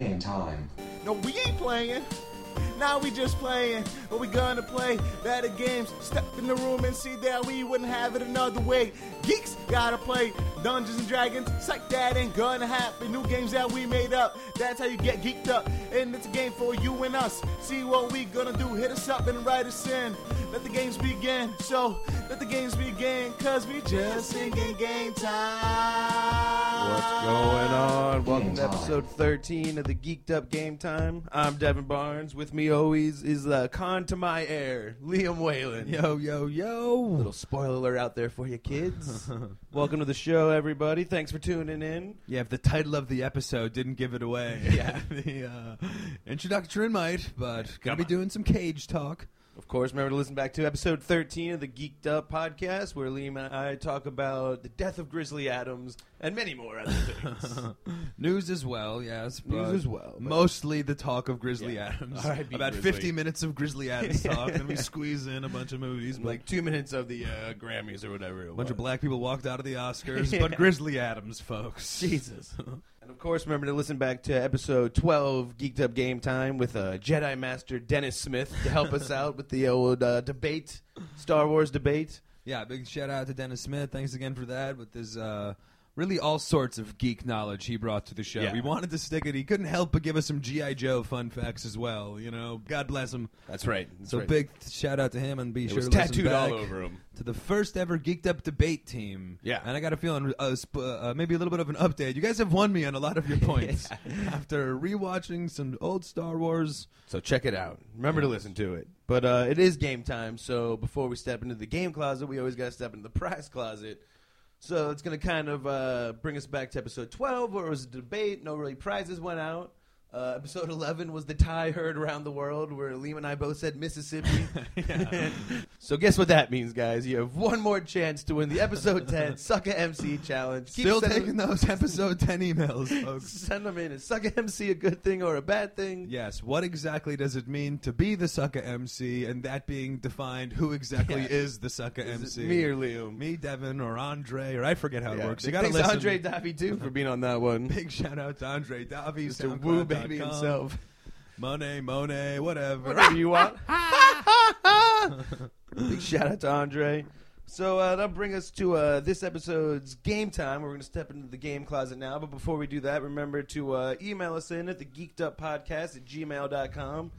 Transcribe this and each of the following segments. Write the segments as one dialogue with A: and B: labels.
A: Game time.
B: No, we ain't playing. Now we just playing. But we gonna play better games. Step in the room and see that we wouldn't have it another way. Geeks gotta play Dungeons and Dragons. Psych that ain't gonna happen. New games that we made up. That's how you get geeked up. And it's a game for you and us. See what we gonna do. Hit us up and write us in. Let the games begin. So let the games begin. Cause we just singing game time.
C: What's going on? Welcome to
A: Game time.
C: episode 13 of the Geeked Up Game Time. I'm Devin Barnes. With me always is the con to my air, Liam Whalen.
D: Yo, yo, yo.
C: Little spoiler out there for you kids. Welcome to the show, everybody. Thanks for tuning in.
D: Yeah, if the title of the episode didn't give it away. Yeah. the uh, introduction might, but gonna be doing some cage talk.
C: Of course, remember to listen back to episode 13 of the Geeked Up podcast, where Liam and I talk about the death of Grizzly Adams and many more other things.
D: News as well, yes. But
C: News as well, but-
D: Mostly the talk of Grizzly
C: Yeah.
D: Adams.
C: R.I.P.
D: About
C: Grizzly.
D: 50 minutes of Grizzly Adams talk, then we squeeze in a bunch of movies. Like,
C: like two minutes of the uh, Grammys or whatever. It
D: a bunch
C: was.
D: of black people walked out of the Oscars,
C: Yeah.
D: but Grizzly Adams, folks.
C: Jesus. and of course, remember to listen back to episode 12, Geeked Up Game Time, with uh, Jedi Master Dennis Smith to help us out with the old uh, debate, Star Wars debate.
D: Yeah, big shout out to Dennis Smith. Thanks again for that. With his uh, really all sorts of geek knowledge he brought to the show.
C: Yeah.
D: We wanted to stick it. He couldn't help but give us some GI Joe fun facts as well. You know, God bless him.
C: That's right. That's
D: so
C: right.
D: big shout out to him and be
C: It
D: sure
C: was
D: to listen
C: tattooed
D: back
C: all over him.
D: to the first ever geeked up debate team.
C: Yeah.
D: and I got a feeling uh, sp- uh, maybe a little bit of an update. You guys have won me on a lot of your points after rewatching some old Star Wars.
C: So check it out. Remember to listen to it. But uh, it is game time, so before we step into the game closet, we always got to step into the prize closet. So it's going to kind of uh, bring us back to episode 12, where it was a debate. No really prizes went out. Uh, episode 11 was the tie heard around the world, where Liam and I both said Mississippi. so guess what that means, guys? You have one more chance to win the episode 10 Sucker MC Challenge. Keep
D: Still
C: sending-
D: taking those episode ten emails, folks.
C: Send them in. Is Sucker MC a good thing or a bad thing?
D: Yes. What exactly does it mean to be the sucker MC, and that being defined, who exactly
C: Yeah.
D: is the sucker
C: Is
D: MC?
C: it me or Liam?
D: me, Devin, or Andre, or I forget how it
C: Yeah.
D: works. You gotta
C: Thanks
D: listen.
C: to Andre Davi too for being on that one.
D: Big shout out to Andre Davi,
C: Mr. Woo Baby
D: SoundCloud.com,
C: himself.
D: Monet, Monet, whatever.
C: Whatever you want. Big shout out to Andre. So uh, that'll bring us to uh, this episode's game time. We're going to step into the game closet now. But before we do that, remember to uh, email us in at the geeked up podcast at gmail.com.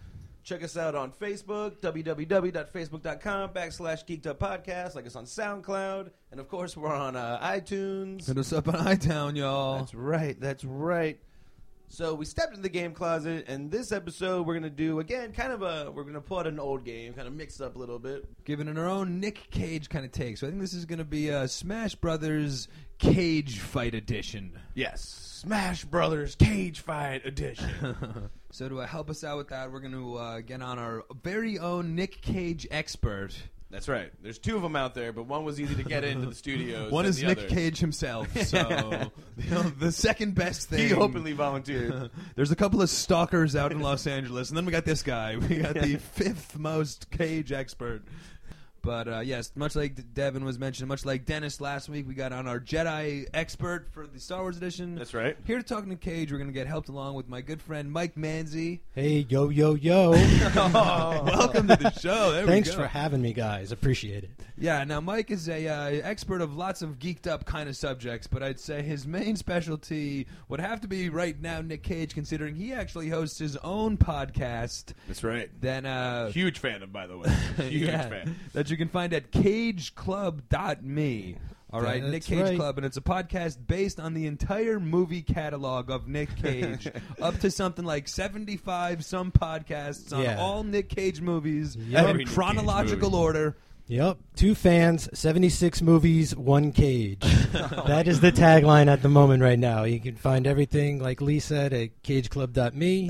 C: Check us out on Facebook, www.facebook.com backslash geeked up podcast. Like us on SoundCloud. And of course, we're on uh, iTunes.
D: Hit us up on iTown, y'all.
C: That's right. That's right. So we stepped into the game closet, and this episode we're gonna do again, kind of a we're gonna pull out an old game, kind of mix it up a little bit.
D: Giving it our own Nick Cage kind of take. So I think this is gonna be a Smash Brothers Cage Fight Edition.
C: Yes, Smash Brothers Cage Fight Edition.
D: So to uh, help us out with that, we're gonna uh, get on our very own Nick Cage expert.
C: That's right. There's two of them out there, but one was easy to get into the studios.
D: One
C: than
D: is
C: the
D: Nick
C: other.
D: Cage himself, so you know, the second best thing.
C: He openly volunteered.
D: There's a couple of stalkers out in Los Angeles, and then we got this guy. We got the fifth most Cage expert. But uh, yes, much like Devin was mentioning, much like Dennis last week, we got on our Jedi expert for the Star Wars edition.
C: That's right.
D: Here to talk to Cage, we're going to get helped along with my good friend Mike Manzi.
E: Hey, yo, yo, yo.
C: Oh.
D: Welcome to the show. There we
E: Thanks
D: go.
E: for having me, guys. Appreciate it.
D: Yeah, now Mike is a uh, expert of lots of geeked up kind of subjects, but I'd say his main specialty would have to be right now Nick Cage, considering he actually hosts his own podcast.
C: That's right.
D: Then, uh,
C: Huge fan of, by the way.
D: yeah, that you can find at cageclub.me. All right,
E: That's
D: Nick Cage
E: right.
D: Club, and it's a podcast based on the entire movie catalog of Nick Cage, up to something like seventy-five some podcasts on
E: Yeah.
D: all Nick Cage movies
C: Every Nick
D: in
C: Cage
D: chronological
C: movie.
D: order.
E: Yep. Two fans, 76 movies, one cage. that is the tagline at the moment right now. You can find everything, like Lee said, at cageclub.me.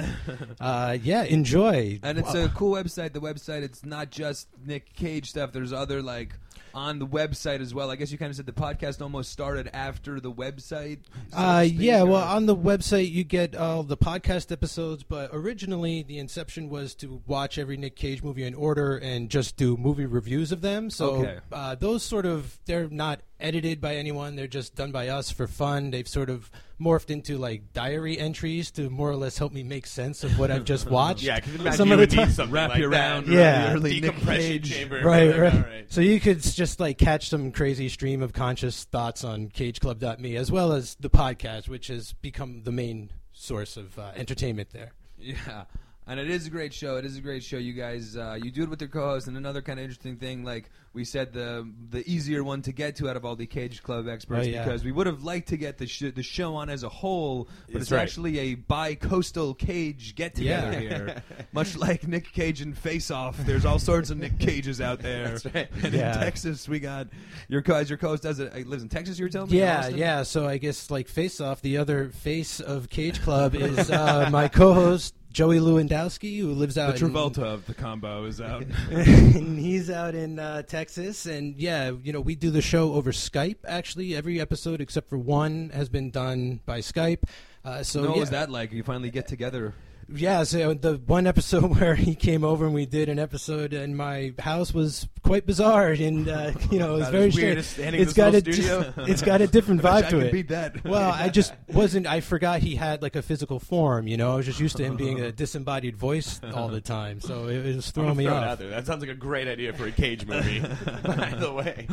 E: Uh, yeah, enjoy.
D: And it's a cool website. The website, it's not just Nick Cage stuff. There's other like on the website as well. I guess you kind of said the podcast almost started after the website. so to
E: Uh,
D: speak,
E: yeah,
D: or-
E: well, on the website you get all the podcast episodes, but originally the inception was to watch every Nick Cage movie in order and just do movie reviews of them. So
D: Okay.
E: uh, those sort of they're not edited by anyone. They're just done by us for fun. They've sort of morphed into like diary entries to more or less help me make sense of what I've just watched.
B: Yeah, because
E: Some
B: some
E: of
B: of
E: the time-
B: something
D: Wrap
B: like
D: you around
B: that.
E: Yeah.
D: the early Nick
B: decompression
D: Cage.
B: chamber.
E: Right,
B: Like,
E: right.
B: all right.
E: So you could s- just like catch some crazy stream of conscious thoughts on cageclub.me as well as the podcast, which has become the main source of uh, entertainment there.
D: Yeah, and it is a great show. It is a great show. You guys, uh, you do it with your co-host. And another kind of interesting thing, like we said, the the easier one to get to out of all the Cage Club experts,
E: Oh, yeah.
D: because we would have liked to get the sh- the show on as a whole, but
C: That's
D: it's
C: right.
D: actually a bi-coastal Cage get together
E: Yeah.
D: here. Much like Nick Cage and Face Off, there's all sorts of Nick Cages out there.
C: That's right.
D: And
E: Yeah.
D: in Texas, we got your co- as your co-host does it. Lives in Texas. You were telling me. in
E: Yeah,
D: Austin?
E: yeah. So I guess like face off, the other face of Cage Club is uh, my co-host Joey Lewandowski, who lives
D: The
E: out in-
D: Travolta of the combo is out.
E: and he's out in uh, Texas, and yeah, you know, we do the show over Skype. Actually, every episode except for one has been done by Skype. Uh, so
D: So what
E: yeah,
D: was that like? You finally get together.
E: yeah, so the one episode where he came over and we did an episode, and my house was quite bizarre, and uh, you know, it was
C: About
E: very
C: as weird
E: strange.
C: as standing in
E: It's
C: this
E: got
C: little
E: a just-
C: studio.
E: it's got a different
D: I
E: vibe
D: wish I
E: to
D: could
E: it.
D: beat that.
E: Well, I just wasn't. I forgot he had like a physical form. You know, I was just used to him being a disembodied voice all the time, so it, it was
B: I'm
E: throwing
B: gonna
E: me
B: throw it
E: off.
B: out there. That sounds like a great idea for a cage movie. By the way,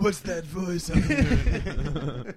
D: What's that voice? I'm hearing?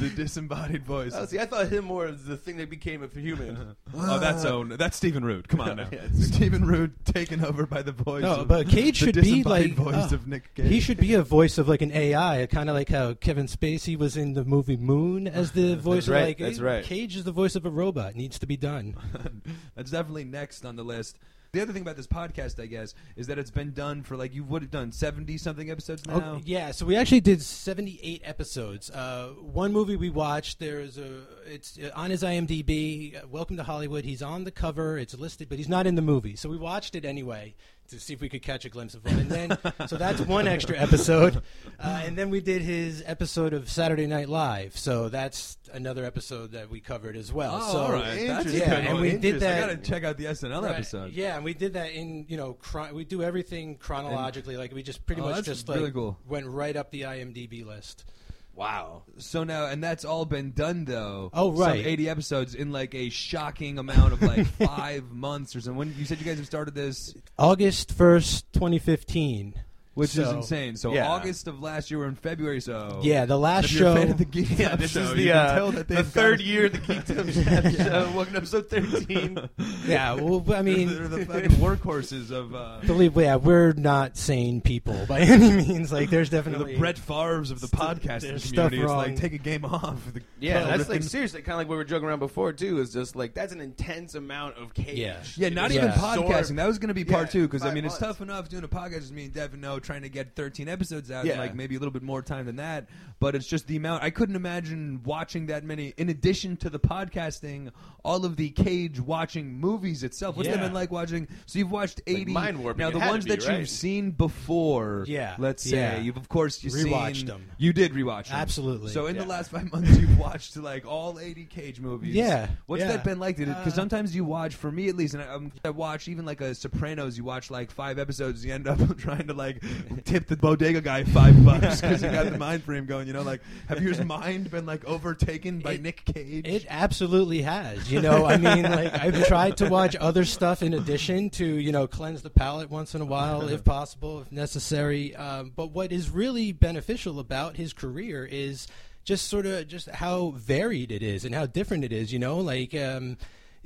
D: the disembodied voice.
C: Oh, see, I thought him more as the thing that became a human.
D: oh, that's own. That's Stephen Root. Come on now,
C: Yeah,
D: Stephen Root taken over by the voice.
E: No,
D: of-
E: but Cage
D: the
E: should be
D: disembodied
E: like
D: voice
E: oh,
D: of Nick Cage.
E: he should be a voice of like an AI, kind of like how Kevin Spacey was in the movie Moon as the voice of
C: right,
E: like
C: that's
E: eh,
C: right.
E: Cage is the voice of a robot. Needs to be done.
D: That's definitely next on the list. The other thing about this podcast, I guess, is that it's been done for like you would have done seventy something episodes now.
E: Oh, yeah, so we actually did 78 episodes. Uh, one movie we watched, there is a it's uh, on his IMDb, uh, Welcome to Hollywood. He's on the cover, it's listed, but he's not in the movie. So we watched it anyway to see if we could catch a glimpse of him. And then so that's one extra episode. Uh, and then we did his episode of Saturday Night Live. So that's another episode that we covered as well. so
D: Oh, all right. That's
E: yeah,
D: good.
E: and we
D: Interesting.
E: did that-
D: I gotta check out the SNL
E: Right,
D: episode.
E: Yeah, and we did that in you know chron- we do everything chronologically. like we just pretty
D: Oh,
E: much
D: that's
E: just
D: really
E: like
D: cool.
E: went right up the IMDb list.
C: Wow.
D: So now, and that's all been done though.
E: Oh, right.
D: some eighty episodes in like a shocking amount of like five months or something. When you said you guys have started this,
E: August first, twenty fifteen,
D: which is insane. So
C: yeah.
D: August of last year, we're in February. So
E: Yeah, the last
D: Oh. if you're a
E: show.
D: fan of the Geek
C: Yeah,
D: Up
C: this
D: show,
C: is
D: you
C: the,
D: can
C: uh,
D: tell that
C: the
D: they've
C: third
D: got-
C: year of the Geekdom show. Welcome to episode 13.
E: Yeah, well, I
D: They're
E: mean,
D: the fucking workhorses of uh,
E: believe yeah, we're not sane people by any means. Like, there's
D: the
E: definitely
D: Brett Favre's of the podcasting
E: there's stuff
D: community. It's like
E: wrong.
D: take a game off. The-
C: Yeah,
D: Well,
C: that's like
D: written-
C: seriously kind of like what we were joking around before too. Is just like that's an intense amount of cage.
E: Yeah.
D: Yeah, not
E: Yeah.
D: even
C: Absorb-
D: podcasting. That was going to be part
C: Yeah,
D: two because I
C: five
D: mean it's
C: months.
D: tough enough doing a podcast as me and Devin know trying to get 13 episodes out in
C: Yeah.
D: like maybe a little bit more time than that. But it's just the amount. I couldn't imagine watching that many. In addition to the podcasting, all of the Cage watching movies itself. What's that
E: Yeah.
D: been like watching? So you've watched 80.
C: mind-warping.
D: Now the
C: It had to
D: ones
C: be,
D: that
C: right?
D: you've seen before.
E: Yeah.
D: Let's say
E: Yeah.
D: you've of course you've
E: Rewatched
D: seen-
E: them.
D: You did rewatch them.
E: Absolutely.
D: So in the
C: Yeah.
D: last five months you've watched like all 80 Cage movies.
E: Yeah.
D: What's
E: Yeah.
D: that been like? Because
E: Uh,
D: sometimes you watch for me at least and I, um, I watch even like a sopranos you watch like five episodes you end up trying to like tip the bodega guy five bucks because you got the mind frame going you know like have your mind been like overtaken by
E: It-
D: nick cage
E: It absolutely has. You know, I mean, like I've tried to watch other stuff in addition to you know cleanse the palate once in a while, if possible, if necessary. Um, but what is really beneficial about his career is just sort of just how varied it is and how different it is. You know, like. Um,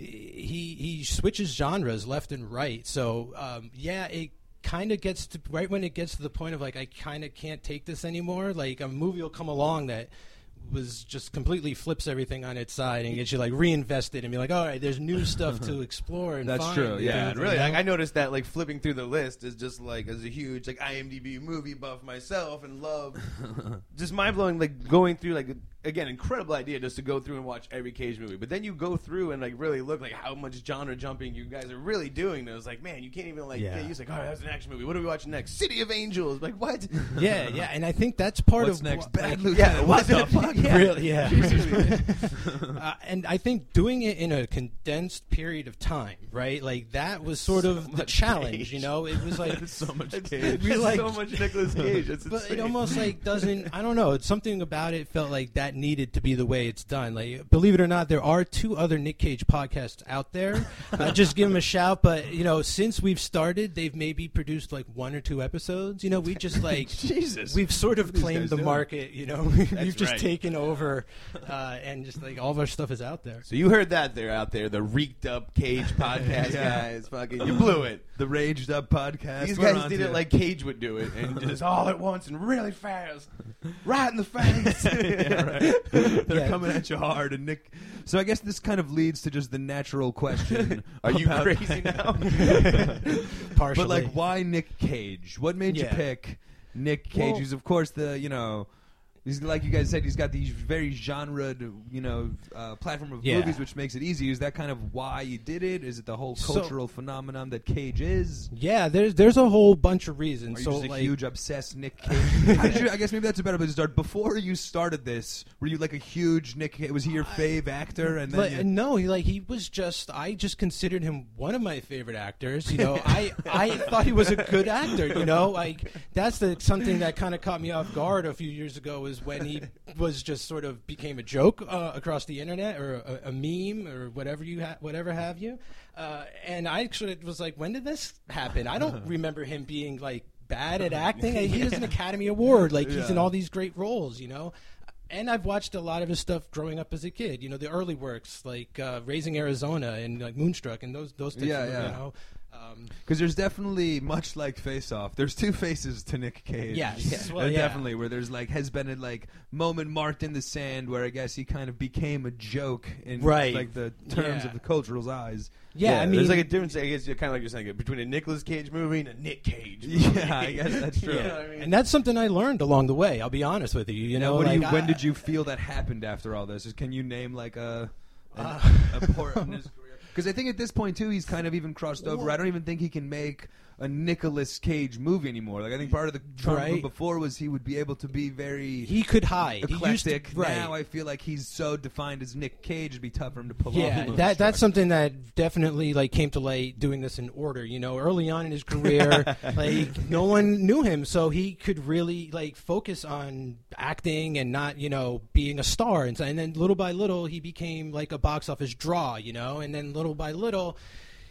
E: he he switches genres left and right. So um, yeah, it kind of gets to right when it gets to the point of like I kind of can't take this anymore. Like a movie will come along that was just completely flips everything on its side and gets you like reinvested and be like, all right, there's new stuff to explore and
D: That's
E: find
D: true,
E: and
D: yeah,
C: Yeah,
E: things,
C: really.
E: you know?
C: Like, I noticed that like flipping through the list is just like as a huge like IMDb movie buff myself and love. just mind blowing. Like going through like again incredible idea just to go through and watch every Cage movie. But then you go through and like really look like how much genre jumping you guys are really doing. And it's like, man, you can't even like
E: Yeah.
C: get used like, all right, that's an action movie. What do we watch next? City of Angels. Like what?
E: yeah, yeah, and I think that's part
D: What's
E: of
D: next?
E: wh-
D: Bad
C: yeah,
D: Lieutenant.
C: what
D: What
C: the
D: the
C: fuck?
E: Really, yeah.
C: Jesus.
E: uh, and I think doing it in a condensed period of time, right? Like that was sort of the
C: much
E: challenge.
C: cage.
E: You know, it was like,
D: There's so much
C: It's
D: cage.
E: We like-
C: so much Nicolas Cage. It's
E: but
C: insane.
E: it almost like doesn't. I don't know. It's something about it felt like that needed to be the way it's done. Like, believe it or not, there are two other Nick Cage podcasts out there. I just give them a shout. But you know, since we've started, they've maybe produced like one or two episodes. You know, we just like
D: Jesus.
E: we've sort of
D: are these
E: claimed
D: guys
E: the
D: doing?
E: market. You know, we've just
C: right.
E: taken over, uh, and just like all of our stuff is out there.
C: So you heard that there out there, the reeked up Cage podcast
D: Yeah.
C: guys. Fucking, you blew it.
D: The Raged Up podcast.
C: These
D: We're
C: guys
D: on
C: did
D: to
C: it like Cage would do it, and just all at once and really fast, right in the face.
D: Yeah, right. They're
E: Yeah.
D: coming at you hard, and Nick. So I guess this kind of leads to just the natural question:
C: Are you
D: about-
C: crazy now?
E: Partially,
D: but like, why Nick Cage? What made you
E: Yeah.
D: pick Nick Cage?
E: Well-
D: who's of course the you know. He's, like you guys said, he's got these very genre, you know, uh, platform of
E: Yeah.
D: movies, which makes it easy. Is that kind of why you did it? Is it the whole
E: So-
D: cultural phenomenon that Cage is?
E: Yeah, there's there's a whole bunch of
D: Are
E: reasons.
D: you
E: so
D: just a
E: like,
D: huge obsessed Nick Cage? How did you- I guess maybe that's a better place to start. Before you started this, were you like a huge Nick? Cage? Was he your fave actor? And then
E: Like,
D: you-
E: no, he like he was just I just considered him one of my favorite actors. You know, I I thought he was a good actor. You know, like that's the something that kind of caught me off guard a few years ago is when he was just sort of became a joke uh, across the internet or a, a meme or whatever you ha- whatever have you. Uh, and I actually was like, when did this happen? I
D: Uh-huh.
E: don't remember him being like bad at acting. He has an Academy Award. Like he's in all these great roles. You know and I've watched a lot of his stuff growing up as a kid. You know, the early works like uh, Raising Arizona and like Moonstruck and those those types
D: Yeah,
E: of
D: yeah.
E: you know. Um,
D: Because there's definitely much like Face Off. There's two faces to Nick Cage.
E: Yes. Yeah. Well,
D: Uh,
E: yeah.
D: definitely. Where there's like has been a like moment marked in the sand where I guess he kind of became a joke in
E: Right.
D: like the terms
E: Yeah.
D: of the cultural's eyes.
E: yeah, I mean,
C: there's like a difference. I guess you're kind of like you're saying between a Nicolas Cage movie and a Nick Cage. Movie.
D: Yeah, I guess that's true.
C: You know what I mean?
E: and that's something I learned along the way. I'll be honest with you.
D: Now,
E: You know,
D: what do
E: like,
D: you, when
E: I-
D: did you feel that happened after all this? Is- Can you name like a an-
E: Uh,
D: a port in his career? Because I think at this point too, he's kind of even crossed over. I don't even think he can make a Nicolas Cage movie anymore. Like I think part of the trauma from
E: Right.
D: before was he would be able to be very
E: he could hide. He used to-
D: eclectic.
E: right.
D: Now I feel like he's so defined as Nick Cage, it'd be tough for him to pull
E: yeah,
D: off. a
E: that that's
D: structure.
E: something that definitely like came to light doing this in order. You know, early on in his career, like no one knew him, so he could really like focus on acting and not you know being a star. And, so- and then little by little, he became like a box office draw. You know, and then little by little.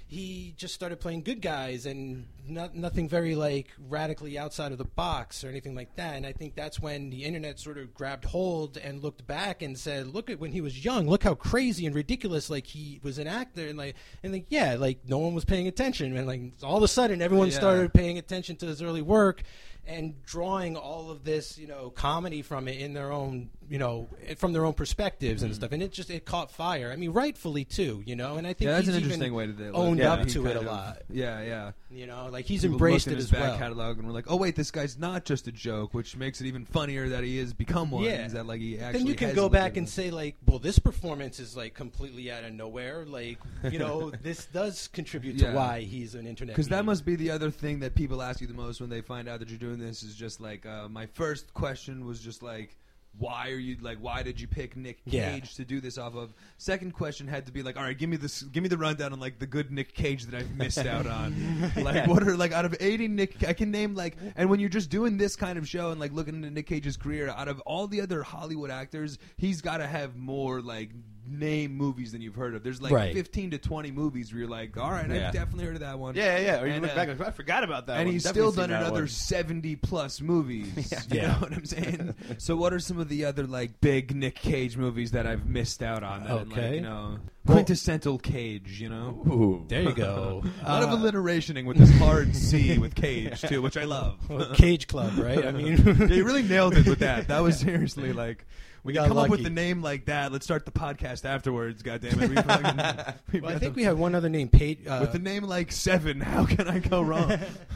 E: He just started playing good guys and not, nothing very like radically outside of the box or anything like that. And I think that's when the internet sort of grabbed hold and looked back and said, "Look at when he was young. Look how crazy and ridiculous like he was an actor." And like and like yeah, like no one was paying attention. And like all of a sudden, everyone
D: Yeah.
E: started paying attention to his early work and drawing all of this you know comedy from it in their own you know from their own perspectives and stuff. And it just it caught fire. I mean, rightfully too. You know, and I think
D: Yeah, that's
E: he's
D: an
E: even
D: interesting way to do it.
E: owned
D: Yeah,
E: up
D: he
E: to it
D: kind
E: a
D: of-
E: lot.
D: Yeah, yeah.
E: You know, like he's
D: People
E: embraced
D: looked
E: it
D: in his
E: as
D: back
E: well.
D: catalog and we're like, oh wait, this guy's not just a joke, which makes it even funnier that he has become one.
E: Yeah.
D: is that like he actually
E: then you can
D: has
E: go
D: lived
E: back
D: in
E: and
D: this.
E: say like well this performance is like completely out of nowhere like you know this does contribute
D: Yeah.
E: to why he's an internet
D: Because that
E: meme.
D: must be the other thing that people ask you the most when they find out that you're doing this is just like uh, my first question was just like why are you like why did you pick Nick Cage
E: Yeah.
D: to do this off of? Second question had to be like all right give me this give me the rundown on like the good Nick Cage that I've missed out on. Like what are like out of eighty Nick I can name like and when you're just doing this kind of show and like looking into Nick Cage's career out of all the other Hollywood actors he's got to have more like name movies than you've heard of. There's like
E: Right.
D: 15 to 20 movies where you're like all right
C: Yeah.
D: I've definitely heard of that one
C: yeah, yeah. Or you
D: And,
C: look
D: uh,
C: back, like, I forgot about that.
D: and
C: one.
D: he's
C: Definitely
D: still done
C: seen that
D: another
C: one.
D: 70 plus movies you
E: Yeah.
D: know what i'm saying so what are some of the other like big nick cage movies that i've missed out on that, like,
E: Okay.
D: you know
E: Well-
D: quintessential cage you know
C: Ooh.
E: there you go
D: a lot of
E: Uh,
D: alliterationing with this hard c with cage too which i love
E: well, Oh, cage club right i mean
D: they really nailed it with that that was seriously like We
E: got
D: can come up with
E: lucky.
D: a name like that. Let's start the podcast afterwards. God damn it. We fucking, we've
E: Well, I
D: got
E: think
D: the-
E: we had one other name. Pate, uh,
D: with a name like Seven, how can I go wrong?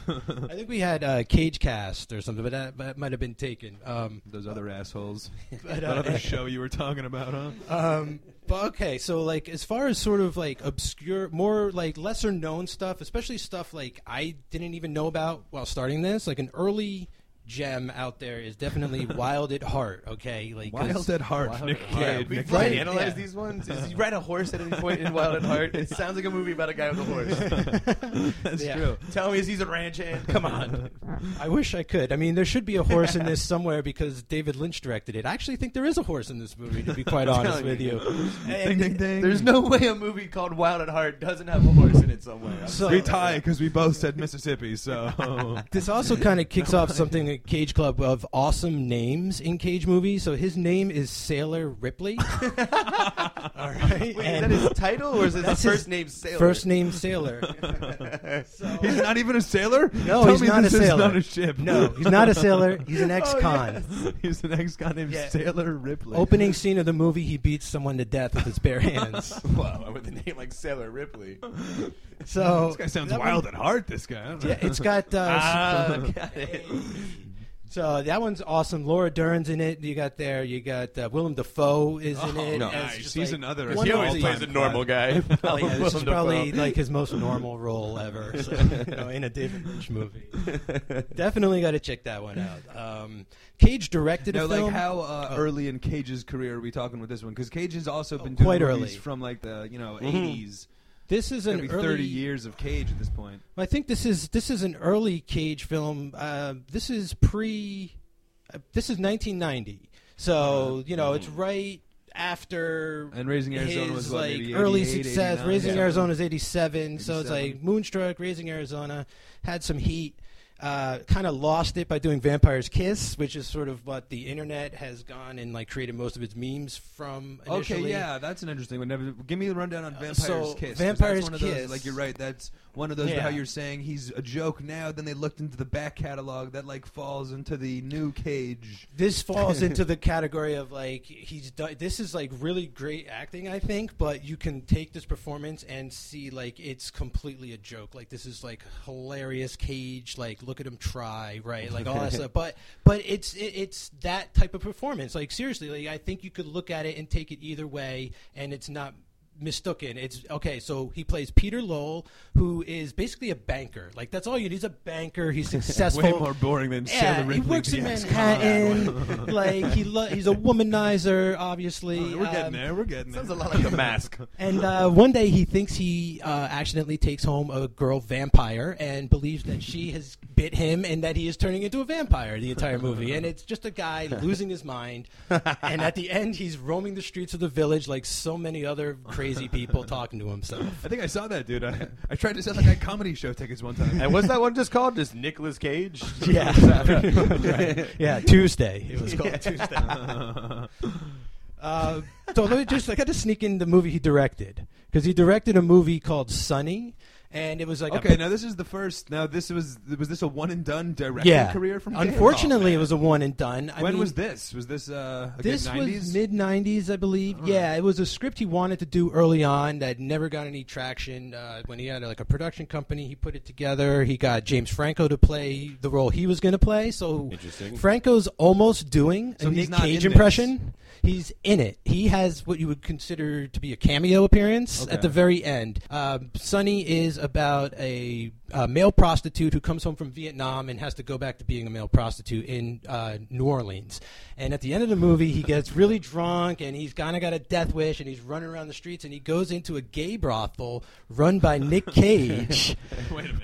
E: I think we had uh, Cage Cast or something, but that, that might have been taken. Um,
D: Those other assholes.
E: but,
D: that
E: uh,
D: other show you were talking about, huh?
E: um, but okay, so like as far as sort of like obscure, more like lesser known stuff, especially stuff like I didn't even know about while starting this, like an early gem out there is definitely Wild at Heart. Okay, like 'cause-
D: Wild at Heart, Nick
C: All right,
D: Cage.
C: we
D: Nick
C: fucking
E: Cage.
C: analyze
E: Yeah.
C: these ones. Is you ride a horse at any point in Wild at Heart? It sounds like a movie about a guy with a horse.
D: That's
E: Yeah.
D: true.
C: Tell me, is he's a ranch hand? Come on.
E: I wish I could. I mean, there should be a horse in this somewhere because David Lynch directed it. I actually think there is a horse in this movie, to be quite honest
C: telling
E: with
C: you.
E: you.
D: Ding, ding, ding.
C: There's no way a movie called Wild at Heart doesn't have a horse in it somewhere. I'm
E: So-
D: we tie because we both said Mississippi, so
E: This also kind of kicks off something at Cage Club of awesome names in Cage movies. So his name is Sailor Ripley. All right.
C: Wait, is
E: and
C: that his title or is it his
E: That's
C: first
E: his
C: name Sailor?
E: First name Sailor.
D: he's not even a sailor.
E: No,
D: Tell
E: he's
D: me
E: not
D: this
E: a
D: is
E: sailor.
D: not a ship.
E: No, he's not a sailor. He's
D: Oh,
E: an ex-con.
D: he's an ex-con named
C: Yeah.
D: Sailor Ripley.
E: Opening scene of the movie, he beats someone to death with his bare hands.
C: Wow, with a name like Sailor Ripley.
E: So
D: This guy sounds
E: that
D: wild
E: One,
D: at heart. This guy. I don't know.
E: yeah, it's got uh,
C: Ah, got it.
E: So that one's awesome. Laura Dern's in it. You got there. You got uh, Willem Dafoe is in it.
C: no.
E: as
D: Oh, Nice.
E: just,
D: He's
E: like,
D: another
E: one
C: he
E: of
C: always
E: the-
C: plays a normal guy.
E: Oh, yeah, this
C: Willem
E: is
C: Dafoe.
E: probably like his most normal role ever so, you know, in a David Lynch movie. Definitely got to check that one out. Um, Cage directed
D: No,
E: a film.
D: like how uh,
E: Oh.
D: early in Cage's career are we talking with this one? Because Cage has also been
E: quite
D: doing movies
E: early.
D: from like the you know 80s.
E: this is
D: It's
E: an
D: gonna be
E: early.
D: 30 years of Cage at this point.
E: I think this is this is an early Cage film. Uh, this is pre. Uh, this is 1990. So you know it's right after
D: And Uh-huh. Mm-hmm. Raising Arizona
E: his,
D: was what,
E: like
D: 88,
E: early
D: 88,
E: success.
D: 89?
E: Raising
D: Yeah.
E: Arizona's '87, so it's
D: 87.
E: like Moonstruck, Raising Arizona had some heat. Uh, kind of lost it by doing Vampire's Kiss, which is sort of what the internet has gone and like created most of its memes from. Initially. Uh,
D: Okay, yeah, that's an interesting one. Never, give me the rundown on Vampire's
E: so,
D: Kiss. 'cause
E: Vampire's
D: that's one of those,
E: Kiss.
D: Like you're right, that's one of those where
E: Yeah.
D: how you're saying he's a joke now. Then they looked into the back catalog that like falls into the new Cage.
E: this falls into the category of like he's done, this is like really great acting i think but you can take this performance and see like it's completely a joke like this is like hilarious cage like look at him try right like all that stuff but but it's it, it's that type of performance like seriously like i think you could look at it and take it either way and it's not mistaken. It's okay. So he plays Peter Lowell, who is basically a banker. Like that's all you need. He's a banker. He's successful.
D: Way more boring than
E: Yeah,
D: Sailor
E: he
D: Ripley.
E: works in
D: DX.
E: Manhattan. like he lo- he's a womanizer, obviously.
D: Oh, We're getting
E: Um,
D: there. We're getting there.
C: Sounds a lot like the mask.
E: And uh, one day he thinks he uh, accidentally takes home a girl vampire and believes that she has bit him and that he is turning into a vampire the entire movie. And it's just a guy losing his mind. And at the end, he's roaming the streets of the village like so many other crazy people talking to himself.
D: I think I saw that dude. I, I tried to sell that guy comedy show tickets one time.
C: And what's that one just called? Just Nicolas Cage?
E: Yeah. Right. Yeah, Tuesday. It was called Tuesday. Uh, so let me just, I got to sneak in the movie he directed. Because he directed a movie called Sunny. And it was like a-
D: okay, now this is the first. Now this was was this a one and done directing
E: yeah.
D: career from? Cage?
E: Unfortunately, it was a one and done. I
D: when
E: mean,
D: was this? Was this uh, like
E: This
D: the 90s?
E: was mid '90s, I believe. Yeah, it was a script he wanted to do early on that never got any traction. Uh, when he had like a production company, he put it together. He got James Franco to play the role he was going to play. So
C: Interesting.
E: Franco's almost doing
D: So
E: a
D: he's
E: Nick
D: not in
E: Cage
D: this.
E: impression. He's in it. He has what you would consider to be a cameo appearance
D: Okay.
E: at the very end. Um, Sonny is about a, uh male prostitute who comes home from Vietnam and has to go back to being a male prostitute in uh, New Orleans. And at the end of the movie, he gets really drunk and he's kind of got a death wish and he's running around the streets and he goes into a gay brothel run by Nick Cage,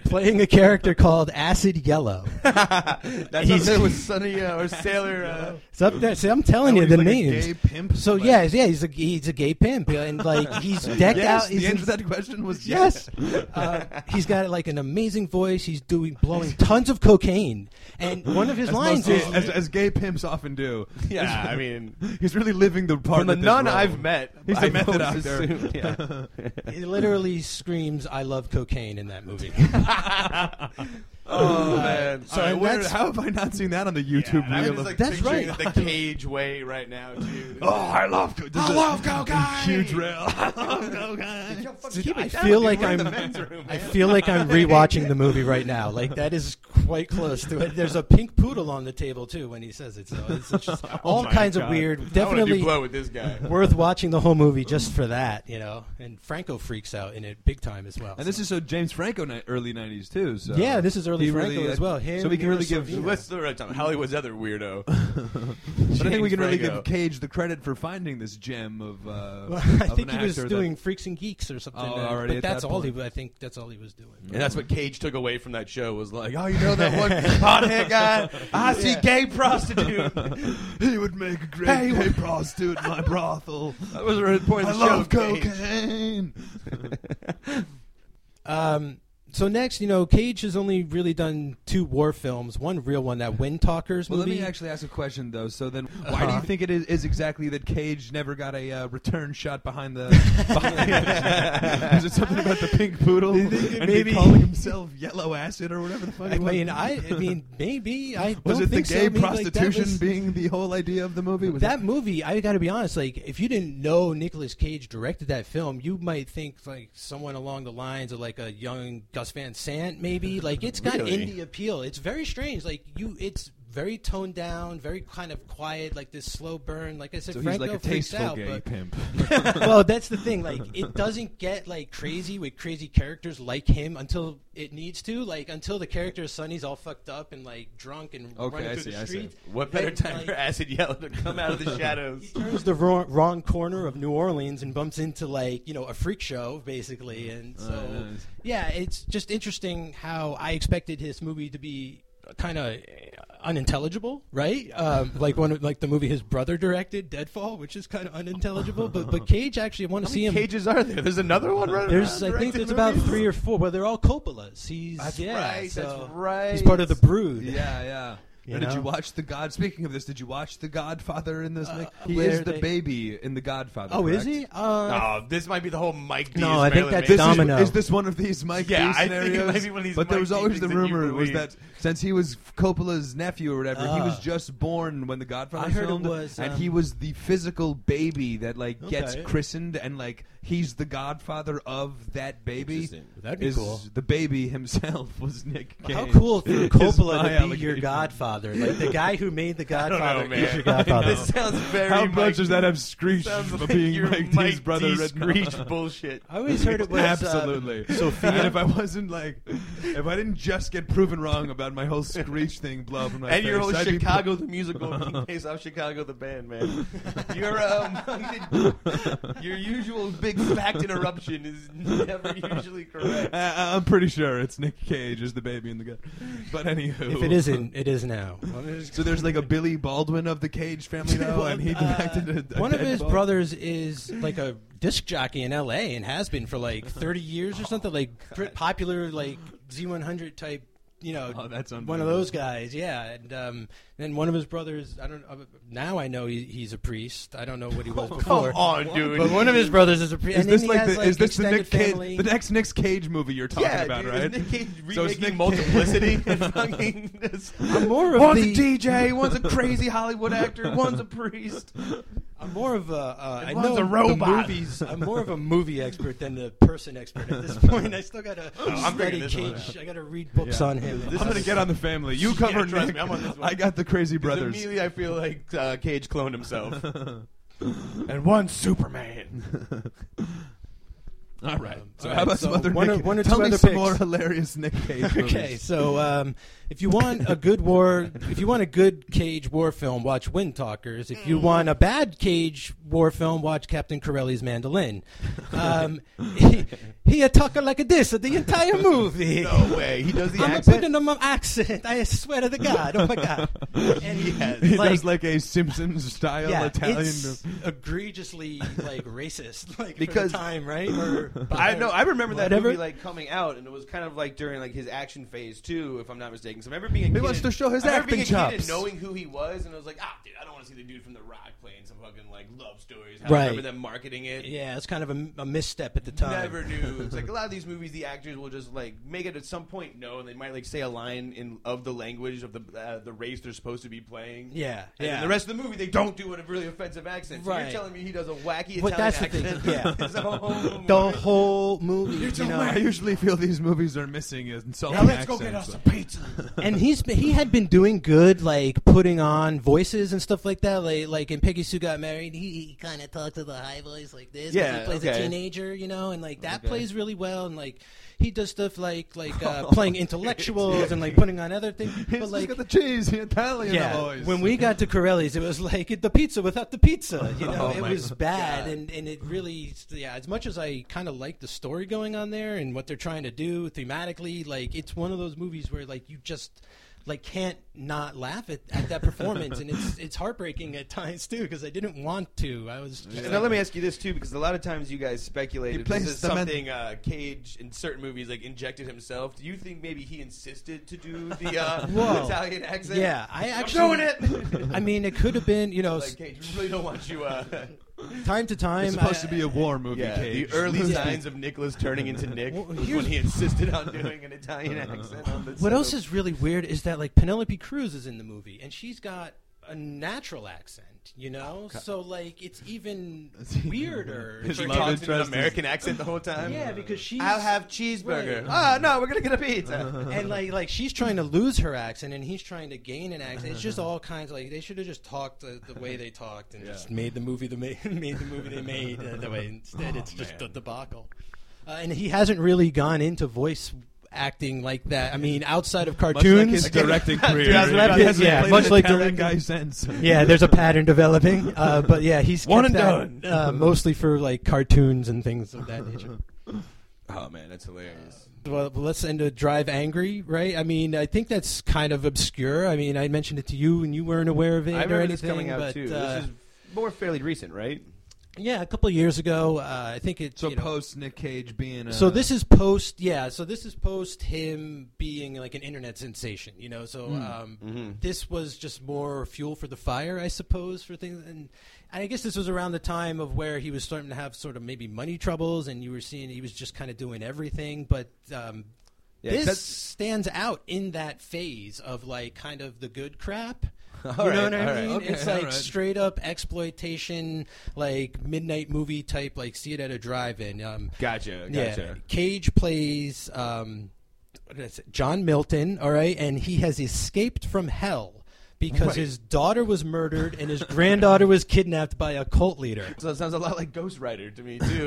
E: playing a character called Acid Yellow.
C: That's
E: He's-
C: up there with Sonny uh, or Sailor. Uh,
E: It's up there. See, I'm telling you,
D: Oh, He's
E: the
D: like a
E: names.
D: gay pimp.
E: So
D: Like-
E: yeah, yeah, he's a he's a gay pimp, and like he's decked
D: Yes,
E: out. He's
D: the answer
E: in-
D: to that question was yes.
E: yes, Uh, he's got like an amazing voice. He's doing blowing tons of cocaine, and one of his
D: As,
E: lines
D: most-
E: is
D: as, as gay pimps often do.
C: yeah, I mean,
D: He's really living the part.
C: from the
D: with this
C: none
D: role.
C: I've met,
D: He's
C: I
D: a method
C: always
D: actor.
C: assume- yeah.
E: he literally screams "I love cocaine" in that movie.
D: Oh,
C: man.
D: So
E: So that's-
D: how have I not seen that on the YouTube
C: I'm
D: reel?
C: just
D: of-
C: like
E: That's
C: picturing
E: right.
C: it the cage way right now too.
D: oh, I love. There's
C: I
D: a-
C: love
D: a
C: Gokai!
D: Huge reel. I love Gokai.
C: Yo, fuck,
E: Dude,
C: keep
E: I
C: it down,
E: feel
C: dude.
E: like
C: We're in
E: I'm-
C: the men's room,
E: I
C: man.
E: feel like I'm rewatching the movie right now. Like that is quite close to it. There's a pink poodle on the table too when he says it. So it's, it's just all
D: my
E: kinds
D: God.
E: of weird.
C: I want to do
E: Definitely
C: blow with this guy.
E: worth watching the whole movie just for that, you know. And Franco freaks out in it big time as well.
D: And this is so James Franco ni- early '90s too. So
E: Yeah, this is early
D: He
E: Franco as well. Him,
D: so we can really
E: Mira
D: give.
E: Sorvino.
C: What's the right time? Hollywood's other weirdo.
D: But I think we can really give Cage the credit for finding this gem of. Uh,
E: Well,
D: of
E: I
D: an
E: think he was
D: actor that-
E: doing Freaks and Geeks or something.
D: Oh,
E: uh,
D: already at
E: but that's
D: that
E: all
D: point.
E: he. I think that's all he was doing.
C: And that's what Cage took away from that show was like, oh, you know that one pothead guy? I see gay prostitute.
D: he would make a great
C: Hey,
D: gay prostitute in my brothel.
C: That was the point
D: I
C: of the show.
D: love
C: Cage.
D: cocaine.
E: Um, so next, you know, Cage has only really done two war films. One real one, that Wind Talkers
D: Well, let
E: movie.
D: me actually ask a question though. So then, why
E: Uh-huh.
D: do you think it is, is exactly that Cage never got a uh, return shot behind the? behind is it something about the pink poodle?
E: You think it
D: and
E: maybe-
D: he calling himself Yellow Acid or whatever the fuck.
E: I
D: it was?
E: mean, I, I mean, maybe I
D: was
E: don't
D: it the
E: think so.
D: gay
E: I mean, like, that
D: prostitution
E: was-
D: being the whole idea of the movie? Was
E: that movie, I got to be honest. Like, if you didn't know Nicolas Cage directed that film, you might think like someone along the lines of like a young Gus Van Sant, maybe. Like, it's got
C: Really?
E: indie appeal. It's very strange. Like, you, it's very toned down, very kind of quiet, like this slow burn. Like I said,
D: so he's
E: Franco
D: like a
E: freaks
D: tasteful
E: out,
D: gay
E: but
D: pimp.
E: well, that's the thing. Like, it doesn't get like crazy with crazy characters like him until it needs to. Like, until the character Sonny's all fucked up and like drunk and
D: Okay,
E: running
D: I
E: through
D: see, I
E: the
D: see.
E: streets.
C: What better
E: then,
C: time
E: like,
C: for Acid Yellow to come out of the shadows?
E: turns the wrong, wrong corner of New Orleans and bumps into like you know a freak show basically, and so
D: nice.
E: yeah, it's just interesting how I expected his movie to be kind of unintelligible, right? Um, like one of, like the movie his brother directed, Deadfall, which is kind of unintelligible, but but Cage actually I want to see him.
C: cages are there? There's another one running
E: There's,
C: around
E: I think,
C: directing
E: there's about
C: movies?
E: three or four. Well, they're all Coppolas. He's
C: That's
E: yeah,
C: right,
E: so
C: that's right.
E: He's part of the Brood.
D: yeah, yeah.
E: You
D: Now, did
E: know?
D: you watch The God? Speaking of this, did you watch The Godfather in this?
E: Uh,
D: Nick? He
E: where
D: is the
E: they-
D: baby in The Godfather.
E: Oh, is
D: correct?
E: he? Uh,
C: Oh, this might be the whole Mike.
E: No,
C: Diaz
E: I think
C: Marilyn
E: that's
C: Manson.
D: This is-
E: Domino.
D: Is, this one of these Mike
C: Yeah,
D: D
C: I think it
D: scenarios?
C: might be one of these
D: but there
C: Mike
D: was
C: D
D: always
C: things
D: the
C: that you
D: rumor was
C: believed.
D: that since he was Coppola's nephew or whatever, he was
E: Ah.
D: just born when the Godfather
E: I heard it
D: filmed,
E: was,
D: and
E: um,
D: he was the physical baby that like gets
E: Okay.
D: christened, and like he's the Godfather of that baby.
C: Interesting.
E: That'd be
D: Is
E: cool.
D: The baby himself was Nick. Cage.
E: How cool for
D: Is my
E: Coppola to be your
D: allegation.
E: godfather. Like the guy who made the
C: I don't
E: Godfather
C: know,
E: is
C: man.
E: your godfather.
C: this sounds very.
D: How
C: Mike
D: much does that
C: D-
D: have Screech
C: sounds
D: for
C: like
D: being
C: your
D: Mike D's
C: Mike
D: brother?
C: D.
D: written on it?
C: Screech bullshit.
E: I always heard it was uh,
D: Absolutely. Sophia. And if I wasn't like, if I didn't just get proven wrong about my whole Screech thing, blow up in my
C: and
D: face,
C: your whole
D: I'd be
C: Chicago the musical based off Chicago the band, man. Your um, your usual big fact interruption is never usually correct.
D: I, I'm pretty sure it's Nick Cage is the baby in the gut. But anywho,
E: if it isn't, it is now.
D: so there's like a Billy Baldwin of the Cage family now,
E: Well,
D: and he
E: uh,
D: directed a, a
E: One of
D: dead
E: his
D: ball.
E: brothers is like a disc jockey in L.A. and has been for like
D: Uh-huh.
E: 30 years or something. Like
D: Oh,
E: pr- popular, like Z100 type. You know,
D: Oh, that's
E: one of
D: unbelievable.
E: those guys. Yeah, and um, then one of his brothers. I don't. Uh, now I know he, he's a priest. I don't know what he was
C: Come
E: before.
C: on, dude.
E: But one of his brothers is a priest.
D: Is
E: and then
D: this
E: he
D: like
E: has,
D: the, is this the
E: extended
D: Nick Cage,
E: family.
D: the next Nick Cage movie you're talking
C: yeah,
D: about,
C: dude,
D: right?
C: Is Nick Cage
D: So it's
C: remaking
D: Nick
C: multiplicity and fucking. This.
E: I'm more of
C: One's
E: the-
C: a DJ, one's a crazy Hollywood actor, one's a priest.
E: I'm more of a. Uh, I
C: one's
E: know
C: a robot.
E: The movies. I'm more of a movie expert than the person expert at this point. I still gotta
C: I'm figuring
E: study
C: this one
E: Cage. I gotta read books
D: Yeah.
E: on him.
D: I'm gonna get on the family. You
C: Yeah,
D: cover
C: trust
D: Nick.
C: me, I'm on this one.
D: I got the crazy
C: 'Cause
D: brothers.
C: Immediately, I feel like uh, Cage cloned himself. and one Superman. Um,
D: All right. So
E: all
D: how
E: right,
D: about some
E: so
D: other
E: one
D: Nick?
E: or- one or
D: Tell
E: two
D: me
E: other
D: some
E: picks.
D: more hilarious Nick Cage.
E: Okay,
D: movies.
E: so um, if you want a good war, if you want a good Cage war film, watch Wind Talkers. If you want a bad Cage war film, watch Captain Corelli's Mandolin. Um, he, he a talker like this the entire movie.
C: No way. He does the
E: I'm a
C: accent.
E: putting on my accent. I swear to the God. Oh my God. And he,
D: he
E: like-
D: does like a Simpsons style Italian.
E: It's egregiously like racist, like
C: Because-
E: because for the time, right? Or,
C: I know. I remember that
E: Whatever.
C: movie like coming out, and it was kind of like during like his action phase too, if I'm not mistaken. So I remember being a
D: He
C: kid
D: wants
C: and-
D: to show his
C: I remember being
D: acting
C: a kid and
D: chops.
C: knowing who he was, and I was like, ah, dude, I don't want to see the dude from The Rock playing some fucking like love stories. I
E: Right.
C: remember them marketing it.
E: yeah, it's kind of a, a misstep at the time.
C: Never knew jokes. Like a lot of these movies, the actors will just like make it at some point known. They might like say a line in of the language of the uh, the race they're supposed to be playing.
E: Yeah,
C: And
E: yeah.
C: then the rest of the movie, they don't do a really offensive accent. So
E: Right.
C: you're telling me he does a wacky
E: But
C: Italian
E: that's the thing,
C: accent?
E: yeah.
C: His whole
E: the
C: movie?
E: whole movie. You
D: You know,
E: know?
D: I usually feel these movies are missing insulting
C: Now let's go get us
D: accents.
C: some pizza.
E: and he's been- he had been doing good, like putting on voices and stuff like that. Like like in Peggy Sue Got Married, he, he kind of talked to the high voice like this. 'cause
C: Yeah,
E: he plays
C: okay.
E: a teenager, you know, and like that plays really well. And like he does stuff like like uh, playing intellectuals and like putting on other things.
D: He's
E: But
D: just
E: like
D: got the cheese, the Italian voice.
E: when we got to Corelli's, it was like the pizza without the pizza. You know,
D: Oh,
E: it
D: my
E: was
D: God.
E: bad, and, and it really, yeah. As much as I kind of like the story going on there and what they're trying to do thematically, like it's one of those movies where like you just like can't not laugh at, at that performance, and it's it's heartbreaking at times too because I didn't want to. I was just
C: Now let me ask you this too, because a lot of times you guys speculate
D: He
C: if
D: plays
C: this is
D: the man-
C: something uh, Cage in certain movies like injected himself. Do you think maybe he insisted to do the uh,
E: Whoa.
C: Italian accent?
E: yeah, I
C: I'm
E: actually
C: doing it.
E: I mean, it could have been you know
C: like
E: s-
C: Cage, we really don't want you. Uh,
E: time to time.
D: it's supposed
E: I-
D: to be a war movie,
C: yeah,
D: Cage.
C: the early
E: Yeah.
C: signs of Nicholas turning into Nick
E: Well,
C: was
E: here's-
C: when he insisted on doing an Italian accent. On the
E: What else
C: set.
E: is really weird is that like Penelope Cruz is in the movie and she's got a natural accent, you
D: Oh,
E: know? so like it's even weirder.
D: His
C: She
E: Like,
D: love
C: talks in an
D: interest is-
C: American accent the whole time?
E: yeah, because she's
C: I'll have cheeseburger.
E: Right.
C: Oh no, we're gonna get a pizza.
E: and like like she's trying to lose her accent and he's trying to gain an accent. It's just all kinds of like they should have just talked the, the way they talked and just made the movie the ma- made the movie they made uh, the way
D: Oh,
E: instead it's just a debacle. Uh, and he hasn't really gone into voice acting like that. I mean, outside of
D: much like
E: cartoons,
D: his directing career.
E: I was
D: He
E: left-
D: hasn't
E: yeah,
D: played
E: much
D: an
E: like
D: Italian
E: directing-
D: guy since.
E: yeah, there's a pattern developing. Uh, but yeah, he's
D: One
E: kept
D: and
E: that, uh, mostly for like cartoons and things of that nature.
C: oh man, that's hilarious.
E: Well, let's end a drive angry, right? I mean, I think that's kind of obscure. I mean, I mentioned it to you and you weren't aware of it
C: I
E: or
C: remember
E: anything.
C: this coming out
E: but
C: too.
E: uh,
C: this is more fairly recent, right?
E: yeah, a couple of years ago, uh, I think it.
D: So
E: you know-
D: post Nick Cage being a
E: so this is post, yeah. So this is post him being like an internet sensation, you know. So um,
C: Mm-hmm.
E: this was just more fuel for the fire, I suppose, for things. And I guess this was around the time of where he was starting to have sort of maybe money troubles, and you were seeing he was just kind of doing everything. But um,
C: Yeah,
E: this
C: that's-
E: stands out in that phase of like kind of the good crap. you
C: right,
E: know what I
C: all right.
E: mean?
D: Okay,
E: it's like
D: all right.
E: straight up exploitation, like midnight movie type, like see it at a drive-in. Um,
C: Gotcha,
E: yeah, Cage plays um, what did I say? John Milton, all right, and he has escaped from hell because his daughter was murdered and his granddaughter was kidnapped by a cult leader.
C: So it sounds a lot like Ghost Rider to me too.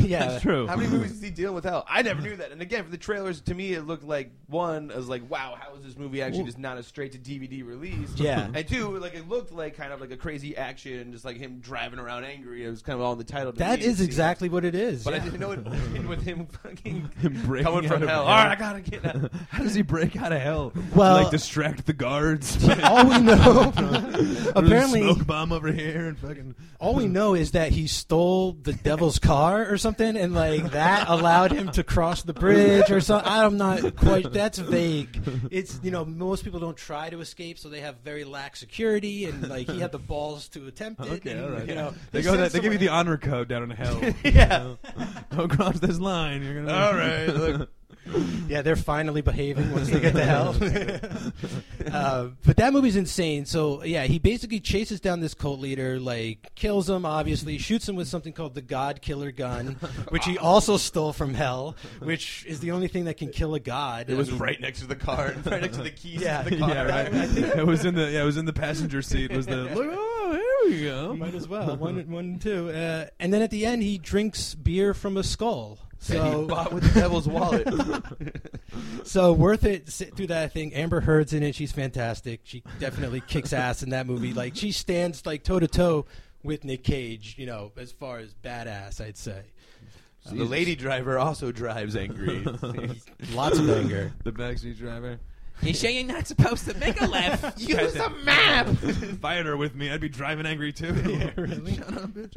E: yeah,
D: That's true.
C: How many movies is he dealing with hell? I never knew that. And again, for the trailers, to me, it looked like one, I was like, wow, how is this movie actually just not a straight to DVD release?
E: Yeah.
C: And two, like it looked like kind of like a crazy action, just like him driving around angry. It was kind of all in the title. to
E: That
C: me. It
E: is
C: seemed-
E: exactly what it is.
C: But I
E: yeah.
C: didn't know it opened with him fucking
D: Him breaking
C: coming from
D: out of
C: hell.
D: hell.
C: All right, I gotta get out.
D: How does he break out of hell?
E: Well-
D: like distract the guards.
E: all we know, apparently,
D: smoke bomb over here and fucking.
E: all we know is that he stole the devil's car or something, and like that allowed him to cross the bridge or something. I'm not quite. That's vague. It's you know most people don't try to escape, so they have very lax security, and like he had the balls to attempt it.
D: Okay,
E: and,
D: all right.
E: You know
D: They
E: he
D: go.
E: sent
D: That, they give you the
E: someone-
D: honor code down in hell.
C: Yeah.
D: Don't cross this line. You're gonna.
C: All right, look.
E: Yeah, they're finally behaving once they get to hell. uh, but that movie's insane. So yeah, he basically chases down this cult leader, like kills him, obviously shoots him with something called the God Killer gun, which he also stole from hell, which is the only thing that can kill a god.
C: It
E: I
C: was
E: mean,
C: right next to the car, and right next to the keys
E: Yeah.
C: to the car.
D: Yeah, right. it was in the yeah, it was in the passenger seat. Was the look? Oh, here we go.
E: Uh, Might as well one, one, and two, uh, and then at the end he drinks beer from a skull. So
C: He bought with the devil's wallet.
E: So worth it. Sit through that thing. Amber Heard's in it. She's fantastic. She definitely kicks ass in that movie. Like she stands like toe to toe with Nick Cage. You know, as far as badass, I'd say.
C: the lady driver also drives angry.
E: Lots of anger.
D: The backseat driver.
A: You sure you're not supposed to make a left?
C: Use a map.
D: If I had her with me, I'd be driving angry too.
E: really?
D: Shut up, bitch.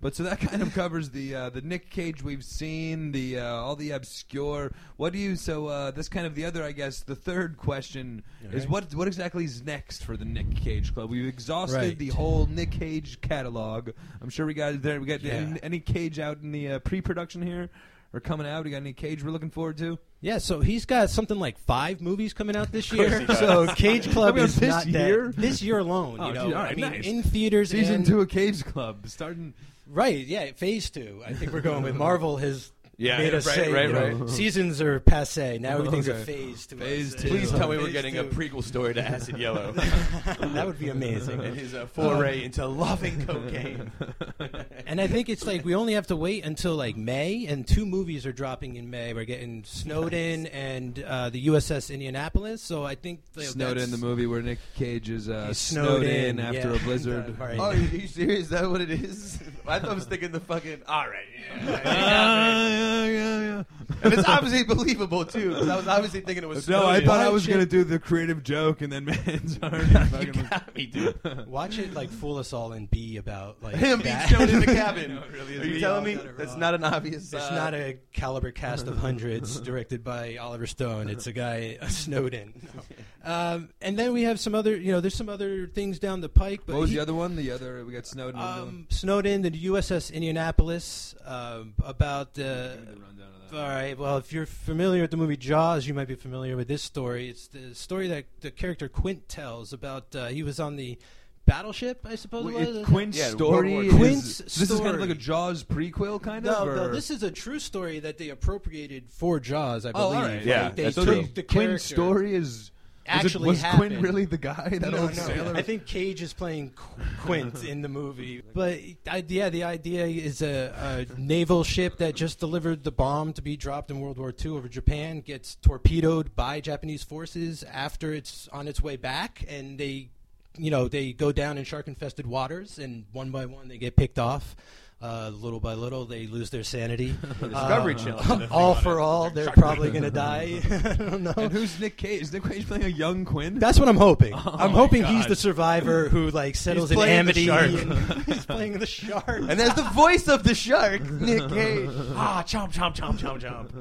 D: But so that kind of covers the uh, the Nick Cage we've seen, the uh, all the obscure. What do you? So uh, this kind of the other, I guess, the third question is
E: Okay.
D: what what exactly is next for the Nick Cage Club? We've exhausted
E: Right.
D: the whole Nick Cage catalog. I'm sure we got there. We got
E: Yeah.
D: any, any Cage out in the uh, pre-production here or coming out? We got any Cage we're looking forward to?
E: Yeah, so he's got something like five movies coming out this
B: course
E: year.
B: he does.
E: So Cage Club
D: I mean,
E: is
D: this
E: not
D: year?
E: dead. This year alone,
D: Oh,
E: you know.
D: gee, all right,
E: I mean,
D: nice.
E: in theaters
D: Season
E: and-
D: two of Cage Club starting.
E: Right, yeah, phase two. I think we're going with Marvel has
C: Yeah,
E: made
C: yeah,
E: us
C: right,
E: say
C: right,
E: you know,
C: right.
E: seasons are passe. Now everything's a
D: Okay.
E: phase to
D: Phase
E: us.
D: two.
C: Please tell me we're
E: Phase
C: getting a
E: two.
C: prequel story to Acid Yellow
E: that would be
C: and
E: amazing. Um,
C: his uh, foray into loving cocaine.
E: And I think it's like we only have to wait until like May, and two movies are dropping in May. We're getting Snowden and uh, the USS Indianapolis. So I think like,
D: Snowden, the
E: that's-
D: movie where Nick Cage is uh,
E: He's
D: snowed,
E: snowed
D: in
E: in,
D: after
E: yeah.
D: a blizzard.
E: Right.
C: Oh, are you serious? Is that what it is? I thought I was thinking the fucking. All right. Yeah.
D: yeah, yeah,
C: and it's obviously believable too. 'cause I was obviously thinking it was.
D: No, I
C: Snowden.
D: thought I was gonna do the creative joke, and then man's already
C: You
D: fucking.
C: got me, dude.
E: Watch it like fool us all and be about like
C: Him being
E: that.
C: snowed in the cabin. Are you
E: We
C: telling
E: all
C: me
E: got it
C: that's
E: wrong.
C: not an obvious?
E: It's
C: uh,
E: not a caliber cast of hundreds directed by Oliver Stone. It's a guy uh, Snowden. Um, and then we have some other, you know, there's some other things down the pike. But
D: What was
E: he-
D: the other one? The other we got Snowden.
E: Um, Snowden, the USS Indianapolis, um, about the. All right. Well, if you're familiar with the movie Jaws, you might be familiar with this story. It's the story that the character Quint tells about. Uh, he was on the battleship, I suppose. it was?
D: Quinn's
C: Yeah, World War
D: story.
C: II.
D: is-
E: Quinn's
D: so This is kind of
E: story.
D: like a Jaws prequel, kind
E: No,
D: of.
E: no,
D: or-
E: this is a true story that they appropriated for Jaws, I believe.
D: Oh, all right.
E: Like,
B: Yeah,
E: they
B: that's
E: took
B: true.
E: the character.
D: Quinn's story is
E: Actually
D: Was, it, was Quinn
E: happened.
D: really the guy? That
E: No,
D: old
E: no,
D: sailor.
E: I think Cage is playing Qu- Quint in the movie. But I, yeah, the idea is a, a naval ship that just delivered the bomb to be dropped in World War II over Japan gets torpedoed by Japanese forces after it's on its way back, and they, you know, they go down in shark-infested waters, and one by one they get picked off. Uh, little by little, they lose their sanity.
C: Discovery
E: Uh,
C: Channel.
E: all for all, they're probably going to die. I don't know.
D: And who's Nick Cage? Is Nick Cage playing a young Quinn?
E: That's what I'm hoping.
C: Oh
E: I'm
D: my
E: hoping he's
D: God.
E: the survivor who like settles in
C: playing the
E: Amity.
C: shark.
E: and- he's playing the shark.
C: And there's the voice of the shark, Nick Cage. Ah, chomp, chomp, chomp, chomp, chomp.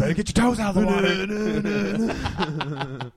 B: Better get your toes out of the water.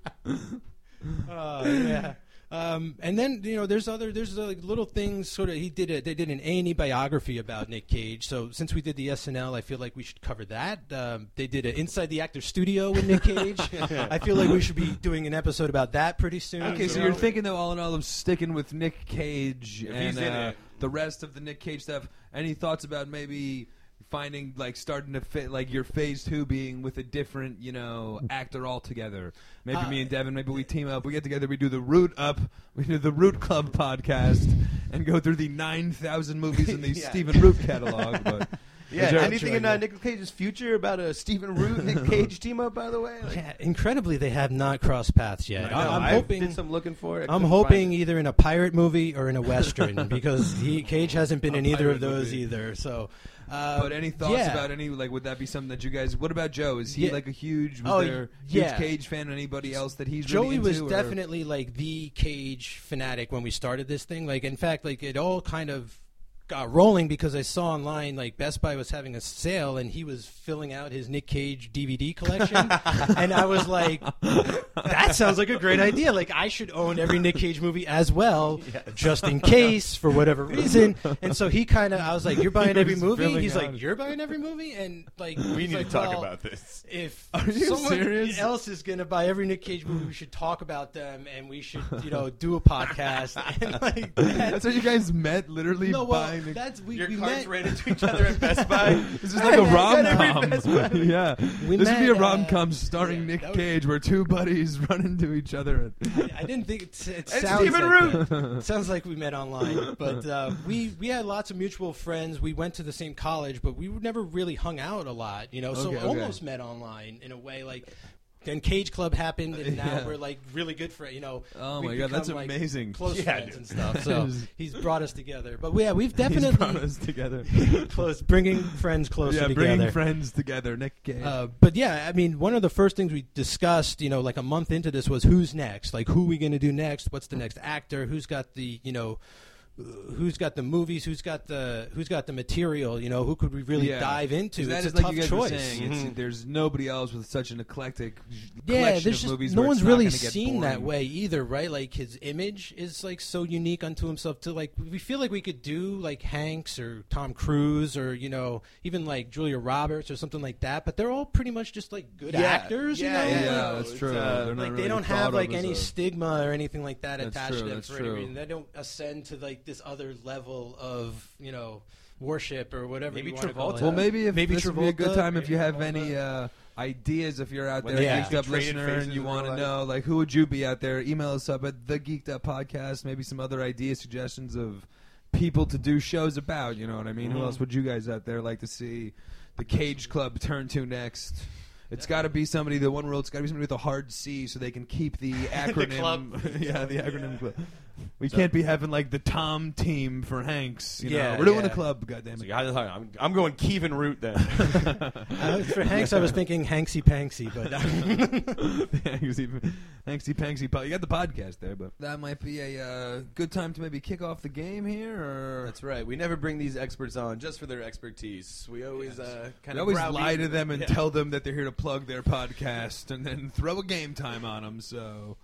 E: Oh, yeah. Um, and then you know, there's other there's uh, little things. Sort of, he did a they did an A and E biography about Nick Cage. So since we did the SNL, I feel like we should cover that. Um, they did an Inside the Actor Studio with Nick Cage. I feel like we should be doing an episode about that pretty soon.
D: Okay, so
E: you
D: you're
E: know?
D: thinking though, all in all, of sticking with Nick Cage and
C: he's in
D: uh,
C: it.
D: the rest of the Nick Cage stuff. Any thoughts about maybe finding like starting to fit like your phase two being with a different you know actor altogether? Maybe
E: Uh,
D: me and Devin, maybe we team up, we get together, we do the Root Up, we do the Root Club podcast, and go through the nine thousand movies in the
C: Yeah.
D: Stephen Root catalog. But
C: Yeah,
D: Is there-
C: anything in uh, Nick Cage's future about a Stephen Root, Nick Cage team up, by the way? Like,
E: Yeah, incredibly, they have not crossed paths yet.
C: I know,
E: I, am
C: I
E: hoping
C: did some looking for it. I
E: I'm
C: couldn't
E: hoping
C: find it.
E: either in a pirate movie or in a western because he, Cage hasn't been
D: A
E: in either
D: pirate
E: of those
D: movie.
E: either. So, uh,
D: But any thoughts
E: yeah.
D: about any like would that be something that you guys? What about Joe? Is he
E: Yeah.
D: like a huge was
E: Oh,
D: there
E: y-
D: huge
E: yeah.
D: Cage fan? Anybody else that he's
E: Joey
D: really
E: was
D: into, or-
E: definitely like the Cage fanatic when we started this thing. Like, in fact, like it all kind of got rolling because I saw online like Best Buy was having a sale and he was filling out his Nick Cage DVD collection, and I was like, that sounds like a great idea. Like, I should own every Nick Cage movie as well, just in case for whatever reason. And so he kind of, I was like, you're buying every movie.
B: filling
E: He's
B: out-
E: like, you're buying every movie, and like
B: We
E: he's
B: need
E: like,
B: to talk
E: well,
B: about this.
E: if
D: you
E: someone
D: serious?
E: else is going to buy every Nick Cage movie, we should talk about them and we should, you know, do a podcast. And like that.
D: That's how you guys met, literally
E: no, well,
D: buying.
E: that's we,
C: Your
E: we
C: cards
E: met.
C: ran into each other at Best Buy.
D: this is like a
C: Hey,
D: rom
C: man, you
D: com.
C: gotta read Best Buy.
D: yeah,
E: We
D: this would be a
E: met, uh,
D: rom com starring
E: yeah,
D: Nick
E: that was-
D: Cage, where two buddies run into each other. And,
E: I didn't think it, it
C: It's
E: sounds
C: Stephen
E: like that. It sounds like we met online, but uh, we we had lots of mutual friends. We went to the same college, but we never really hung out a lot, you know. so
D: Okay, okay.
E: almost met online in a way, like. Then Cage Club happened, and now
D: Yeah.
E: we're like really good friends. You know,
D: Oh
E: we've
D: my God, that's
E: become, like,
D: amazing.
E: Close
B: Yeah,
E: friends
B: dude.
E: and stuff. So he's brought us together. But yeah, we've definitely
D: He's brought us together.
E: close bringing friends closer
D: yeah,
E: together.
D: bringing friends together. Nick Cage.
E: Uh, but yeah, I mean, one of the first things we discussed, you know, like a month into this was who's next? Like, who we going to do next? What's the next actor? Who's got the, you know, uh, who's got the movies, who's got the who's got the material, you know, who could we really
D: Yeah.
E: dive into?
D: 'Cause that
E: It's a
D: is
E: tough
D: like you guys were
E: choice. Mm-hmm.
D: saying, it's- there's nobody else with such an eclectic j-
E: Yeah,
D: collection
E: there's
D: of
E: just
D: movies.
E: no
D: where it's
E: one's
D: not
E: really
D: gonna get
E: seen that
D: boring.
E: way either, right? Like his image is like so unique unto himself. To like, we feel like we could do like Hanks or Tom Cruise or you know even like Julia Roberts or something like that, but they're all pretty much just like good actors, you know?
D: yeah,
E: Like,
D: yeah. that's
C: It's,
D: true.
C: uh,
D: They're not
E: like
D: really
E: they don't
D: thought
E: have
D: of
E: like
D: as
E: any
D: a-
E: stigma or anything like that
D: That's
E: attached
D: true,
E: to them
D: that's
E: for any
D: true.
E: reason. They don't ascend to like this other level of you know worship or whatever.
C: Maybe
E: you wanna call
C: Travolta.
E: it.
D: Well, maybe if
E: Oh, maybe
D: this would be a good
E: Travolta,
D: time if
E: maybe
D: you have
E: Travolta.
D: any uh, ideas if you're out
C: When
D: there,
E: they
D: geeked
E: actually
D: up
C: traded
D: listener, and
C: faces
D: you
C: in
D: want
C: real
D: to
C: life.
D: know like who would you be out there? Email us up at the Geeked Up Podcast. Maybe some other idea suggestions of people to do shows about. You know what I mean? Who else would you guys out there like to see the Cage Club turn to next? It's got to be somebody. The one rule. It's got to be somebody with a hard C, so they can keep the acronym.
C: club.
D: yeah, the acronym club. We can't be having like the Tom team for Hanks. You
C: Yeah,
D: know, we're doing
C: yeah.
D: a club. Goddamn
C: So
D: it.
C: yeah, I- I'm, I'm going Kevin Root then.
E: I was- for Hanks, I was thinking Hanksy Panksy, but
D: Hanksy, Hanksy Panksy. pod- E You got the podcast there, but that might be a uh, good time to maybe kick off the game here. Or
C: That's right. We never bring these experts on just for their expertise. We always uh, kind of
D: we always
C: browbeat
D: lie to them and
C: Yeah.
D: tell them that they're here to plug their podcast, and then throw a game time on them. So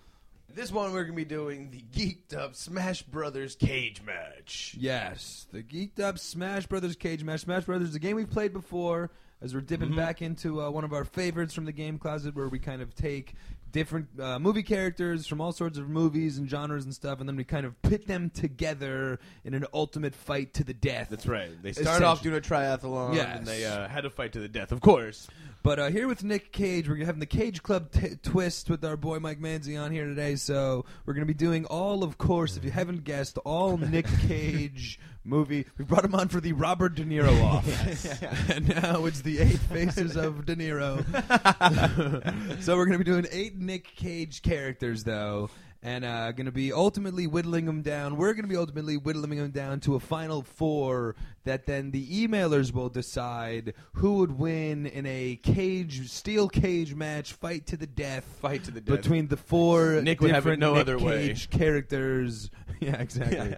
C: This one we're gonna be doing the geeked up Smash Brothers cage match.
D: yes, the geeked up Smash Brothers cage match. Smash Brothers is a game we've played before. As we're
C: Mm-hmm.
D: dipping back into uh, one of our favorites from the game closet, where we kind of take different uh, movie characters from all sorts of movies and genres and stuff, and then we kind of pit them together in an ultimate fight to the death.
C: That's right. They start off doing a triathlon,
D: Yes.
C: and they uh, had to fight to the death, of course.
D: But uh, here with Nick Cage, we're having the Cage Club t- twist with our boy Mike Manzi on here today. So we're going to be doing all, of course, if you haven't guessed, all Nick Cage movie. We brought him on for the Robert De Niro off, and now it's the Eight Faces of De Niro. so we're going to be doing eight Nick Cage characters, though. And uh, going to be ultimately whittling them down. We're going to be ultimately whittling them down to a final four that then the emailers will decide who would win in a cage, steel cage match, fight to the death
C: Fight to the death.
D: between the four
C: Nick would have
D: different
C: it no
D: Nick
C: other way.
D: Cage characters. Yeah, exactly.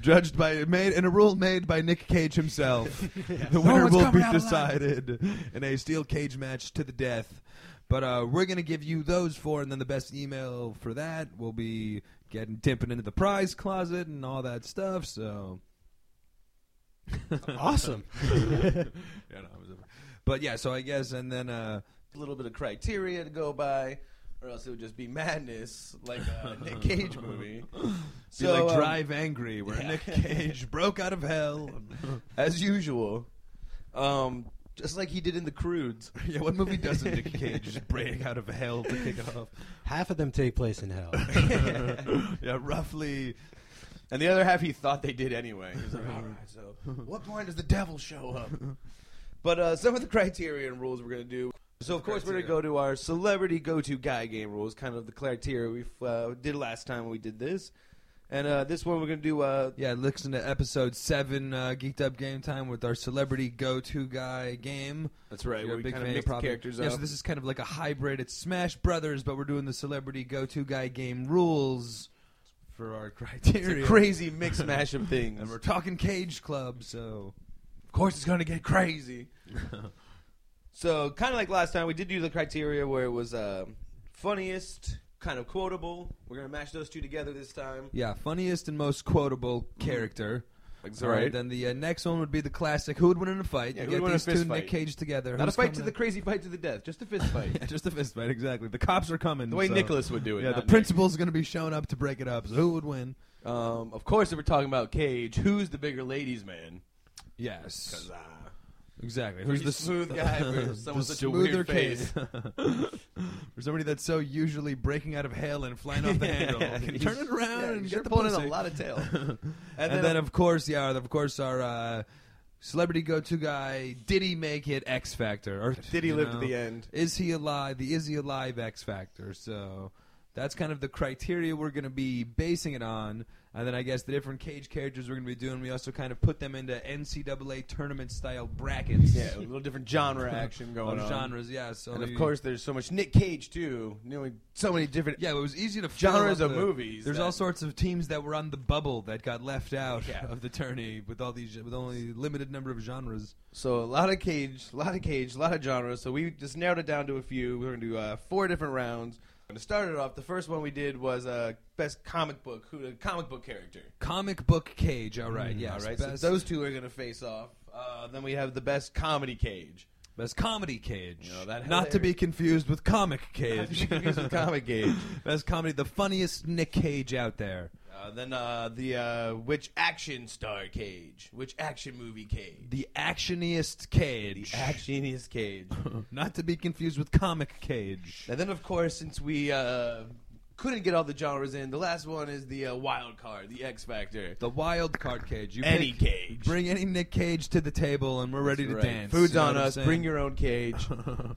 D: Judged by made in a rule made by Nick Cage himself. The winner one's will be coming out alive. decided in a steel cage match to the death. But uh, we're gonna give you those four, and then the best email for that will be getting dipping into the prize closet and all that stuff. So
E: awesome.
D: yeah, no, I was- but yeah, so I guess, and then uh,
C: a little bit of criteria to go by, or else it would just be madness, like a Nick Cage movie.
D: be
C: So,
D: like
C: um,
D: Drive Angry, where Nick Cage broke out of hell.
C: as usual, um, just like he did in The Crudes.
D: yeah, what movie doesn't Nick Cage just break out of hell to kick it off?
E: Half of them take place in hell.
D: yeah, roughly.
C: And the other half he thought they did anyway. He was like, all right, so what point does the devil show up? But uh, some of the criteria and rules we're going to do. So, of course, we're going to go to our celebrity go to guy game rules, kind of the criteria we uh, did last time when we did this. And uh, this one we're going to do. Uh,
D: Yeah, listen to episode seven, uh, Geeked Up Game Time, with our celebrity go-to guy game.
C: That's right,
D: If
C: where
D: You're a
C: we
D: big
C: kind of
D: fan,
C: mix the
D: probably-
C: characters
D: yeah,
C: up.
D: so this is kind of like a hybrid. It's Smash Brothers, but we're doing the celebrity go-to guy game rules for our
C: it's a
D: criteria.
C: crazy mix mash of things.
D: and we're talking Cage Club, so
C: Of course, it's going to get crazy. so, kind of like last time, we did do the criteria where it was uh, funniest, kind of quotable. We're going to mash those two together this time.
D: yeah, funniest and most quotable character.
C: That's
D: All right, then the uh, next one would be the classic. Who would win in a fight?
C: Yeah,
D: you
C: who
D: get
C: would win a
D: these two
C: fist
D: Nick
C: fight?
D: Cage together.
C: Not a
D: Who's
C: fight to
D: coming
C: the
D: out-
C: crazy fight to the death, just a fist fight.
D: Yeah, just a fist fight, exactly. The cops are coming.
C: the way
D: so-
C: Nicholas would do it.
D: Yeah, the
C: not
D: principal's going to be showing up to break it up. So who would win?
C: Nick. Um, of course, if we're talking about Cage, who's the bigger ladies' man?
D: Yes,
C: 'Cause, uh,
D: exactly.
C: Who's the smooth guy versus someone
D: the
C: with such a weird
D: smoother
C: face?
D: kid. For somebody that's so usually breaking out of hell and flying off the handle, can
C: He's-
D: turn it around
C: yeah,
D: and
C: you're
D: get the
C: pulling in
D: pussy.
C: a lot of tail.
D: and, then, um, of course, yeah, of course, our uh, celebrity go-to guy. Did he make it X Factor? Or
C: did he
D: you
C: live
D: know,
C: to the end?
D: Is he alive? The is he alive X Factor? So That's kind of the criteria we're going to be basing it on. And then I guess the different cage characters we're going to be doing, we also kind of put them into NCAA tournament style brackets.
C: Yeah, a little different genre action going
D: Of
C: on.
D: genres, yeah. So
C: And of
D: we-
C: course, there's so much Nick Cage too. You know, so many different.
D: Yeah, it was easy to fill
C: Genres
D: up
C: of
D: the-
C: movies
D: There's
C: that-
D: all sorts of teams that were on the bubble that got left out
C: Yeah.
D: of the tourney with all these with only limited number of genres.
C: So a lot of Cage, a lot of Cage, a lot of genres. So we just narrowed it down to a few. We're gonna do uh, four different rounds. And to start it off, the first one we did was uh, best comic book, who the comic book character.
D: Comic book cage. All right, yeah,
C: Mm, All right,
D: Best,
C: so those two are gonna face off. Uh, then we have the best comedy Cage.
D: best comedy cage.
C: You know, Oh, that
D: Not to be
C: hilarious-
D: confused with comic
C: Not to
D: cage.
C: be confused with comic Cage.
D: best comedy, the funniest Nick Cage out there.
C: Uh, then uh, the uh, which action star Cage, which action movie Cage,
D: The actioniest cage.
C: actionist Cage.
D: Not to be confused with comic cage.
C: And then, of course, since we uh, couldn't get all the genres in, the last one is the uh, wild card, the X Factor.
D: The wild card cage. You
C: Any
D: pick-
C: cage.
D: Bring any Nick Cage to the table, and we're ready
C: That's
D: to
C: right.
D: dance.
C: Food's
D: You know
C: on
D: what I'm
C: us.
D: saying?
C: Bring your own cage.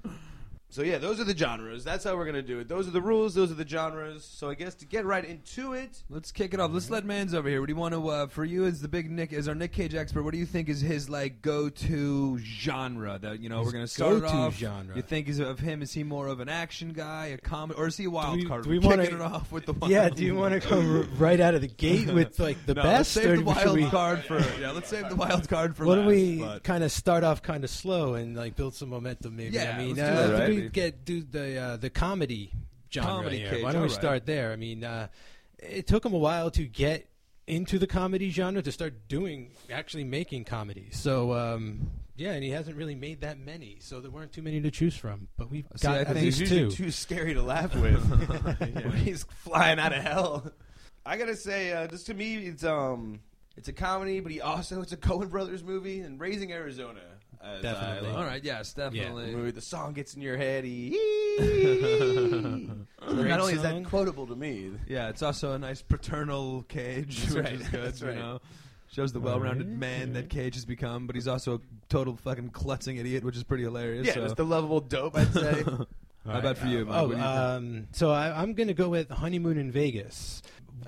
C: so, yeah, those are the genres. That's how we're going to do it. Those are the rules. Those are the genres. So, I guess to get right into it,
D: Let's kick it off. Let's let Mans over here. What do you want to? Uh, for you, as the big Nick, as our Nick Cage expert, what do you think is his like go-to genre? That you know, we're gonna start it
E: go-to
D: off.
E: genre.
D: You think is of him? Is he more of an action guy, a comic, or is he a wild
E: we-
D: card?
E: do we
D: We're
E: wanna-
D: kicking it off with the wild
E: Yeah, do you want to come r- right out of the gate with like the
D: No,
E: best?
D: Let's save the
E: or should
D: wild
E: we-
D: card for. Yeah, let's save the wild card for.
E: Why
D: last,
E: don't we
D: but-
E: kind of start off kind of slow and like build some momentum? Maybe.
D: Yeah,
E: I mean,
D: let's do
E: uh,
D: that,
E: if we
D: right?
E: get do the uh, the comedy genre
D: Comedy
E: here.
D: cage,
E: Why don't we
D: all right.
E: start there? I mean, uh, it took him a while to get into the comedy genre to start doing actually making comedies. So. Um, yeah, and he hasn't really made that many, so there weren't too many to choose from. But we've
D: See,
E: got
D: I
E: at
D: think-
E: least
C: he's usually
E: two.
C: too scary to laugh with. When He's flying out of hell. I gotta say, uh, just to me, it's um, it's a comedy, but he also it's a Coen Brothers movie and Raising Arizona. as I
E: Definitely.
C: love.
D: uh, All right. Yes, definitely.
C: The movie, the song gets in your head. He, So not only is that
E: song.
C: quotable to me,
D: Yeah, it's also a nice paternal cage,
C: That's
D: which
C: right,
D: is good.
C: that's right.
D: You know, shows the well-rounded man that Cage has become, but he's also a total fucking klutzing idiot, which is pretty hilarious.
C: yeah,
D: so.
C: just the uh, lovable dope. I'd say.
D: How about for you? Mike?
E: Oh,
D: What do you think?
E: um, so I, I'm going to go with honeymoon in Vegas.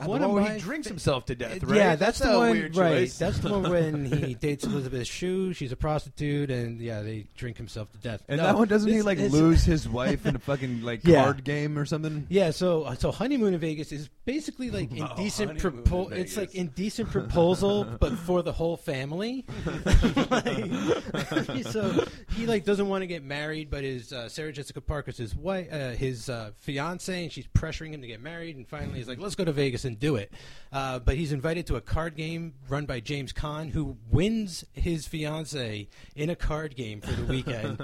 C: One where he
E: my
C: drinks
E: fa-
C: himself to death. Right?
E: Yeah, that's, the
C: a
E: one.
C: Weird
E: right,
C: choice.
E: that's the one when he dates Elizabeth Shue. She's a prostitute, and yeah, they drink himself to death.
D: and
E: No,
D: that one doesn't he
E: this-
D: like
E: this-
D: lose his wife in a fucking like
E: Yeah.
D: card game or something?
E: Yeah, so uh, so honeymoon in Vegas is basically like indecent
C: Honeymoon in
E: proposal. It's
C: Vegas.
E: like indecent proposal, but for the whole family. Like, so he like doesn't want to get married, but his uh, Sarah Jessica Parker's his wife, uh, his uh, fiance, and she's pressuring him to get married. And finally, he's like, "Let's go to Vegas and do it." Uh, but he's invited to a card game run by James Caan, who wins his fiance in a card game for the weekend.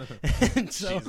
E: and so.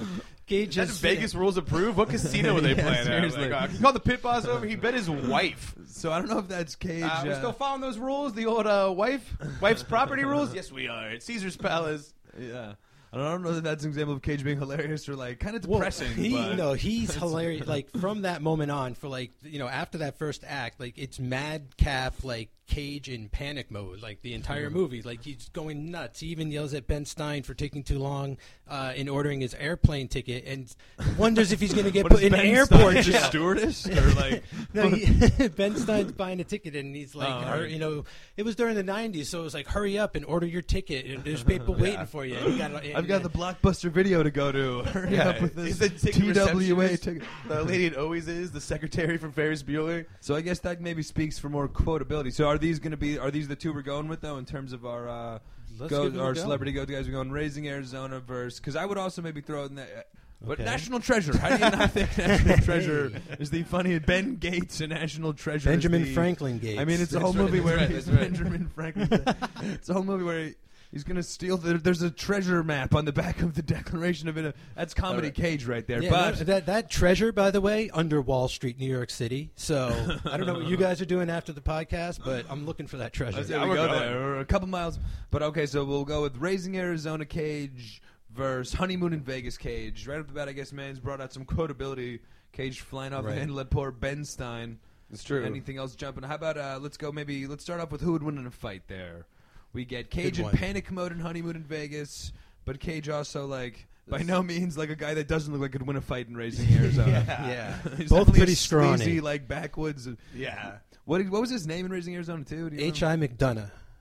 E: Gage
C: That's
E: is-
C: Vegas rules approved. What casino were they
D: Yeah,
C: playing
D: seriously.
C: at? Like, uh, he called the pit boss over. He bet his wife.
D: So I don't know if that's Cage.
C: Uh, we're
D: uh,
C: still following those rules, the old uh, wife, wife's property rules. Yes, we are. At Caesar's Palace.
D: uh, yeah, I don't, I don't know if that's an example of Cage being hilarious or like kind of
E: Well,
D: depressing.
E: He,
D: but-
E: no, he's hilarious. Like from that moment on, for like you know, after that first act, like it's madcap, like Cage in panic mode, like the entire
D: Mm-hmm.
E: movie. Like he's going nuts. He even yells at Ben Stein for taking too long uh, in ordering his airplane ticket, and wonders if he's going to get
D: What is
E: put in an
D: Ben
E: airport.
D: Stein, the
E: jail.
D: stewardess or like
E: No, he, ben Stein's buying a ticket, and he's like,
D: Oh, all
E: hur-
D: right.
E: you know, it was during the '90s, so it was like, hurry up and order your ticket. And there's people waiting for you. And you gotta-
D: I've got the blockbuster video to go to. Hurry up with this
C: Is the ticket
D: TWA
C: receptionist
D: ticket.
C: The lady it always is, the secretary from Ferris Bueller.
D: So I guess that maybe speaks for more quotability. So are these going to be? Are these the two we're going with though in terms of our uh,
E: Let's
D: go,
E: give it a
D: our
E: go.
D: celebrity go to guys? We're going raising Arizona verse because I would also maybe throw in that. Uh, But
E: Okay.
D: National Treasure. How do you not think National Treasure is the funny? Ben Gates and National Treasure. is
E: Benjamin
D: the-
E: Franklin Gates.
D: I mean, it's a whole
C: right,
D: movie
C: that's
D: where
C: right,
D: he's
C: that's right.
D: Benjamin Franklin. it's a whole movie where he, he's going to steal. The, there's a treasure map on the back of the Declaration of Independence. That's comedy
C: All right.
D: cage right there.
E: Yeah,
D: but
E: no, that that treasure, by the way, under Wall Street, New York City. So I don't know what you guys are doing after the podcast, but I'm looking for that treasure.
D: Let's say we
C: we're
D: go
C: going.
D: there. We're a couple miles. But okay, so we'll go with Raising Arizona Cage versus Honeymoon in Vegas Cage. Right off the bat, I guess Man's brought out some quotability. Cage flying off
E: Right.
D: the handle at poor Ben Stein.
C: It's true.
D: Anything else jumping? How about uh, let's go maybe let's start off with who would win in a fight there. We get Cage
E: Good
D: in
E: one.
D: panic mode in Honeymoon in Vegas, but Cage also like By no means like a guy that doesn't look like could win a fight in raising Arizona.
C: Yeah.
D: He's
E: Both
D: definitely a
E: pretty scrawny.
D: sleazy, like backwoods.
C: Yeah.
D: What what was his name in raising Arizona too? Do you
E: H.I. McDonough.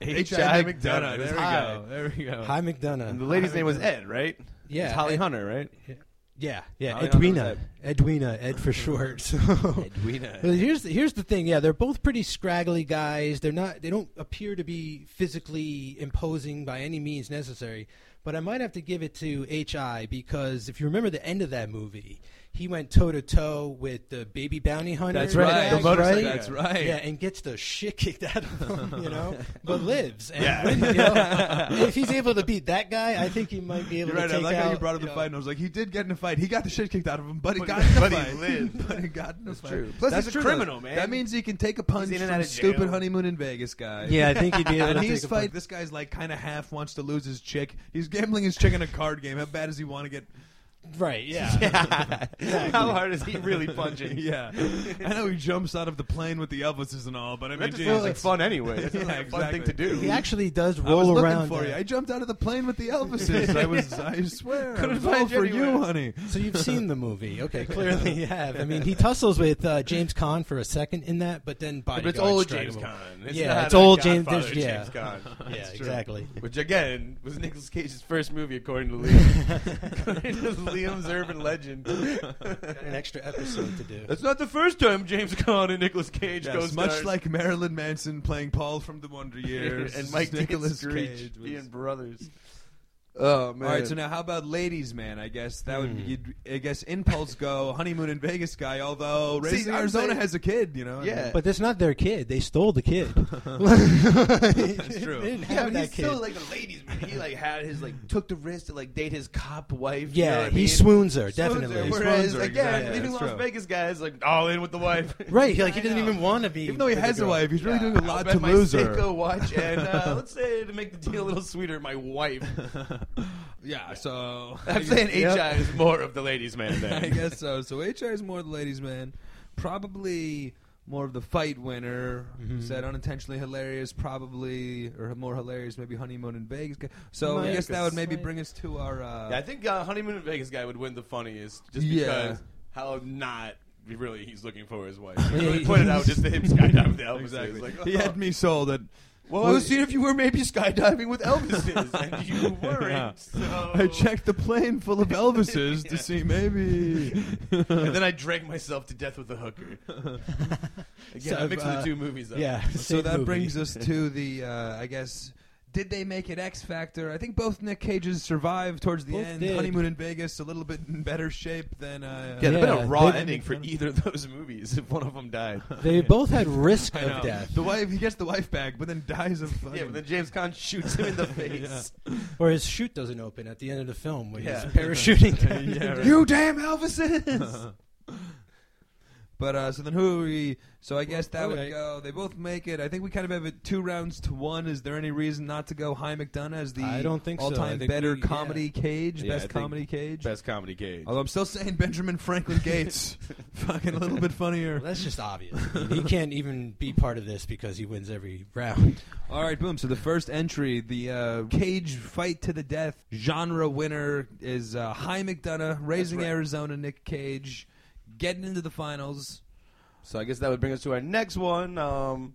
D: remember? H.I. McDonough. There we go. There we go.
E: Hi,
C: And
E: McDonough.
C: the lady's name was Ed, right?
E: Yeah,
C: It's Holly
E: Ed-
C: Hunter, right?
E: Yeah, yeah,
C: Holly
E: Edwina,
C: Hunter
E: Edwina, Ed for short. So, Well,
C: Edwina.
E: here's the, here's the thing. Yeah, they're both pretty scraggly guys. They're not. They don't appear to be physically imposing by any means necessary. But I might have to give it to H.I. because if you remember the end of that movie, he went toe to toe with the baby bounty hunter.
D: That's right.
E: guy,
D: The motorcycle.
E: right?
D: That's right.
E: Yeah, and gets the shit kicked out of him, you know, but lives. And you know, if he's able to beat that guy, I think he might be able
D: You're
E: to
D: right. I
E: take
D: like
E: out.
D: how you brought up the
E: know,
D: fight, and I was like, he did get in a fight. He got the shit kicked out of him, but he got in a
C: but he
D: fight.
C: lived.
D: but he got in a fight.
C: true. Plus,
D: That's
C: he's a
D: true,
C: criminal,
D: though.
C: man.
D: That means he can take a punch
C: He's in and
D: from
C: out of
D: stupid
C: jail.
D: honeymoon in Vegas guy.
E: Yeah, I think he'd be able
D: And
E: to
D: he's
E: take a
D: fight.
E: punch.
D: This guy's like kind of half wants to lose his chick. He's gambling his chick in a card game. How bad does he want to get?
E: Right. Yeah.
C: How hard is he really punching?
D: Yeah, I know he jumps out of the plane with the Elvises and all, but I mean,
C: That just
D: geez,
C: sounds
D: like,
C: like fun anyway. It's
D: Yeah,
C: like a fun
D: exactly.
C: thing to do.
E: He actually does
D: I was
E: roll
D: looking
E: around
D: for
E: uh,
D: you. I jumped out of the plane with the Elvises. I was, I swear,
C: Couldn't
D: it was all
C: find you
D: for you,
C: anywhere.
D: honey.
E: So you've seen the movie, okay? Clearly you have. I mean, he tussles with uh, James Caan for a second in that, but then
C: But
E: bodyguards
C: it's old
E: drag
C: James
E: him
C: Caan.
E: over.
C: It's
E: Yeah,
C: not
E: it's
C: a
E: old James-
C: Godfather
E: there's- yeah.
C: James Caan.
E: Yeah,
C: It's true.
E: exactly.
C: Which again was Nicolas Cage's first movie, according to Liam. according to Liam's urban legend.
E: Got an extra episode to do.
C: That's not the first time James Caan and Nicolas Cage
D: Yes,
C: goes
D: much like Marilyn Manson playing Paul from the Wonder Years
C: and Mike
D: Nicholas
C: Nicholas
D: Cage.
C: Screech
D: was-
C: being brothers. Oh
D: All
C: man!
D: right, so now how about ladies, man? I guess that would be, you'd, I guess impulse go honeymoon in Vegas guy. Although
C: See,
D: raising
C: I'm
D: Arizona
C: saying-
D: has a kid, you know. I
C: Yeah.
D: mean,
E: But that's not their kid. They stole the kid. That's
D: true.
E: They didn't
C: yeah,
E: have
C: but he's
E: that kid.
C: still like a ladies man. He like had his like took the risk to like date his cop wife. you know
E: yeah,
C: what I
E: he
C: mean?
E: swoons her,
C: Swoons her,
E: definitely.
C: Whereas
D: Swoons her,
C: again,
D: exactly.
C: leaving
D: That's
C: Las
D: true.
C: Vegas guys like all in with the wife.
E: Right, he, like he
C: I
E: doesn't
C: know.
E: even want to be.
D: even though he
E: with the
D: has a
E: girl.
D: wife, he's really
C: Yeah,
D: doing a
C: I'll
D: lot
C: bet
D: to
C: my
D: lose
C: Seiko
D: her.
C: watch and uh, let's say to make the deal a little sweeter, my wife.
D: Yeah, so
C: I'm saying HI is more of the ladies' man
D: I
C: then.
D: guess so. So HI is more the ladies' man, probably more of the fight winner. Said unintentionally hilarious, probably or more hilarious, maybe honeymoon in Vegas. guy. So I
E: Might
D: guess that would maybe
E: slight-
D: bring us to our. Uh,
C: Yeah, I think uh, honeymoon in Vegas guy would win the funniest, just
D: Yeah.
C: because how not really he's looking for his wife.
E: Yeah,
C: He really
E: he-
C: pointed out just to him skydiving with Elvis.
D: exactly.
C: Exactly. Like,
D: He
C: oh.
D: had me sold at.
C: well, I was seeing if you were maybe skydiving with "Oh, Elvises, and you weren't.
D: Yeah.
C: So
D: I checked the plane full of Elvises to
C: Yeah.
D: see maybe.
C: and then I drank myself to death with a hooker. Again,
E: So,
C: I'm mixing
E: uh,
C: the two movies up.
E: Yeah.
D: so that brings us to the, uh, I guess, did they make it X Factor? I think both Nick Cages survived towards the
E: Both
D: end.
E: did.
D: Honeymoon in Vegas, a little bit in better shape than. Uh,
C: Yeah,
E: Yeah,
C: there'd been a raw
E: they-
C: ending for either of those movies if one of them died.
E: They both had risk
D: I know.
E: of death,
D: The wife, he gets the wife back, but then dies of.
C: yeah,
D: fucking-
C: but then James Conn shoots him in the face.
E: or his chute doesn't open at the end of the film when
C: Yeah.
E: he's parachuting. down.
D: yeah, right.
C: You damn Elvises!
D: But uh, so then who are we? So I guess that would
E: Okay.
D: go. They both make it. I think we kind of have it two rounds to one. Is there any reason not to go High McDonough as the
E: I don't think so. I
D: all-time
E: think
D: better
E: we- yeah.
D: comedy cage,
C: Yeah, I
D: best
C: think
D: comedy cage?
C: Best comedy cage.
D: Although I'm still saying Benjamin Franklin Gates, fucking a little bit funnier.
E: Well, that's just obvious. I mean, he can't even be part of this because he wins every round.
D: All right, boom. So the first entry, the uh, cage fight to the death genre winner is uh, High McDonough, raising
C: right.
D: Arizona, Nick Cage, getting into the finals.
C: So I guess that would bring us to our next one. Um,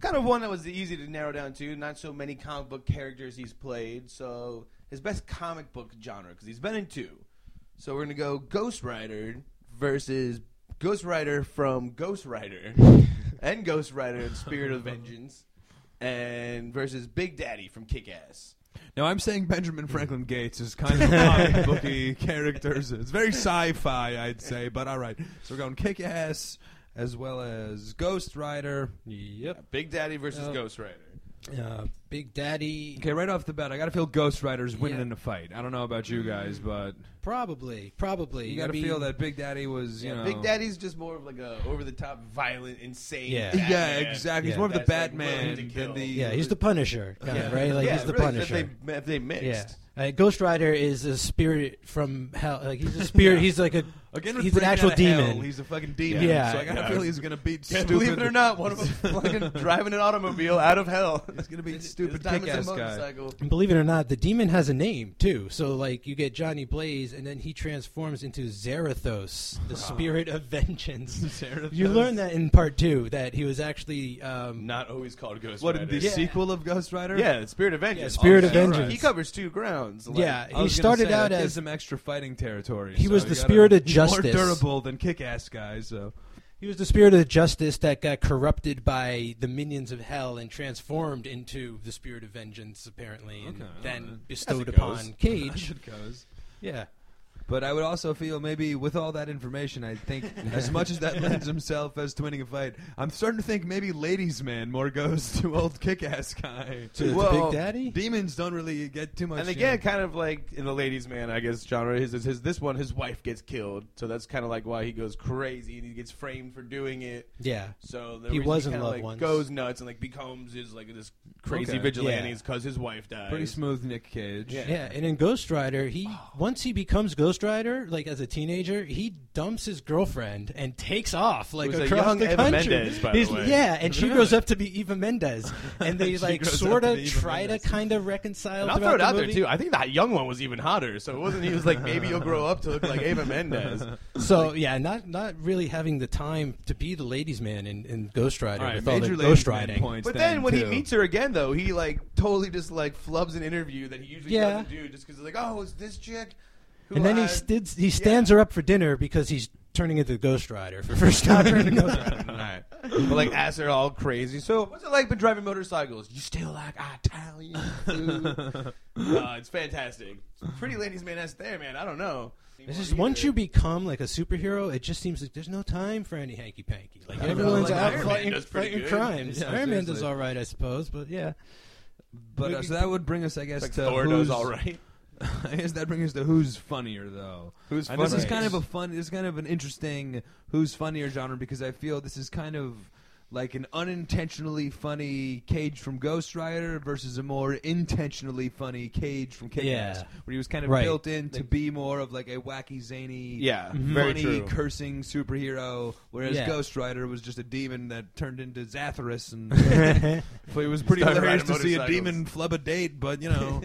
C: kind of one that was easy to narrow down to. Not so many comic book characters he's played. So his best comic book genre, because he's been in two. So we're going to go Ghost Rider versus Ghost Rider from Ghost Rider and Ghost Rider and Spirit of Vengeance and versus Big Daddy from Kick Ass.
D: Now I'm saying Benjamin Franklin Gates is kind of a comic booky characters. It's very sci-fi, I'd say. But all right, so we're going Kick Ass as well as Ghost Rider.
E: Yep.
C: Big Daddy versus
E: Oh.
C: Ghost Rider.
E: Uh, Big Daddy.
D: Okay, right off the bat, I gotta feel Ghost Rider's winning
E: Yeah.
D: in the fight. I don't know about you guys, but
E: Probably, probably.
D: you gotta
E: I mean,
D: feel that Big Daddy was, you
C: Yeah,
D: know,
C: Big Daddy's just more of like a over the top, violent, insane.
E: Yeah.
C: Batman.
D: Yeah, exactly. He's
E: Yeah.
D: more of the
C: That's, like,
D: Batman
C: willing to
D: than
C: kill.
D: the.
E: Yeah, he's the Punisher, kind of, right? Like he's the
C: really,
E: Punisher.
C: If they, if they mixed.
E: yeah. Uh, Ghost Rider is a spirit from hell. Like he's a spirit. He's like a,
D: Again, with
E: He's an
D: breaking
E: actual
D: out of hell,
E: demon.
D: He's a fucking demon.
E: Yeah.
D: So I got a
C: Yeah.
D: feeling he's gonna beat
C: Yeah,
D: stupid.
C: Believe it or not, one of them fucking driving an automobile out of hell.
D: he's gonna beat
C: It's-
D: stupid
C: it's time it's a
D: kick-ass guy.
C: motorcycle.
E: And believe it or not, the demon has a name too. So like you get Johnny Blaze, and then he transforms into Zarathos, the spirit of vengeance. You learn that in part two that he was actually um,
C: Not always called Ghost
D: What
C: Rider.
D: the
E: Yeah.
D: sequel of Ghost Rider?
C: Yeah, it's Spirit of Vengeance.
E: Yeah, Spirit
D: of
C: He-
D: Vengeance.
C: He covers two grounds. like-
E: yeah.
D: I
E: He
D: was gonna
E: started
D: say,
E: out
D: that
E: as
D: gives him extra fighting territory.
E: He
D: so
E: was
D: you
E: the
D: gotta-
E: spirit of
D: he's
E: justice.
D: more durable than kick-ass guy. So
E: He was the spirit of justice that got corrupted by the minions of hell and transformed into the spirit of vengeance, apparently, and
D: Okay,
E: then
D: alright.
E: bestowed
C: As it
E: upon
C: goes.
E: Cage.
D: it goes.
E: yeah.
D: But I would also feel maybe with all that information, I think as much as that lends himself as to winning a fight, I'm starting to think maybe ladies' man more goes to old kick-ass guy.
E: To, to
C: Well,
E: Big Daddy?
D: Demons don't really get too much.
C: And again,
D: chance.
C: kind of like in the ladies' man, I guess genre. His, his this one, his wife gets killed, so that's kind of like why he goes crazy and he gets framed for doing it.
E: yeah.
C: So the
E: He
C: reason
E: was in
C: kinda,
E: love
C: like
E: once.
C: Goes nuts and like becomes is like this crazy
D: Okay.
C: vigilante
E: Yeah.
C: because his wife dies.
D: pretty smooth Nick Cage.
C: Yeah.
E: Yeah, and in Ghost Rider, he once he becomes Ghost Rider, like as a teenager, he dumps his girlfriend and takes off like
C: Who's a
E: across
C: young
E: the
C: Eva
E: country.
C: Mendes, by the
E: He's-
C: way.
E: Yeah, and she grows up to be Eva Mendes, and they
D: She
E: like
D: grows up
E: sort
D: to
E: of
D: be Eva
E: try
D: Mendes.
E: to kind of reconcile.
C: And I'll throw
E: throughout
C: it
E: the
C: out
E: movie.
C: there too. I think that young one was even hotter. So it wasn't he was like maybe you'll grow up to look like Ava Mendez.
E: So yeah, not not really having the time to be the ladies' man in, in Ghost Rider
D: All right,
E: with all the
D: major ladies'
E: Ghost
D: man
E: Riding.
D: points
C: But then when he
D: too.
C: meets her again, though, he like totally just like flubs an interview that he usually
E: Yeah.
C: doesn't do, just because like, oh, it's this chick. who
E: And then
C: I-
E: he stids, he stands her up for dinner because he's turning into Ghost Rider for first time. in Ghost Rider.
C: Alright. But like ass are all crazy. So what's it like been driving motorcycles? You still like Italian food? uh, it's fantastic. Pretty ladies man that's there, man. I don't know.
E: It's just once you become like a superhero, it just seems like there's no time for any hanky panky. Like everyone's
D: like
E: out
D: Iron Man
E: fighting,
C: does pretty
E: fighting
C: good.
E: crimes.
D: Yeah,
E: Iron Man does
D: seriously.
E: all right, I suppose, but yeah,
D: But uh, so that would bring us, I guess,
C: like
D: to
C: Thor
D: who's
C: does all right.
D: I guess that brings us to who's funnier though.
C: Who's
D: And this is
C: funnier?
D: kind of a fun. This is kind of an interesting who's funnier genre because I feel this is kind of like an unintentionally funny Cage from Ghost Rider versus a more intentionally funny Cage from Kick Ass,
E: Yeah.
D: where he was kind of
E: Right.
D: built in to be more of like a wacky, zany,
C: Yeah,
E: Mm-hmm.
D: funny,
C: very true.
D: cursing superhero, whereas
E: Yeah.
D: Ghost Rider was just a demon that turned into Zathras, and so it was pretty
C: Started
D: hilarious to
C: riding
D: see a
C: motorcycles.
D: demon flub a date, but you know.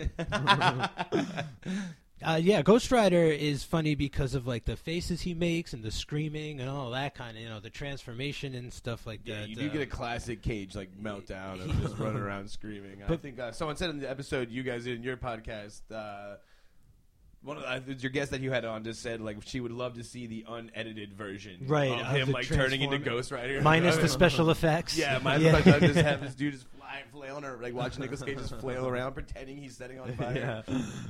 E: uh, yeah. Ghost Rider is funny because of like the faces he makes and the screaming and all that kind of you know the transformation and stuff like
C: Yeah,
E: that.
C: you do
E: uh,
C: get a classic cage like meltdown of just running around screaming. I
E: But-
C: think uh, someone said in the episode you guys did in your podcast, uh, one of the, I think your guest that you had on just said like she would love to see the unedited version,
E: Right,
C: Of,
E: of
C: him
E: the
C: like turning into
E: transform-
C: Ghost Rider,
E: minus the special effects.
C: Yeah, minus the fact that I just have this dude just flying, flailing, or like watching Nicholas Cage just flail around, pretending he's setting on fire.